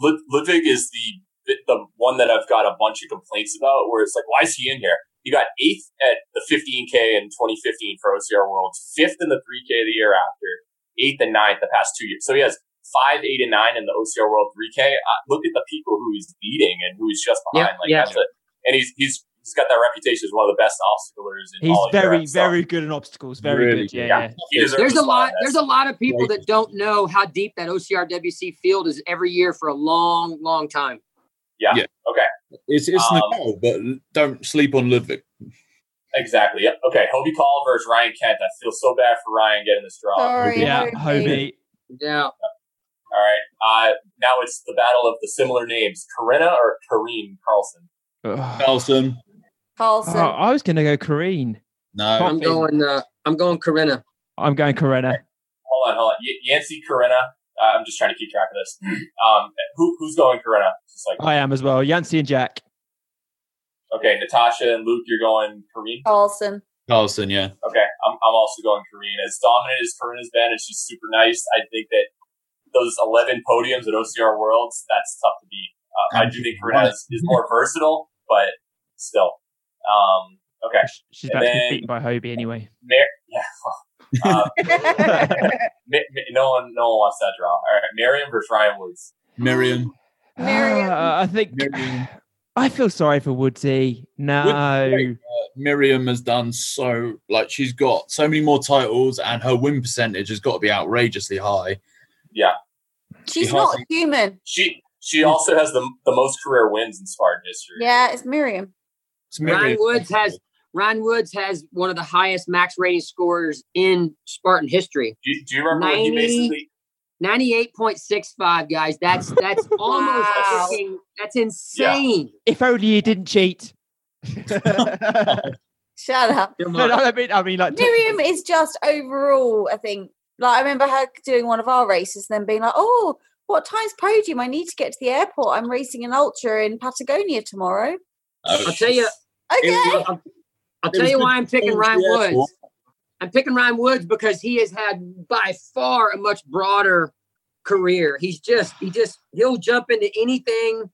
Speaker 4: Lud- Ludwig is the the one that I've got a bunch of complaints about. Where it's like, why is he in here? He got eighth at the 15k in 2015 for OCR Worlds, fifth in the 3k the year after, eighth and ninth the past two years. So he has five, eight, and nine in the OCR World 3k. Uh, look at the people who he's beating and who he's just behind.
Speaker 5: Yeah,
Speaker 4: like
Speaker 5: yeah.
Speaker 4: that's it. And he's he's he's got that reputation as one of the best obstaclers in
Speaker 2: He's
Speaker 4: all of
Speaker 2: very,
Speaker 4: Europe. So
Speaker 2: very good in obstacles. Very
Speaker 1: Oh, Really
Speaker 2: good. Yeah,
Speaker 1: good.
Speaker 2: yeah.
Speaker 4: he deserves
Speaker 5: There's
Speaker 4: a
Speaker 5: a
Speaker 4: spot
Speaker 5: lot.
Speaker 4: in that.
Speaker 5: There's a lot of people that don't know how deep that OCRWC field is every year for a long, long time.
Speaker 1: It's, it's
Speaker 4: Um,
Speaker 1: Nicole, but don't sleep on Ludwig.
Speaker 4: Exactly. Yep. Okay. Hobie Call versus Ryan Kent. I feel so bad for Ryan getting this draw.
Speaker 3: Sorry,
Speaker 2: Yeah,
Speaker 3: Hobie.
Speaker 2: Hobie.
Speaker 5: Yeah,
Speaker 4: All right. Uh, now it's the battle of the similar names, Corinna or Kareem Carlson.
Speaker 2: Ugh.
Speaker 1: Carlson,
Speaker 2: Oh,
Speaker 3: Carlson.
Speaker 2: I was going to go Corrine.
Speaker 1: no.
Speaker 5: I'm going. Uh, I'm going Corinna.
Speaker 2: I'm going Corinna.
Speaker 4: Hold on, hold on. Y- Yancy Corinna. Uh, I'm just trying to keep track of this. Um, who, who's going Corinna? Just like
Speaker 2: I am as well. Yancy and Jack.
Speaker 4: okay, Natasha and Luke, you're going Kareem.
Speaker 3: Carlson.
Speaker 1: Carlson, yeah.
Speaker 4: Okay, I'm, I'm also going Corinne. As dominant as Corinna's been, and she's super nice. I think that those 11 podiums at OCR Worlds, that's tough to beat. Uh, I do think Corinna is, is more versatile, but still. Um, okay.
Speaker 2: She's
Speaker 4: And
Speaker 2: about to
Speaker 4: then-
Speaker 2: be beaten by Hobie anyway.
Speaker 4: Mar- yeah. Uh, Ma- Ma- no one, no one wants that draw. All right, Marion versus Ryan Woods.
Speaker 1: Miriam.
Speaker 3: Marion.
Speaker 2: Ah, I think
Speaker 1: Miriam.
Speaker 2: I feel sorry for Woodsy. No,
Speaker 1: Woodsy, Miriam has done so like she's got so many more titles and her win percentage has got to be outrageously high.
Speaker 3: She's
Speaker 1: Behind-
Speaker 3: not human.
Speaker 4: She she
Speaker 2: Mm.
Speaker 4: also has the the most career wins in Spartan history.
Speaker 3: Yeah, it's Miriam.
Speaker 1: It's Miriam.
Speaker 5: Ryan Woods has- Ron Woods has one of the highest max rating scorers in Spartan history.
Speaker 4: Do, you- do you remember when he
Speaker 5: 90?
Speaker 4: basically?
Speaker 5: 98.65 guys. That's that's almost
Speaker 3: Wow.
Speaker 5: freaking- that's insane.
Speaker 2: if only you didn't cheat.
Speaker 3: Shut up.
Speaker 5: Come
Speaker 2: No,
Speaker 5: on.
Speaker 2: no, I mean, I mean, like,
Speaker 3: Miriam is just overall, I think. Like I remember her doing one of our races, and then being like, "Oh, what time's podium? I need to get to the airport. I'm racing an ultra in Patagonia tomorrow."
Speaker 1: uh,
Speaker 5: I'll tell you
Speaker 3: Okay.
Speaker 1: was-
Speaker 5: I'll, I'll
Speaker 1: It
Speaker 5: tell
Speaker 1: was
Speaker 5: you
Speaker 1: good
Speaker 5: why I'm picking
Speaker 1: things,
Speaker 5: Ryan
Speaker 1: yeah, well.
Speaker 5: Woods. I'm picking Ryan Woods because he has had by far a much broader career. He's just he just he'll jump into anything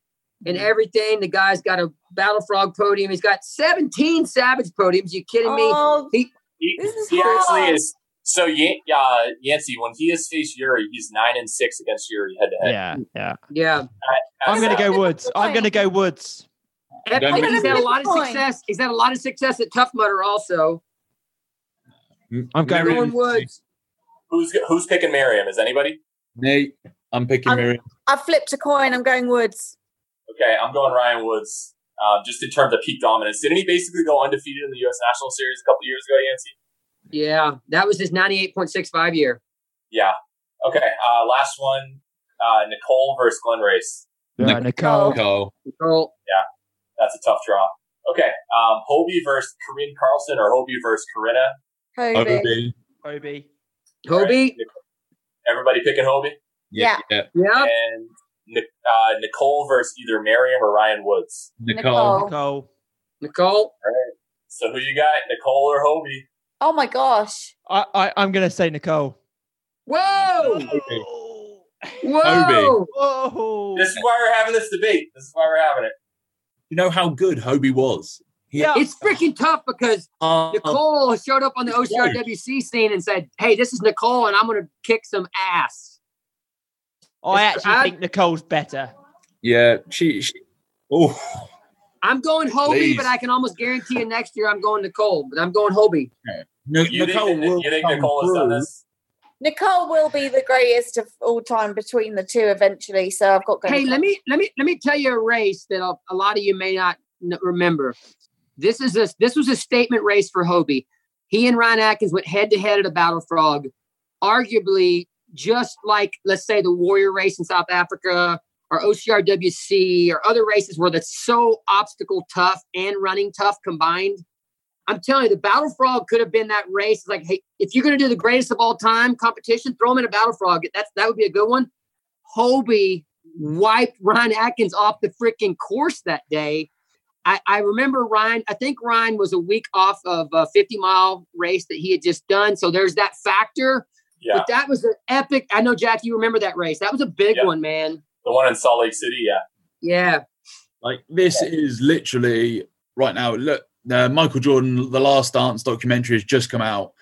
Speaker 5: and
Speaker 3: Mm-hmm.
Speaker 5: everything. The guy's got a battle frog podium. He's got 17 savage podiums. You kidding me?
Speaker 3: Oh,
Speaker 4: He,
Speaker 3: This is
Speaker 4: he
Speaker 3: hard.
Speaker 4: actually is. So Yan- uh, Yancey, when he has faced Yuri, he's nine and six against Yuri head to head.
Speaker 2: yeah, yeah.
Speaker 5: Yeah.
Speaker 2: I'm
Speaker 3: That's
Speaker 2: gonna
Speaker 3: a
Speaker 2: go
Speaker 3: good
Speaker 2: Woods. I'm
Speaker 3: point.
Speaker 2: gonna go Woods.
Speaker 5: And
Speaker 1: Don't
Speaker 5: he's
Speaker 1: really-
Speaker 5: had a lot of
Speaker 3: Good point.
Speaker 5: success. He's had a lot of success at Tough Mudder also.
Speaker 2: I'm going
Speaker 1: Miriam.
Speaker 5: Going Woods.
Speaker 4: Who's who's picking Miriam? Is anybody?
Speaker 1: Nate, I'm picking
Speaker 3: I'm-
Speaker 1: Miriam.
Speaker 3: I flipped a coin. I'm going Woods.
Speaker 4: Okay, I'm going Ryan Woods. Uh, just in terms of peak dominance, didn't he basically go undefeated in the U.S. National Series a couple years ago, Yancey?
Speaker 5: Yeah. That was his 98.65 year.
Speaker 4: Yeah. Okay. Uh, last one, uh, Nicole versus Glenn Race.
Speaker 2: Yeah, Nicole.
Speaker 1: Cole.
Speaker 5: Nicole.
Speaker 4: That's a tough draw. Okay. Um, Hobie versus Corinne Carlson or Hobie versus Corinna.
Speaker 3: Hobie.
Speaker 1: Obi.
Speaker 2: Hobie.
Speaker 5: Hobie.
Speaker 4: Everybody picking Hobie.
Speaker 3: Yeah.
Speaker 1: yeah.
Speaker 5: Yeah.
Speaker 4: And Ni- uh, Nicole versus either Miriam or Ryan Woods.
Speaker 1: Nicole.
Speaker 2: Nicole.
Speaker 5: Nicole.
Speaker 4: So who you got, Nicole or Hobie?
Speaker 3: Oh my gosh.
Speaker 2: I, I, I'm gonna say Nicole.
Speaker 5: Whoa.
Speaker 1: Hobie.
Speaker 5: Whoa.
Speaker 1: Hobie.
Speaker 2: Oh.
Speaker 4: This is why we're having this debate. This is why we're having it.
Speaker 1: You know how good Hobie was?
Speaker 2: Yeah.
Speaker 5: It's freaking tough because
Speaker 1: Um,
Speaker 5: Nicole showed up on the OCRWC scene and said, Hey, this is Nicole and I'm going to kick some ass.
Speaker 2: I
Speaker 5: it's-
Speaker 2: actually
Speaker 5: I-
Speaker 2: think Nicole's better.
Speaker 1: yeah, she, she oh
Speaker 5: I'm going Hobie,
Speaker 1: Please.
Speaker 5: but I can almost guarantee you next year I'm going Nicole, but I'm going Hobie.
Speaker 1: Ni-
Speaker 4: You
Speaker 1: Nicole
Speaker 4: think,
Speaker 1: will
Speaker 4: you think
Speaker 1: come
Speaker 4: Nicole has done
Speaker 1: through.
Speaker 4: this?
Speaker 3: Nicole will be the greatest of all time between the two eventually. So I've got. to Go
Speaker 5: Hey,
Speaker 3: Nicole.
Speaker 5: let me let me let me tell you a race that a, a lot of you may not n- remember. This is a this was a statement race for Hobie. He and Ryan Atkins went head to head at a Battle Frog, arguably just like let's say the Warrior race in South Africa or OCRWC or other races where that's so obstacle tough and running tough combined. I'm telling you, the Battle Frog could have been that race. It's like, hey, if you're going to do the greatest of all time competition, throw him in a Battle Frog. That's that would be a good one. Hobie wiped Ryan Atkins off the freaking course that day. I, I remember Ryan, I think Ryan was a week off of a 50 mile race that he had just done. So there's that factor.
Speaker 4: Yeah.
Speaker 5: But that was an epic. I know, Jack, you remember that race. That was a big
Speaker 4: Yeah.
Speaker 5: one, man.
Speaker 4: The one in Salt Lake City. Yeah.
Speaker 5: Yeah.
Speaker 1: Like this is literally right now. Look, uh, Michael Jordan, the Last Dance documentary has just come out.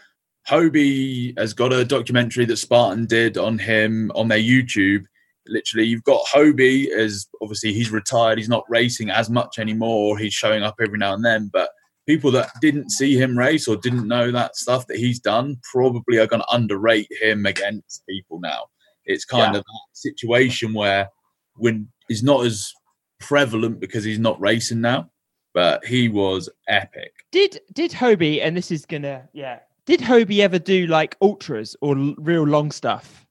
Speaker 1: Hobie has got a documentary that Spartan did on him on their YouTube. Literally, you've got Hobie as obviously he's retired. He's not racing as much anymore. He's showing up every now and then, but people that didn't see him race or didn't know that stuff that he's done probably are going to underrate him against people now. It's kind
Speaker 4: Yeah.
Speaker 1: of that situation where when he's not as prevalent because he's not racing now, but he was epic.
Speaker 2: Did did Hobie and this is gonna yeah. Did Hobie ever do like ultras or l- real long stuff?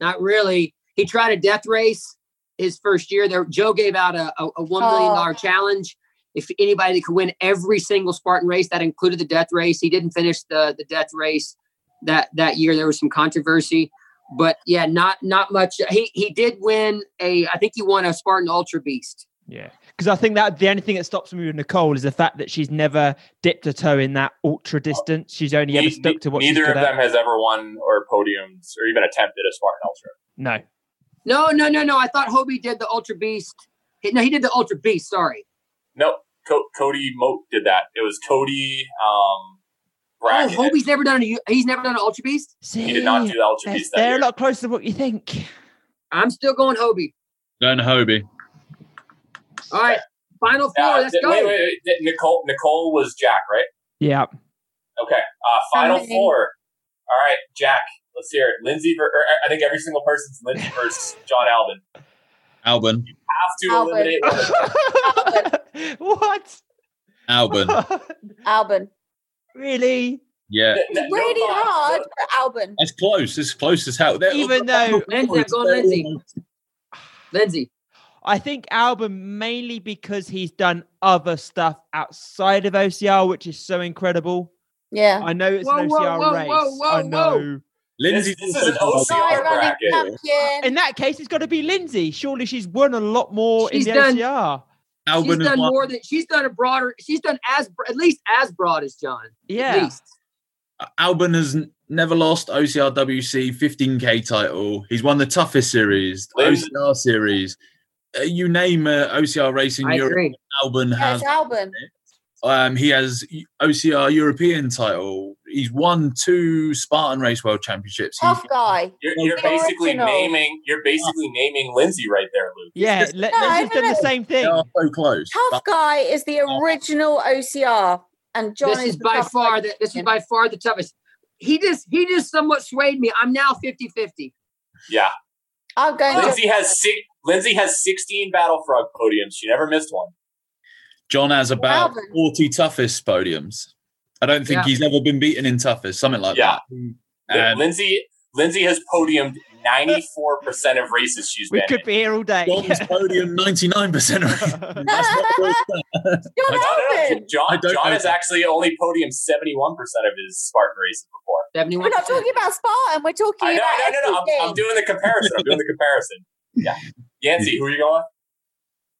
Speaker 5: Not really. He tried a death race his first year. There, Joe gave out a, a, a one million dollar challenge. If anybody that could win every single Spartan race, that included the death race. He didn't finish the the death race that that year. There was some controversy, but yeah, not not much. He he did win a. I think he won a Spartan Ultra Beast.
Speaker 2: Yeah, because I think that the only thing that stops me with Nicole is the fact that she's never dipped her toe in that ultra distance. She's only ever
Speaker 4: Ne-
Speaker 2: stuck to what she's
Speaker 4: neither
Speaker 2: good
Speaker 4: of them
Speaker 2: at.
Speaker 4: has ever won or podiums or even attempted a Spartan Ultra.
Speaker 2: No,
Speaker 5: No, no, no, no. I thought Hobie did the Ultra Beast. No, he did the Ultra Beast. Sorry.
Speaker 4: Nope. Co- Cody Moat did that. It was Cody um,
Speaker 5: Oh,
Speaker 4: Brackett.
Speaker 5: Hobie's never done a U- he's never done an Ultra Beast.
Speaker 2: See,
Speaker 4: he did not do the Ultra
Speaker 2: they're,
Speaker 4: Beast that
Speaker 2: they're
Speaker 4: year.
Speaker 2: a lot closer than what you think.
Speaker 5: I'm still going Hobie.
Speaker 1: Going to Hobie.
Speaker 5: All right, final four.
Speaker 4: Uh,
Speaker 5: Let's
Speaker 4: did-
Speaker 5: go.
Speaker 4: Wait, wait, wait. Did- Nicole, Nicole was Jack, right?
Speaker 2: Yeah.
Speaker 4: Okay. Uh, final
Speaker 3: Alright.
Speaker 4: four. All right, Jack. Let's hear it. Lindsay. Ver- or, I think every single person's Lindsay versus John Alvin.
Speaker 1: Alban.
Speaker 4: Have to
Speaker 3: Alvin.
Speaker 4: eliminate one. of them.
Speaker 2: what?
Speaker 1: Alban.
Speaker 3: Alban.
Speaker 2: really?
Speaker 1: Yeah.
Speaker 4: N- n- no
Speaker 3: Really
Speaker 4: thought.
Speaker 3: hard, but Alban.
Speaker 1: That's close. It's close as hell. They're-
Speaker 2: Even though
Speaker 5: Lindsay, I'm going Lindsay. Lindsay.
Speaker 2: I think Alban mainly because he's done other stuff outside of OCR, which is so incredible.
Speaker 3: Yeah.
Speaker 2: I know it's
Speaker 5: Whoa,
Speaker 2: an
Speaker 5: whoa,
Speaker 2: OCR
Speaker 5: whoa,
Speaker 2: race.
Speaker 5: whoa, whoa,
Speaker 2: I know.
Speaker 1: Lindsay.
Speaker 4: This- this is an OCR
Speaker 3: Sorry, running
Speaker 4: bracket.
Speaker 3: champion.
Speaker 2: In that case, it's got to be Lindsay. Surely she's won a lot more
Speaker 5: She's
Speaker 2: in the
Speaker 5: done-
Speaker 2: OCR.
Speaker 1: Alban
Speaker 5: she's
Speaker 1: has
Speaker 5: done
Speaker 1: won.
Speaker 5: more than she's done a broader. She's done as br- at least as broad as John. At
Speaker 2: Yeah.
Speaker 5: least.
Speaker 1: Alban has n- never lost OCRWC 15k title. He's won the toughest series, the
Speaker 4: Lindsay.
Speaker 1: OCR series. Uh, you name uh, OCR race in
Speaker 5: I
Speaker 1: Europe,
Speaker 5: agree.
Speaker 1: Alban
Speaker 3: Yeah,
Speaker 1: has.
Speaker 3: it's Alban.
Speaker 1: Um, he has OCR European title. He's won two Spartan Race World Championships. He's-
Speaker 3: Tough guy.
Speaker 4: You're, you're
Speaker 1: The
Speaker 4: basically
Speaker 3: original.
Speaker 4: naming. You're basically naming Lindsay right there, Luke.
Speaker 2: Yeah,
Speaker 1: just-
Speaker 2: let,
Speaker 3: No,
Speaker 2: us
Speaker 3: no,
Speaker 2: done the
Speaker 3: no.
Speaker 2: same thing.
Speaker 1: they are so close.
Speaker 3: Tough
Speaker 1: but
Speaker 3: guy is the original OCR, and John
Speaker 5: this is by
Speaker 3: tough
Speaker 5: far
Speaker 3: guy.
Speaker 5: the, this is by far the toughest. He just he just somewhat swayed me. I'm now 50-50.
Speaker 4: Yeah.
Speaker 3: I'm going.
Speaker 4: Lindsay has six. Lindsay has 16 Battle Frog podiums. She never missed one.
Speaker 1: John has about
Speaker 3: Alban.
Speaker 1: 40 toughest podiums. I don't think
Speaker 5: Yeah.
Speaker 1: he's ever been beaten in toughest, something like
Speaker 4: Yeah.
Speaker 1: that. Um,
Speaker 4: Lindsay Lindsay has podiumed 94% of races she's
Speaker 2: We
Speaker 4: been.
Speaker 2: could be here all day.
Speaker 1: John's podium 99% of races. That's not close.
Speaker 3: John
Speaker 4: in. No, no,
Speaker 3: Alban.
Speaker 4: no.
Speaker 1: I
Speaker 4: John,
Speaker 1: don't
Speaker 4: John
Speaker 1: know
Speaker 4: has
Speaker 1: that.
Speaker 4: actually only podiumed 71% of his Spartan races before.
Speaker 3: We're
Speaker 5: 71
Speaker 3: not talking about Spartan. We're talking
Speaker 4: I know,
Speaker 3: about
Speaker 4: no, no, no. I'm, I'm
Speaker 3: everything.
Speaker 4: doing the comparison. I'm doing the comparison. Yeah. Yancy, who are you going?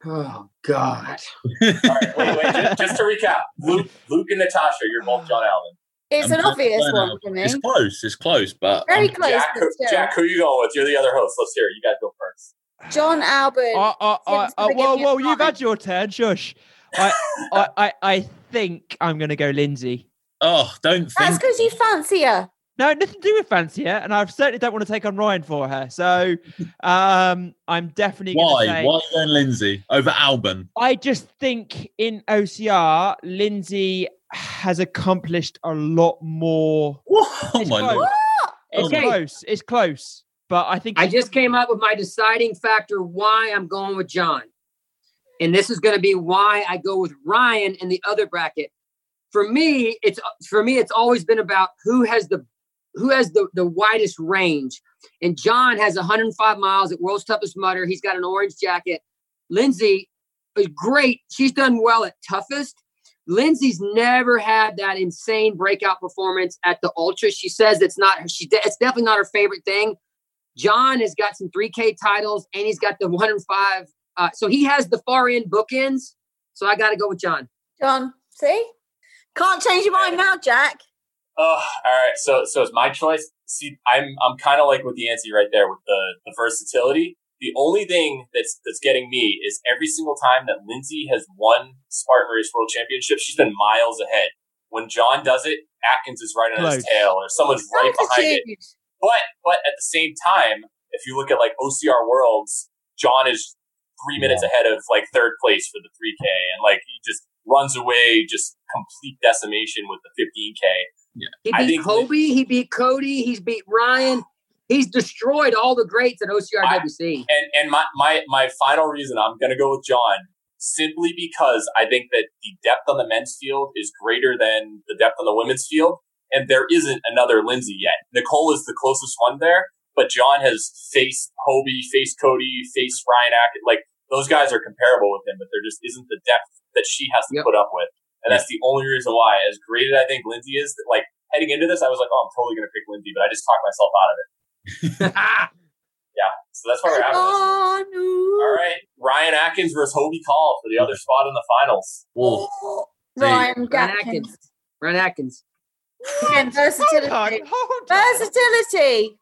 Speaker 5: Oh God.
Speaker 4: All right, wait, wait. Just, just to recap, Luke, Luke and Natasha, you're both John Allen.
Speaker 3: It's
Speaker 1: I'm
Speaker 3: an obvious
Speaker 1: Glenn
Speaker 3: one
Speaker 1: Allen.
Speaker 3: for me.
Speaker 1: It's close. It's close, but
Speaker 3: Very
Speaker 1: um,
Speaker 3: close.
Speaker 4: Jack, who-
Speaker 3: but still.
Speaker 4: Jack, who are you going with? You're the other host. Let's hear it. You guys go first.
Speaker 3: John Alban.
Speaker 5: Oh,
Speaker 2: I, I, I,
Speaker 3: Tim's
Speaker 2: I,
Speaker 3: gonna
Speaker 2: whoa,
Speaker 3: give you a
Speaker 2: whoa, you've
Speaker 3: five.
Speaker 2: had your turn. Shush. I, I, I, I think I'm going to go Lindsay.
Speaker 1: oh, don't
Speaker 3: That's
Speaker 1: think.
Speaker 3: because you fancy her.
Speaker 2: No, nothing to do with fancy her, and I certainly don't want to take on Ryan for her. So um, I'm definitely going
Speaker 1: Why?
Speaker 2: to say
Speaker 1: Why then Lindsay over Alban?
Speaker 2: I just think in OCR, Lindsay has accomplished a lot more.
Speaker 1: Oh
Speaker 2: It's
Speaker 1: my
Speaker 2: close.
Speaker 1: lord!
Speaker 2: It's
Speaker 1: Okay.
Speaker 2: close. It's close. But I think
Speaker 5: I just came up with my deciding factor why I'm going with John. And this is going to be why I go with Ryan in the other bracket. For me, it's for me it's always been about who has the who has the, the widest range. And John has 105 miles at World's Toughest Mudder. He's got an orange jacket. Lindsay is great. She's done well at toughest. Lindsay's never had that insane breakout performance at the Ultra. She says it's not she it's definitely not her favorite thing. John has got some 3K titles and he's got the 105. Uh, so he has the far end bookends. So I got to go with John.
Speaker 3: John, see? Can't change your mind now, Jack.
Speaker 4: Oh, all right. So, so it's my choice. See, I'm I'm kind of like with Yancy right there with the the versatility. The only thing that's that's getting me is every single time that Lindsay has won Spartan Race World Championship, she's been miles ahead. When John does it, Atkins is right on his
Speaker 2: Close.
Speaker 4: tail, or someone's right behind it.
Speaker 3: Altitude.
Speaker 4: But at the same time, if you look at like OCR Worlds, John is three minutes ahead of like third place for the 3K, and like he just runs away, just complete decimation with the 15K.
Speaker 5: He
Speaker 4: I
Speaker 5: beat
Speaker 4: think-
Speaker 5: Kobe. He beat Cody. He's beat Ryan. He's destroyed all the greats at OCRWC.
Speaker 4: and and my, my my final reason I'm going to go with John simply because I think that the depth on the men's field is greater than the depth on the women's field, and there isn't another Lindsay yet. Nicole is the closest one there, but John has faced Hobie, faced Cody, faced Ryan Ack. Like those guys are comparable with him, but there just isn't the depth that she has to
Speaker 5: Yep.
Speaker 4: put up with, and that's the only reason why. As great as I think Lindsay is, that like. Heading into this, I was like, "Oh, I'm totally going to pick Lindsay," but I just talked myself out of it. So that's why we're
Speaker 3: Oh,
Speaker 4: having this.
Speaker 3: John,
Speaker 4: All
Speaker 3: ooh.
Speaker 4: right, Ryan Atkins versus Hobie Call for the other spot in the finals.
Speaker 1: Oh,
Speaker 3: Ryan
Speaker 5: Ryan
Speaker 3: Gatkins.
Speaker 5: Atkins. Ryan Atkins.
Speaker 3: Again,
Speaker 2: Hold on,
Speaker 3: versatility.
Speaker 2: hold on.
Speaker 3: Versatility.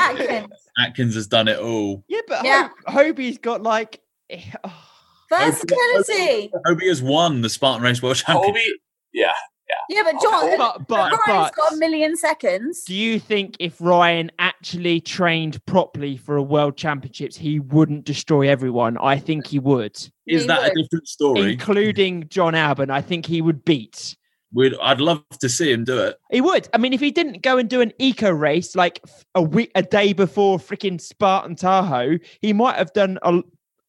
Speaker 3: Atkins.
Speaker 1: Atkins has done it all.
Speaker 2: Yeah, but
Speaker 3: Yeah.
Speaker 2: Ho- Hobie's got like. eh, oh.
Speaker 3: Versatility.
Speaker 1: Obi has won the Spartan Race World Championship.
Speaker 4: Kobe, yeah,
Speaker 3: Yeah, but John,
Speaker 2: But but
Speaker 3: Ryan's
Speaker 2: but
Speaker 3: got a million seconds.
Speaker 2: do you think if Ryan actually trained properly for a world championships, he wouldn't destroy everyone? I think he would.
Speaker 1: Is
Speaker 3: He
Speaker 1: that a
Speaker 3: would.
Speaker 1: different story?
Speaker 2: Including John Alban, I think he would beat.
Speaker 1: We'd, I'd love to see him do it.
Speaker 2: He would. I mean, if he didn't go and do an eco race like f- a week, a day before freaking Spartan Tahoe, he might have done a l-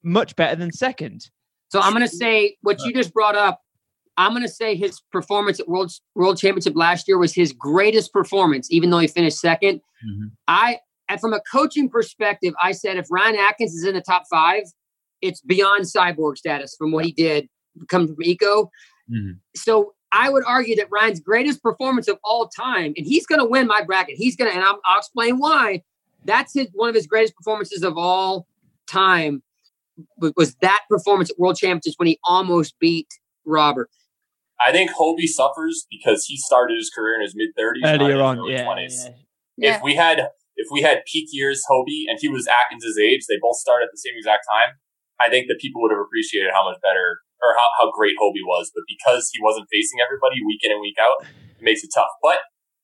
Speaker 2: much better than second.
Speaker 5: So I'm going to say what you just brought up. I'm going to say his performance at World World Championship last year was his greatest performance, even though he finished 2nd
Speaker 4: Mm-hmm.
Speaker 1: Mhm.
Speaker 5: I, and from a coaching perspective, I said if Ryan Atkins is in the top five, it's beyond cyborg status from what he did coming from Eco.
Speaker 1: Mhm.
Speaker 5: So I would argue that Ryan's greatest performance of all time, and he's going to win my bracket. He's going to, and I'm, I'll explain why. That's his, one of his greatest performances of all time w- was that performance at World Championships when he almost beat Robert.
Speaker 4: I think Hobie suffers because he started his career in his mid thirties,
Speaker 2: Earlier on, yeah,
Speaker 3: Yeah.
Speaker 4: If we had if we had peak years Hobie and he was Atkins' age, they both started at the same exact time. I think that people would have appreciated how much better or how, how great Hobie was. But because he wasn't facing everybody week in and week out, it makes it tough. But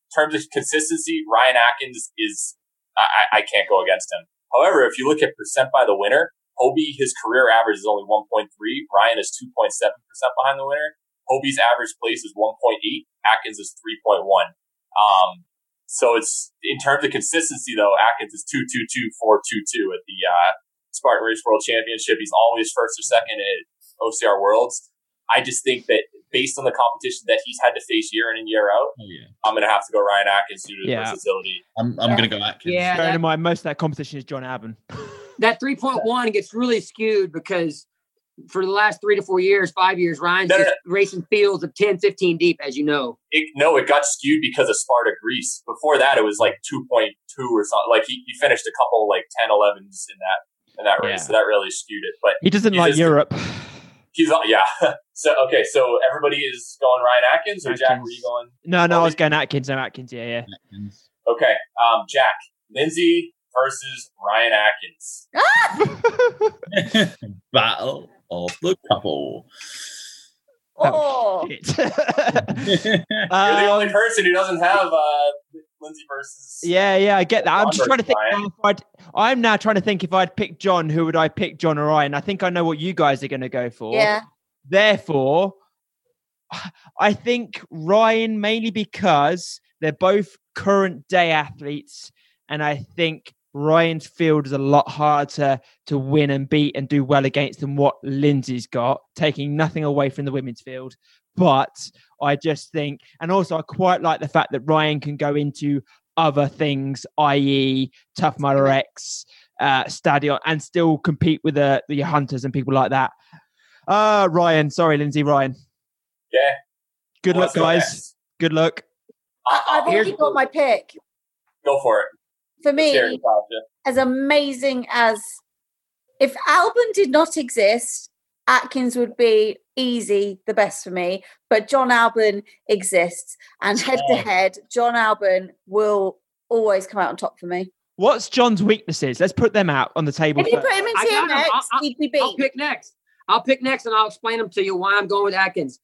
Speaker 4: in terms of consistency, Ryan Atkins is I, I I can't go against him. However, if you look at percent by the winner, Hobie his career average is only one point three. Ryan is two point seven percent behind the winner. Hobie's average place is one point eight. Atkins is three point one. Um, so it's in terms of consistency though, Atkins is two two two four two two at the uh, Spartan Race World Championship. He's always first or second at OCR Worlds. I just think that based on the competition that he's had to face year in and year out,
Speaker 1: Oh, yeah.
Speaker 4: I'm gonna have to go Ryan Atkins due to the
Speaker 2: Yeah.
Speaker 4: versatility.
Speaker 1: I'm, I'm going to go Atkins.
Speaker 5: Yeah.
Speaker 2: Bearing in mind, most of that competition is John Alban.
Speaker 5: That 3.1 gets really skewed because for the last three to four years, five years, Ryan's
Speaker 4: No, no,
Speaker 5: just racing fields of 10, 15 deep, as you know.
Speaker 4: It, no, it got skewed because of Sparta Greece. Before that, it was like 2.2 or something. Like he, he finished a couple like 10, 11s in that in that race,
Speaker 2: Yeah.
Speaker 4: so that really skewed it. But
Speaker 2: He doesn't
Speaker 4: He
Speaker 2: like
Speaker 4: just-
Speaker 2: Europe.
Speaker 4: he's all- yeah. so okay, so everybody is going Ryan Atkins or Jack?
Speaker 2: Atkins.
Speaker 4: Were you going?
Speaker 2: No, no, I
Speaker 4: Well,
Speaker 2: was going Atkins. No, Atkins. Yeah, yeah.
Speaker 1: Atkins.
Speaker 4: Okay, um, Jack Lindsay versus Ryan Atkins.
Speaker 1: Battle of the couple.
Speaker 3: Oh,
Speaker 2: Shit.
Speaker 4: You're the only
Speaker 2: Um,
Speaker 4: person who doesn't have uh, Lindsay versus.
Speaker 2: yeah, yeah, I get that. I'm just
Speaker 4: John
Speaker 2: trying to think.
Speaker 4: versus
Speaker 2: now If I'd, I'm now trying to think if I'd pick John, who would I pick, John or Ryan? I think I know what you guys are going to go for.
Speaker 3: yeah.
Speaker 2: Therefore, I think Ryan mainly because they're both current day athletes, and I think Ryan's field is a lot harder to win and beat and do well against than what Lindsay's got, taking nothing away from the women's field. But I just think, and also I quite like the fact that Ryan can go into other things, i.e., Tough Mudder X, uh, Stadion, and still compete with the, the hunters and people like that. Uh, Ryan, sorry, Lindsay, Ryan.
Speaker 4: Yeah.
Speaker 2: Good luck,
Speaker 4: Let's go
Speaker 2: guys.
Speaker 4: next.
Speaker 2: Good luck.
Speaker 4: Uh,
Speaker 3: I, I've already
Speaker 5: Here's-
Speaker 3: got my pick.
Speaker 4: go for it.
Speaker 3: For me,
Speaker 4: Scary, Tasha.
Speaker 3: as amazing as if Albon did not exist, Atkins would be easy the best for me. But John Albon exists, and head to head, John Albon will always come out on top for me.
Speaker 2: What's John's weaknesses? Let's put them out on the table.
Speaker 3: If you
Speaker 2: first.
Speaker 3: put him in
Speaker 5: I got him.
Speaker 3: TMX,
Speaker 5: I'll- I'll-
Speaker 3: he'd be
Speaker 5: I'll
Speaker 3: beat.
Speaker 5: pick next. I'll pick next and I'll explain them to you why I'm going with Atkins.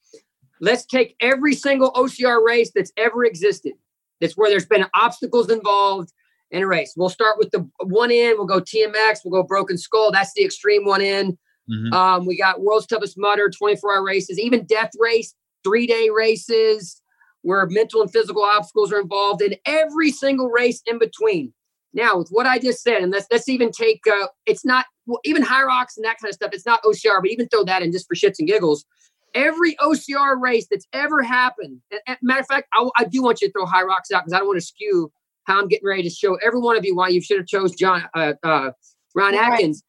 Speaker 5: Let's take every single OCR race that's ever existed. That's where there's been obstacles involved in a race. We'll start with the one end, we'll go TMX, we'll go Broken Skull. That's the extreme one end.
Speaker 1: Mhm.
Speaker 5: Um, we got World's Toughest Mudder, 24 hour races, even death race, three day races where mental and physical obstacles are involved in every single race in between. Now, with what I just said, and let's let's even take uh, it's not well, even high rocks and that kind of stuff. It's not OCR, but even throw that in just for shits and giggles. Every OCR race that's ever happened. a- a- matter of fact, I, I do want you to throw high rocks out because I don't want to skew how I'm getting ready to show every one of you why you should have chose John uh, uh, Ron
Speaker 3: Right.
Speaker 5: Atkins.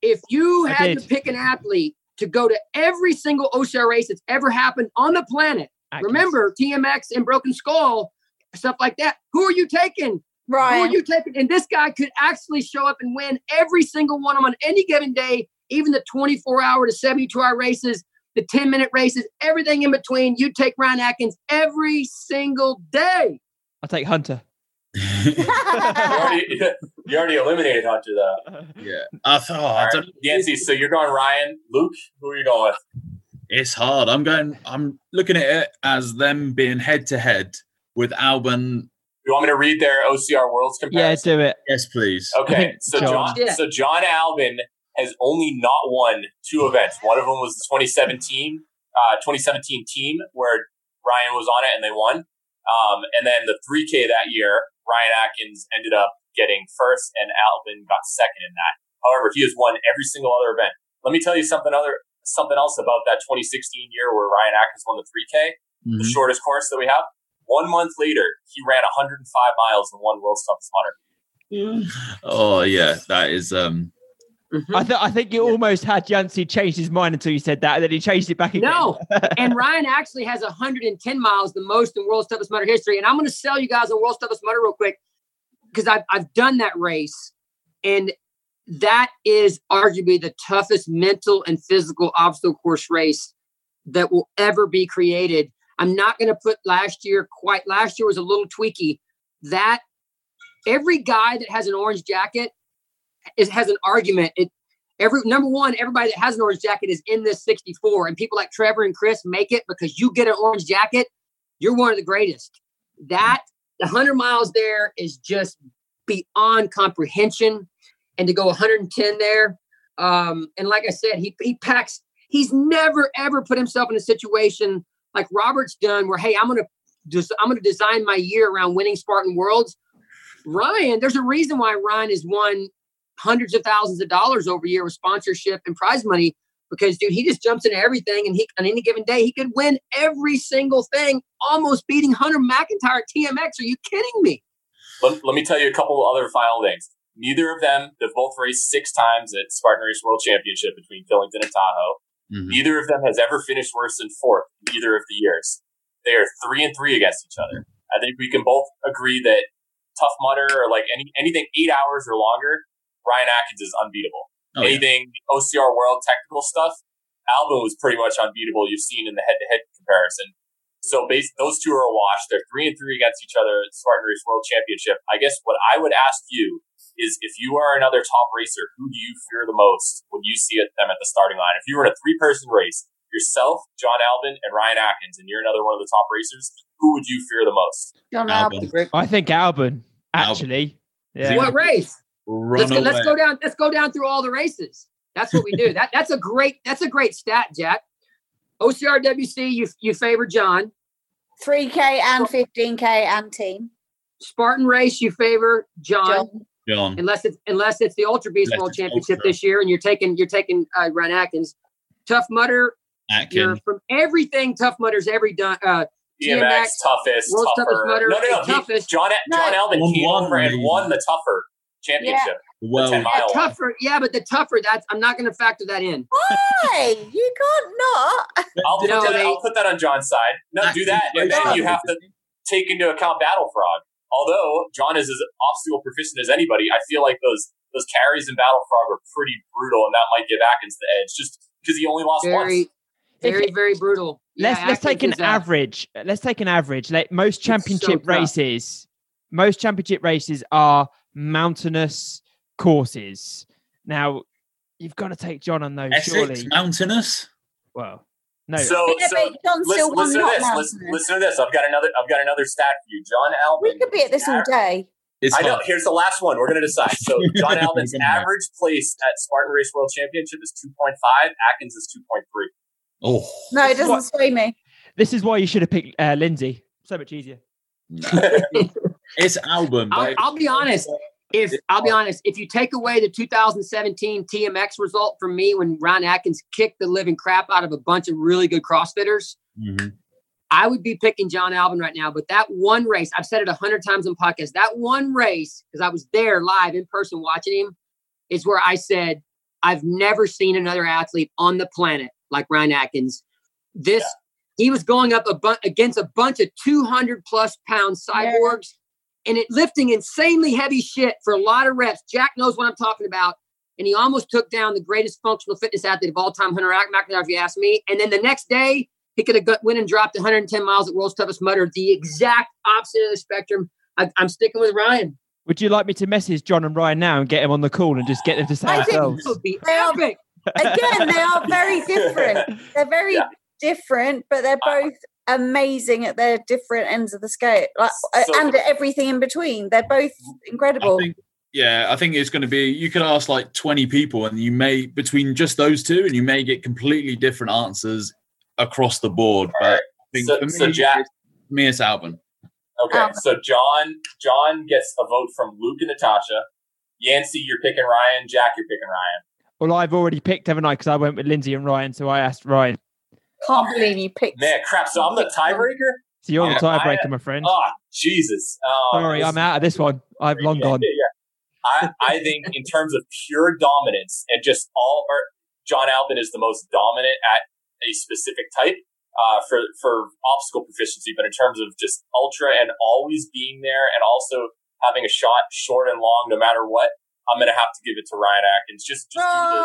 Speaker 5: If you
Speaker 2: I
Speaker 5: had to
Speaker 2: did.
Speaker 5: pick an athlete to go to every single OCR race that's ever happened on the planet,
Speaker 2: Atkins.
Speaker 5: remember TMX and Broken Skull, stuff like that. Who are you taking? Who are
Speaker 3: Ryan,
Speaker 5: you taking? And this guy could actually show up and win every single one of them on any given day, even the 24 hour to 72 hour races, the 10 minute races, everything in between. You take Ryan Atkins every single day. Uh,
Speaker 2: I'll take Hunter.
Speaker 4: You already, You already eliminated Hunter, though.
Speaker 1: Yeah. I thought, oh, I
Speaker 4: All
Speaker 1: don't,
Speaker 4: right. Yancy, so you're going Ryan, Luke. Who are you going with?
Speaker 1: it's hard. I'm going, I'm looking at it as them being head to head with Alban.
Speaker 4: You want me to read their OCR Worlds
Speaker 2: yeah,
Speaker 4: comparison?
Speaker 2: do it.
Speaker 1: Yes, please.
Speaker 4: Okay, so
Speaker 2: John.
Speaker 4: John,
Speaker 5: Yeah.
Speaker 4: so John Albin has only not won two events. One of them was the 2017, uh, 2017 team where Ryan was on it and they won. Um, and then the 3K that year, Ryan Atkins ended up getting first, and Albin got second in that. However, he has won every single other event. Let me tell you something other something else about that 2016 year where Ryan Atkins won the 3K the
Speaker 1: Mhm.
Speaker 4: shortest course that we have. One month later, he ran 105 miles and won World's Toughest Mudder.
Speaker 1: Oh, yeah. That is, um,
Speaker 2: I, th- I think you almost had Yancy change his mind until you said that, and then he changed it back again.
Speaker 5: No, and Ryan actually has 110 miles, the most in World's Toughest Mudder history. And I'm going to sell you guys on World's Toughest Mudder real quick because I've, I've done that race, and that is arguably the toughest mental and physical obstacle course race that will ever be created. I'm not going to put last year quite. Last year was a little tweaky. That every guy that has an orange jacket is has an argument. It every number one, everybody that has an orange jacket is in this 64. And people like Trevor and Chris make it because you get an orange jacket, you're one of the greatest. That the 100 miles there is just beyond comprehension. And to go 110 there, um, and like I said, he he packs. He's never ever put himself in a situation like Robert's done, where hey, I'm gonna just I'm gonna design my year around winning Spartan Worlds. Ryan, there's a reason why Ryan has won hundreds of thousands of dollars over a year with sponsorship and prize money because dude he just jumps into everything and he on any given day he could win every single thing almost beating hunter mcintyre at tmx are you kidding me
Speaker 4: Let, let me tell you a couple other final things. Neither of them, they've both raced six times at Spartan Race World Championship between Killington and Tahoe.
Speaker 1: mhm.
Speaker 4: Neither of them has ever finished worse than fourth in either of the years. They are three and three against each other. I think we can both agree that tough mutter or like any anything eight hours or longer, Ryan Atkins is unbeatable.
Speaker 1: Oh, yeah.
Speaker 4: anything OCR World technical stuff, Albin was pretty much unbeatable. You've seen in the head-to-head comparison. So base, those two are a wash. They're three and three against each other at Spartan Race World Championship. I guess what I would ask you is if you are another top racer, who do you fear the most when you see it- them at the starting line? If you were in a three-person race, yourself, John Albin, and Ryan Atkins, and you're another one of the top racers, who would you fear the most?
Speaker 3: John
Speaker 1: Albin.
Speaker 3: Albin.
Speaker 2: I think Albin, actually. Yeah.
Speaker 5: what race
Speaker 1: Run
Speaker 5: let's go, let's
Speaker 1: away.
Speaker 5: go down let's go down through all the races that's what we do that that's a great that's a great stat jack ocrwc you you favor john
Speaker 3: 3K and 15K and team.
Speaker 5: spartan race you favor john.
Speaker 3: John.
Speaker 1: John.
Speaker 5: unless it's unless it's the Ultra Beast
Speaker 1: Unless
Speaker 5: World
Speaker 1: it's
Speaker 5: Championship
Speaker 1: Ultra.
Speaker 5: this year, and you're taking you're taking uh, Ryan Atkins, Tough Mudder. You're
Speaker 1: Atkin.
Speaker 5: from everything Tough Mudder's every done. Uh,
Speaker 4: DMX,
Speaker 5: DMX,
Speaker 4: E toughest,
Speaker 5: World's
Speaker 4: tougher.
Speaker 5: Toughest Mudder,
Speaker 4: no, no, no. he-
Speaker 5: toughest.
Speaker 4: John, John
Speaker 3: No.
Speaker 4: Albin
Speaker 1: Won
Speaker 4: came
Speaker 1: one
Speaker 4: over and
Speaker 1: race.
Speaker 4: won the tougher championship.
Speaker 1: Well,
Speaker 4: ten
Speaker 5: yeah,
Speaker 4: Iowa.
Speaker 5: tougher. Yeah, but the tougher. That's I'm not going to factor that in.
Speaker 3: Why? You can't not.
Speaker 4: I'll put,
Speaker 5: No,
Speaker 4: that,
Speaker 5: they-
Speaker 4: I'll put that on John's side. No, do that, and then you have to take into account Battle Frog. Although John is as obstacle proficient as anybody, I feel like those those carries in Battle Frog are pretty brutal, and that might give Atkins the edge just because he only lost once.
Speaker 5: Very, very, very brutal.
Speaker 2: Let's
Speaker 5: Yeah,
Speaker 2: let's take an
Speaker 5: Atkins is, uh,
Speaker 2: average. Let's take an average. Like most championship
Speaker 5: tough.
Speaker 2: races, most championship races are mountainous courses. Now, you've got to take John on those,
Speaker 1: Essex,
Speaker 2: surely. mountainous.
Speaker 1: mountainous.
Speaker 2: Well, no.
Speaker 4: So,
Speaker 3: Yeah,
Speaker 4: Oh, so
Speaker 3: but John
Speaker 4: listen,
Speaker 3: still won
Speaker 4: listen to
Speaker 3: not
Speaker 4: this. Listen,
Speaker 3: mountainous.
Speaker 4: listen to this. I've got another. I've got another stat for you, John Albin.
Speaker 3: We could be at this all day.
Speaker 1: It's
Speaker 4: I know.
Speaker 1: hard.
Speaker 4: Here's the last one. We're going to decide. So John Alvin's
Speaker 1: We're gonna know.
Speaker 4: average place at Spartan Race World Championship is 2.5. Atkins is 2.3.
Speaker 1: Oh,
Speaker 3: No, it doesn't
Speaker 2: What?
Speaker 3: sway me.
Speaker 2: This is why you should have picked uh, Lindsay. So much easier.
Speaker 1: no. it's album.
Speaker 5: I'll,
Speaker 1: babe.
Speaker 5: I'll be honest. If I'll be honest, if you take away the 2017 TMX result from me when Ryan Atkins kicked the living crap out of a bunch of really good CrossFitters,
Speaker 1: Mhm.
Speaker 5: I would be picking John Alvin right now, but that one race, I've said it a hundred times on podcast, that one race, because I was there live in person watching him, is where I said, I've never seen another athlete on the planet like Ryan Atkins. This he was going up a bu- against a bunch of 200 plus pound
Speaker 3: Yeah.
Speaker 5: cyborgs and it lifting insanely heavy shit for a lot of reps. Jack knows what I'm talking about. And he almost took down the greatest functional fitness athlete of all time, Hunter McIntyre, if you ask me. And then the next day, he could have got, went and dropped 110 miles at World's Toughest Mudder, the exact opposite of the spectrum. I, I'm sticking with Ryan.
Speaker 2: Would you like me to message John and Ryan now and get him on the call and just get them to say
Speaker 5: I think
Speaker 2: themselves?
Speaker 5: this would be
Speaker 3: They are-
Speaker 5: epic.
Speaker 3: Again, they are very different. They're very
Speaker 4: Yeah.
Speaker 3: different, but they're
Speaker 4: I-
Speaker 3: both amazing at their different ends of the scale, like uh,
Speaker 4: So-
Speaker 3: and at everything in between. They're both incredible.
Speaker 1: I think, yeah, I think it's going to be. You could ask like twenty people, and you may between just those two, and you may get completely different answers across the board. But
Speaker 4: Alright.
Speaker 1: I think
Speaker 4: So-
Speaker 1: for me,
Speaker 4: so Jack-
Speaker 1: it's- for me, it's Albin.
Speaker 4: Okay,
Speaker 3: Um,
Speaker 4: so John John gets a vote from Luke and Natasha. Yancy, you're picking Ryan. Jack, you're picking Ryan.
Speaker 2: Well, I've already picked, haven't I? Because I went with Lindsay and Ryan, so I asked Ryan.
Speaker 3: Can't believe you picked.
Speaker 4: Man, crap. So I'm the tiebreaker.
Speaker 2: So you're
Speaker 4: Yeah,
Speaker 2: the tiebreaker, my friend.
Speaker 4: Oh, Jesus. Um,
Speaker 2: Sorry,
Speaker 4: this
Speaker 2: I'm out of this one. I've long
Speaker 4: Yeah,
Speaker 2: gone.
Speaker 4: yeah, yeah. I, I think in terms of pure dominance and just all, or John Albin is the most dominant at a specific type uh, for for obstacle proficiency, but in terms of just ultra and always being there and also having a shot short and long no matter what, I'm gonna have to give it to Ryan Atkins just just due, to the,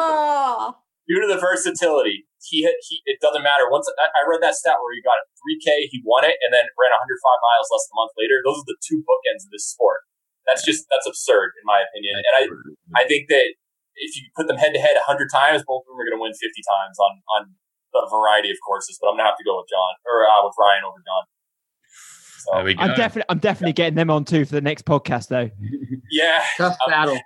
Speaker 3: Oh,
Speaker 4: due to the versatility. He hit. He it doesn't matter. Once I, I read that stat where he got 3K, he won it, and then ran 105 miles less than a month later. Those are the two bookends of this sport. That's just that's absurd in my opinion, and I I think that if you put them head to head hundred times, both of them are going to win fifty times on on a variety of courses. But I'm going to have to go with John or uh, with Ryan over John. So,
Speaker 1: there we go.
Speaker 2: I'm definitely, I'm definitely getting them on too for the next podcast, though.
Speaker 4: yeah,
Speaker 5: Tough battle.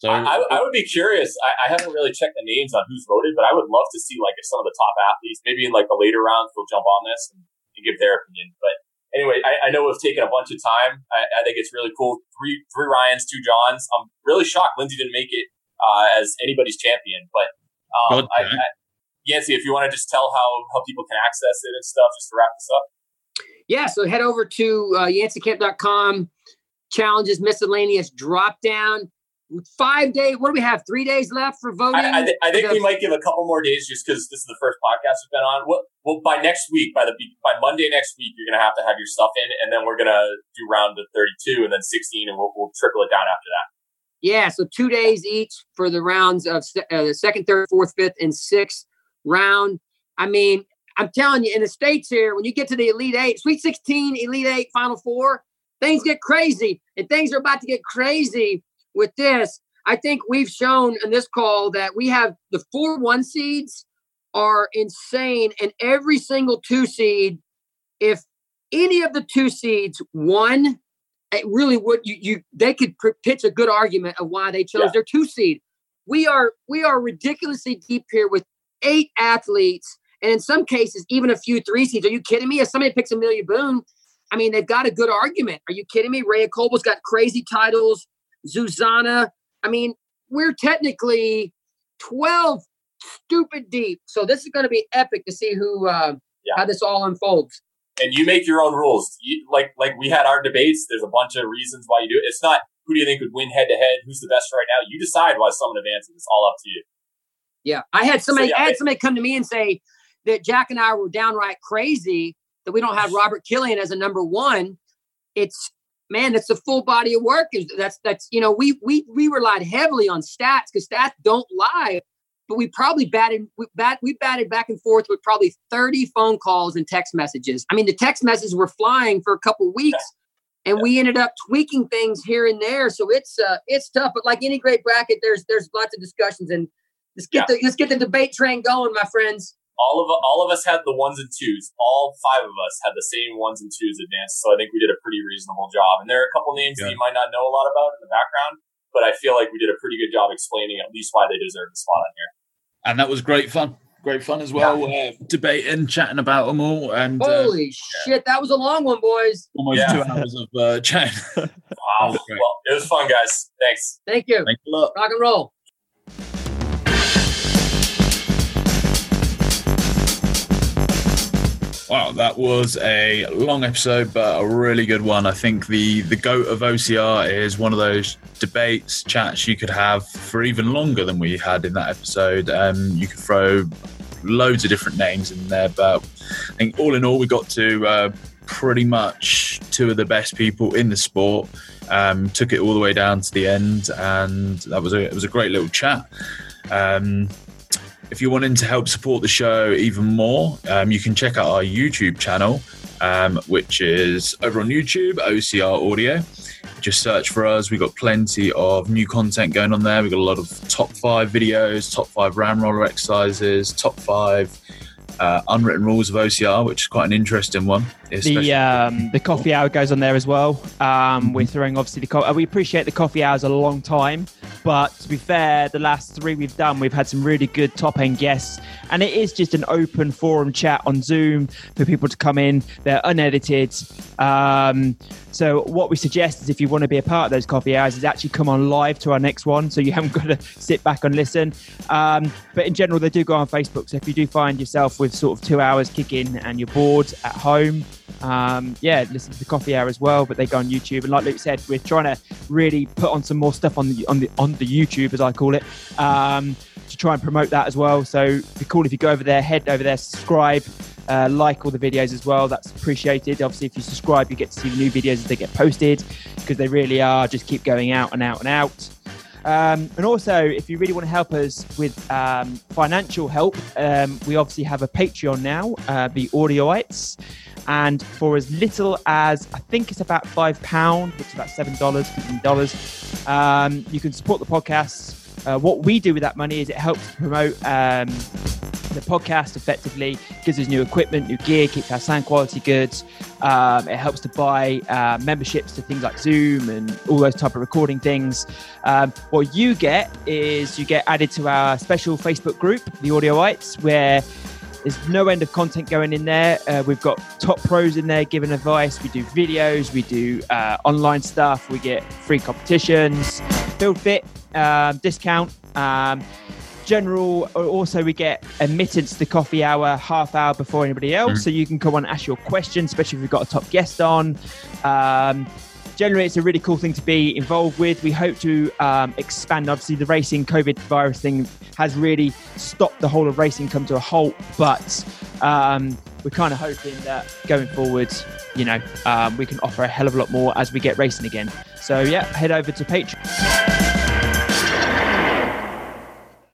Speaker 1: so
Speaker 4: I, I, I would be curious. I, I haven't really checked the names on who's voted, but I would love to see like if some of the top athletes, maybe in like the later rounds, they'll jump on this and, and give their opinion. But anyway, I, I know we've taken a bunch of time. I, I think it's really cool. Three three Ryan's, two Johns. I'm really shocked Lindsay didn't make it uh, as anybody's champion. But um,
Speaker 1: Good
Speaker 4: I,
Speaker 1: pick.
Speaker 4: I, Yancy, if you want to just tell how how people can access it and stuff, just to wrap this up.
Speaker 5: Yeah, so head over to uh, yanceycamp.com, challenges, miscellaneous drop down. Five days, what do we have? Three days left for voting?
Speaker 4: I, I, th- I think
Speaker 5: Okay.
Speaker 4: we might give a couple more days just because this is the first podcast we've been on. Well, well, by next week, by the be- by Monday next week, you're gonna have to have your stuff in, and then we're gonna do round of 32 and then 16, and we'll, we'll trickle it down after that.
Speaker 5: Yeah, so two days each for the rounds of se- uh, the second, third, fourth, fifth, and sixth round. I mean, I'm telling you, in the states here, when you get to the Elite Eight, Sweet 16, Elite Eight, Final Four, things get crazy, and things are about to get crazy with this. I think we've shown in this call that we have the four one seeds are insane, and every single two seed, if any of the two seeds won, it really would you, you they could pr- pitch a good argument of why they chose
Speaker 4: Yeah.
Speaker 5: their two seed. We are we are ridiculously deep here with eight athletes, and in some cases even a few three seeds. Are you kidding me? If somebody picks Amelia Boone, I mean they've got a good argument. Are you kidding me? Rhea Colble's got crazy titles. Zuzana. I mean we're technically twelve stupid deep. So this is going to be epic to see who uh,
Speaker 4: Yeah.
Speaker 5: how this all unfolds.
Speaker 4: And you make your own rules. You, like like we had our debates. There's a bunch of reasons why you do it. It's not who do you think would win head to head, who's the best right now. You decide why someone advances. It's all up to you.
Speaker 5: Yeah, I had somebody,
Speaker 4: yeah,
Speaker 5: I
Speaker 4: I-
Speaker 5: had somebody come to me and say that Jack and I were downright crazy that we don't have Robert Killian as a number one. It's man, it's a full body of work. Is- That's that's you know we we we relied heavily on stats because stats don't lie, but we probably batted we bat we batted back and forth with probably thirty phone calls and text messages. I mean, the text messages were flying for a couple weeks. And we ended up tweaking things here and there, so it's uh, it's tough. But like any great bracket, there's there's lots of discussions, and Let's get the let's get the debate train going, my friends.
Speaker 4: All of all of us had the ones and twos. All five of us had the same ones and twos advanced. So I think we did a pretty reasonable job. And there are a couple names that
Speaker 1: Yeah.
Speaker 4: you might not know a lot about in the background, but I feel like we did a pretty good job explaining at least why they deserve a spot on here.
Speaker 1: and that was great fun. Great fun as well. Uh, debating, chatting about them all, and uh,
Speaker 5: Holy shit, that was a long one, boys.
Speaker 1: almost
Speaker 4: Yeah.
Speaker 1: two hours of uh, chatting.
Speaker 4: Wow.
Speaker 1: That was great.
Speaker 4: Well, it was fun, guys. Thanks.
Speaker 5: Thank you.
Speaker 1: Thanks a lot.
Speaker 5: Rock and roll.
Speaker 1: Wow, that was a long episode, but a really good one. I think the the goat of OCR is one of those debates chats you could have for even longer than we had in that episode. Um, you could throw loads of different names in there, but I think all in all, we got to uh, pretty much two of the best people in the sport. Um, took it all the way down to the end, and that was a it was a great little chat. Um, if you're wanting to help support the show even more, um, you can check out our YouTube channel, um, which is over on YouTube, OCR Audio. just search for us. We've got plenty of new content going on there. We've got a lot of top five videos, top five ram roller exercises, top five uh, unwritten rules of OCR, which is quite an interesting one. especially-
Speaker 2: the um, the coffee hour goes on there as well. Um, we're throwing obviously the co- uh, we appreciate the coffee hours a long time, but to be fair, the last three we've done, we've had some really good top end guests, and it is just an open forum chat on Zoom for people to come in. They're unedited. Um, so what we suggest is if you want to be a part of those coffee hours, is actually come on live to our next one, so you haven't got to sit back and listen. Um, but in general, they do go on Facebook. So if you do find yourself with sort of two hours kicking and you're bored at home, um, yeah, listen to the coffee hour as well. But they go on YouTube, and like Luke said, we're trying to really put on some more stuff on the on the on the YouTube as I call it. Um, to try and promote that as well. So it'd be cool if you go over there, head over there, subscribe, uh, like all the videos as well. That's appreciated. Obviously, if you subscribe, you get to see the new videos as they get posted because they really are just keep going out and out and out. Um, and also, if you really want to help us with um, financial help, um, we obviously have a Patreon now, uh, the Audioites. And for as little as I think it's about five pound, which is about seven dollars, fifteen dollars, um, you can support the podcast. Uh, what we do with that money is it helps promote um, the podcast effectively, gives us new equipment, new gear, keeps our sound quality good. Um, it helps to buy uh, memberships to things like Zoom and all those type of recording things. Um, what you get is you get added to our special Facebook group, the Audioites, where there's no end of content going in there. Uh, we've got top pros in there giving advice. We do videos, we do uh, online stuff, we get free competitions, build fit, um, discount. Um, general uh, also we get admittance to the coffee hour half hour before anybody else so you can come on and ask your questions especially if we've got a top guest on um, generally it's a really cool thing to be involved with we hope to um, expand obviously the racing covid virus thing has really stopped the whole of racing come to a halt but um, we're kind of hoping that going forward you know um, we can offer a hell of a lot more as we get racing again so yeah head over to patreon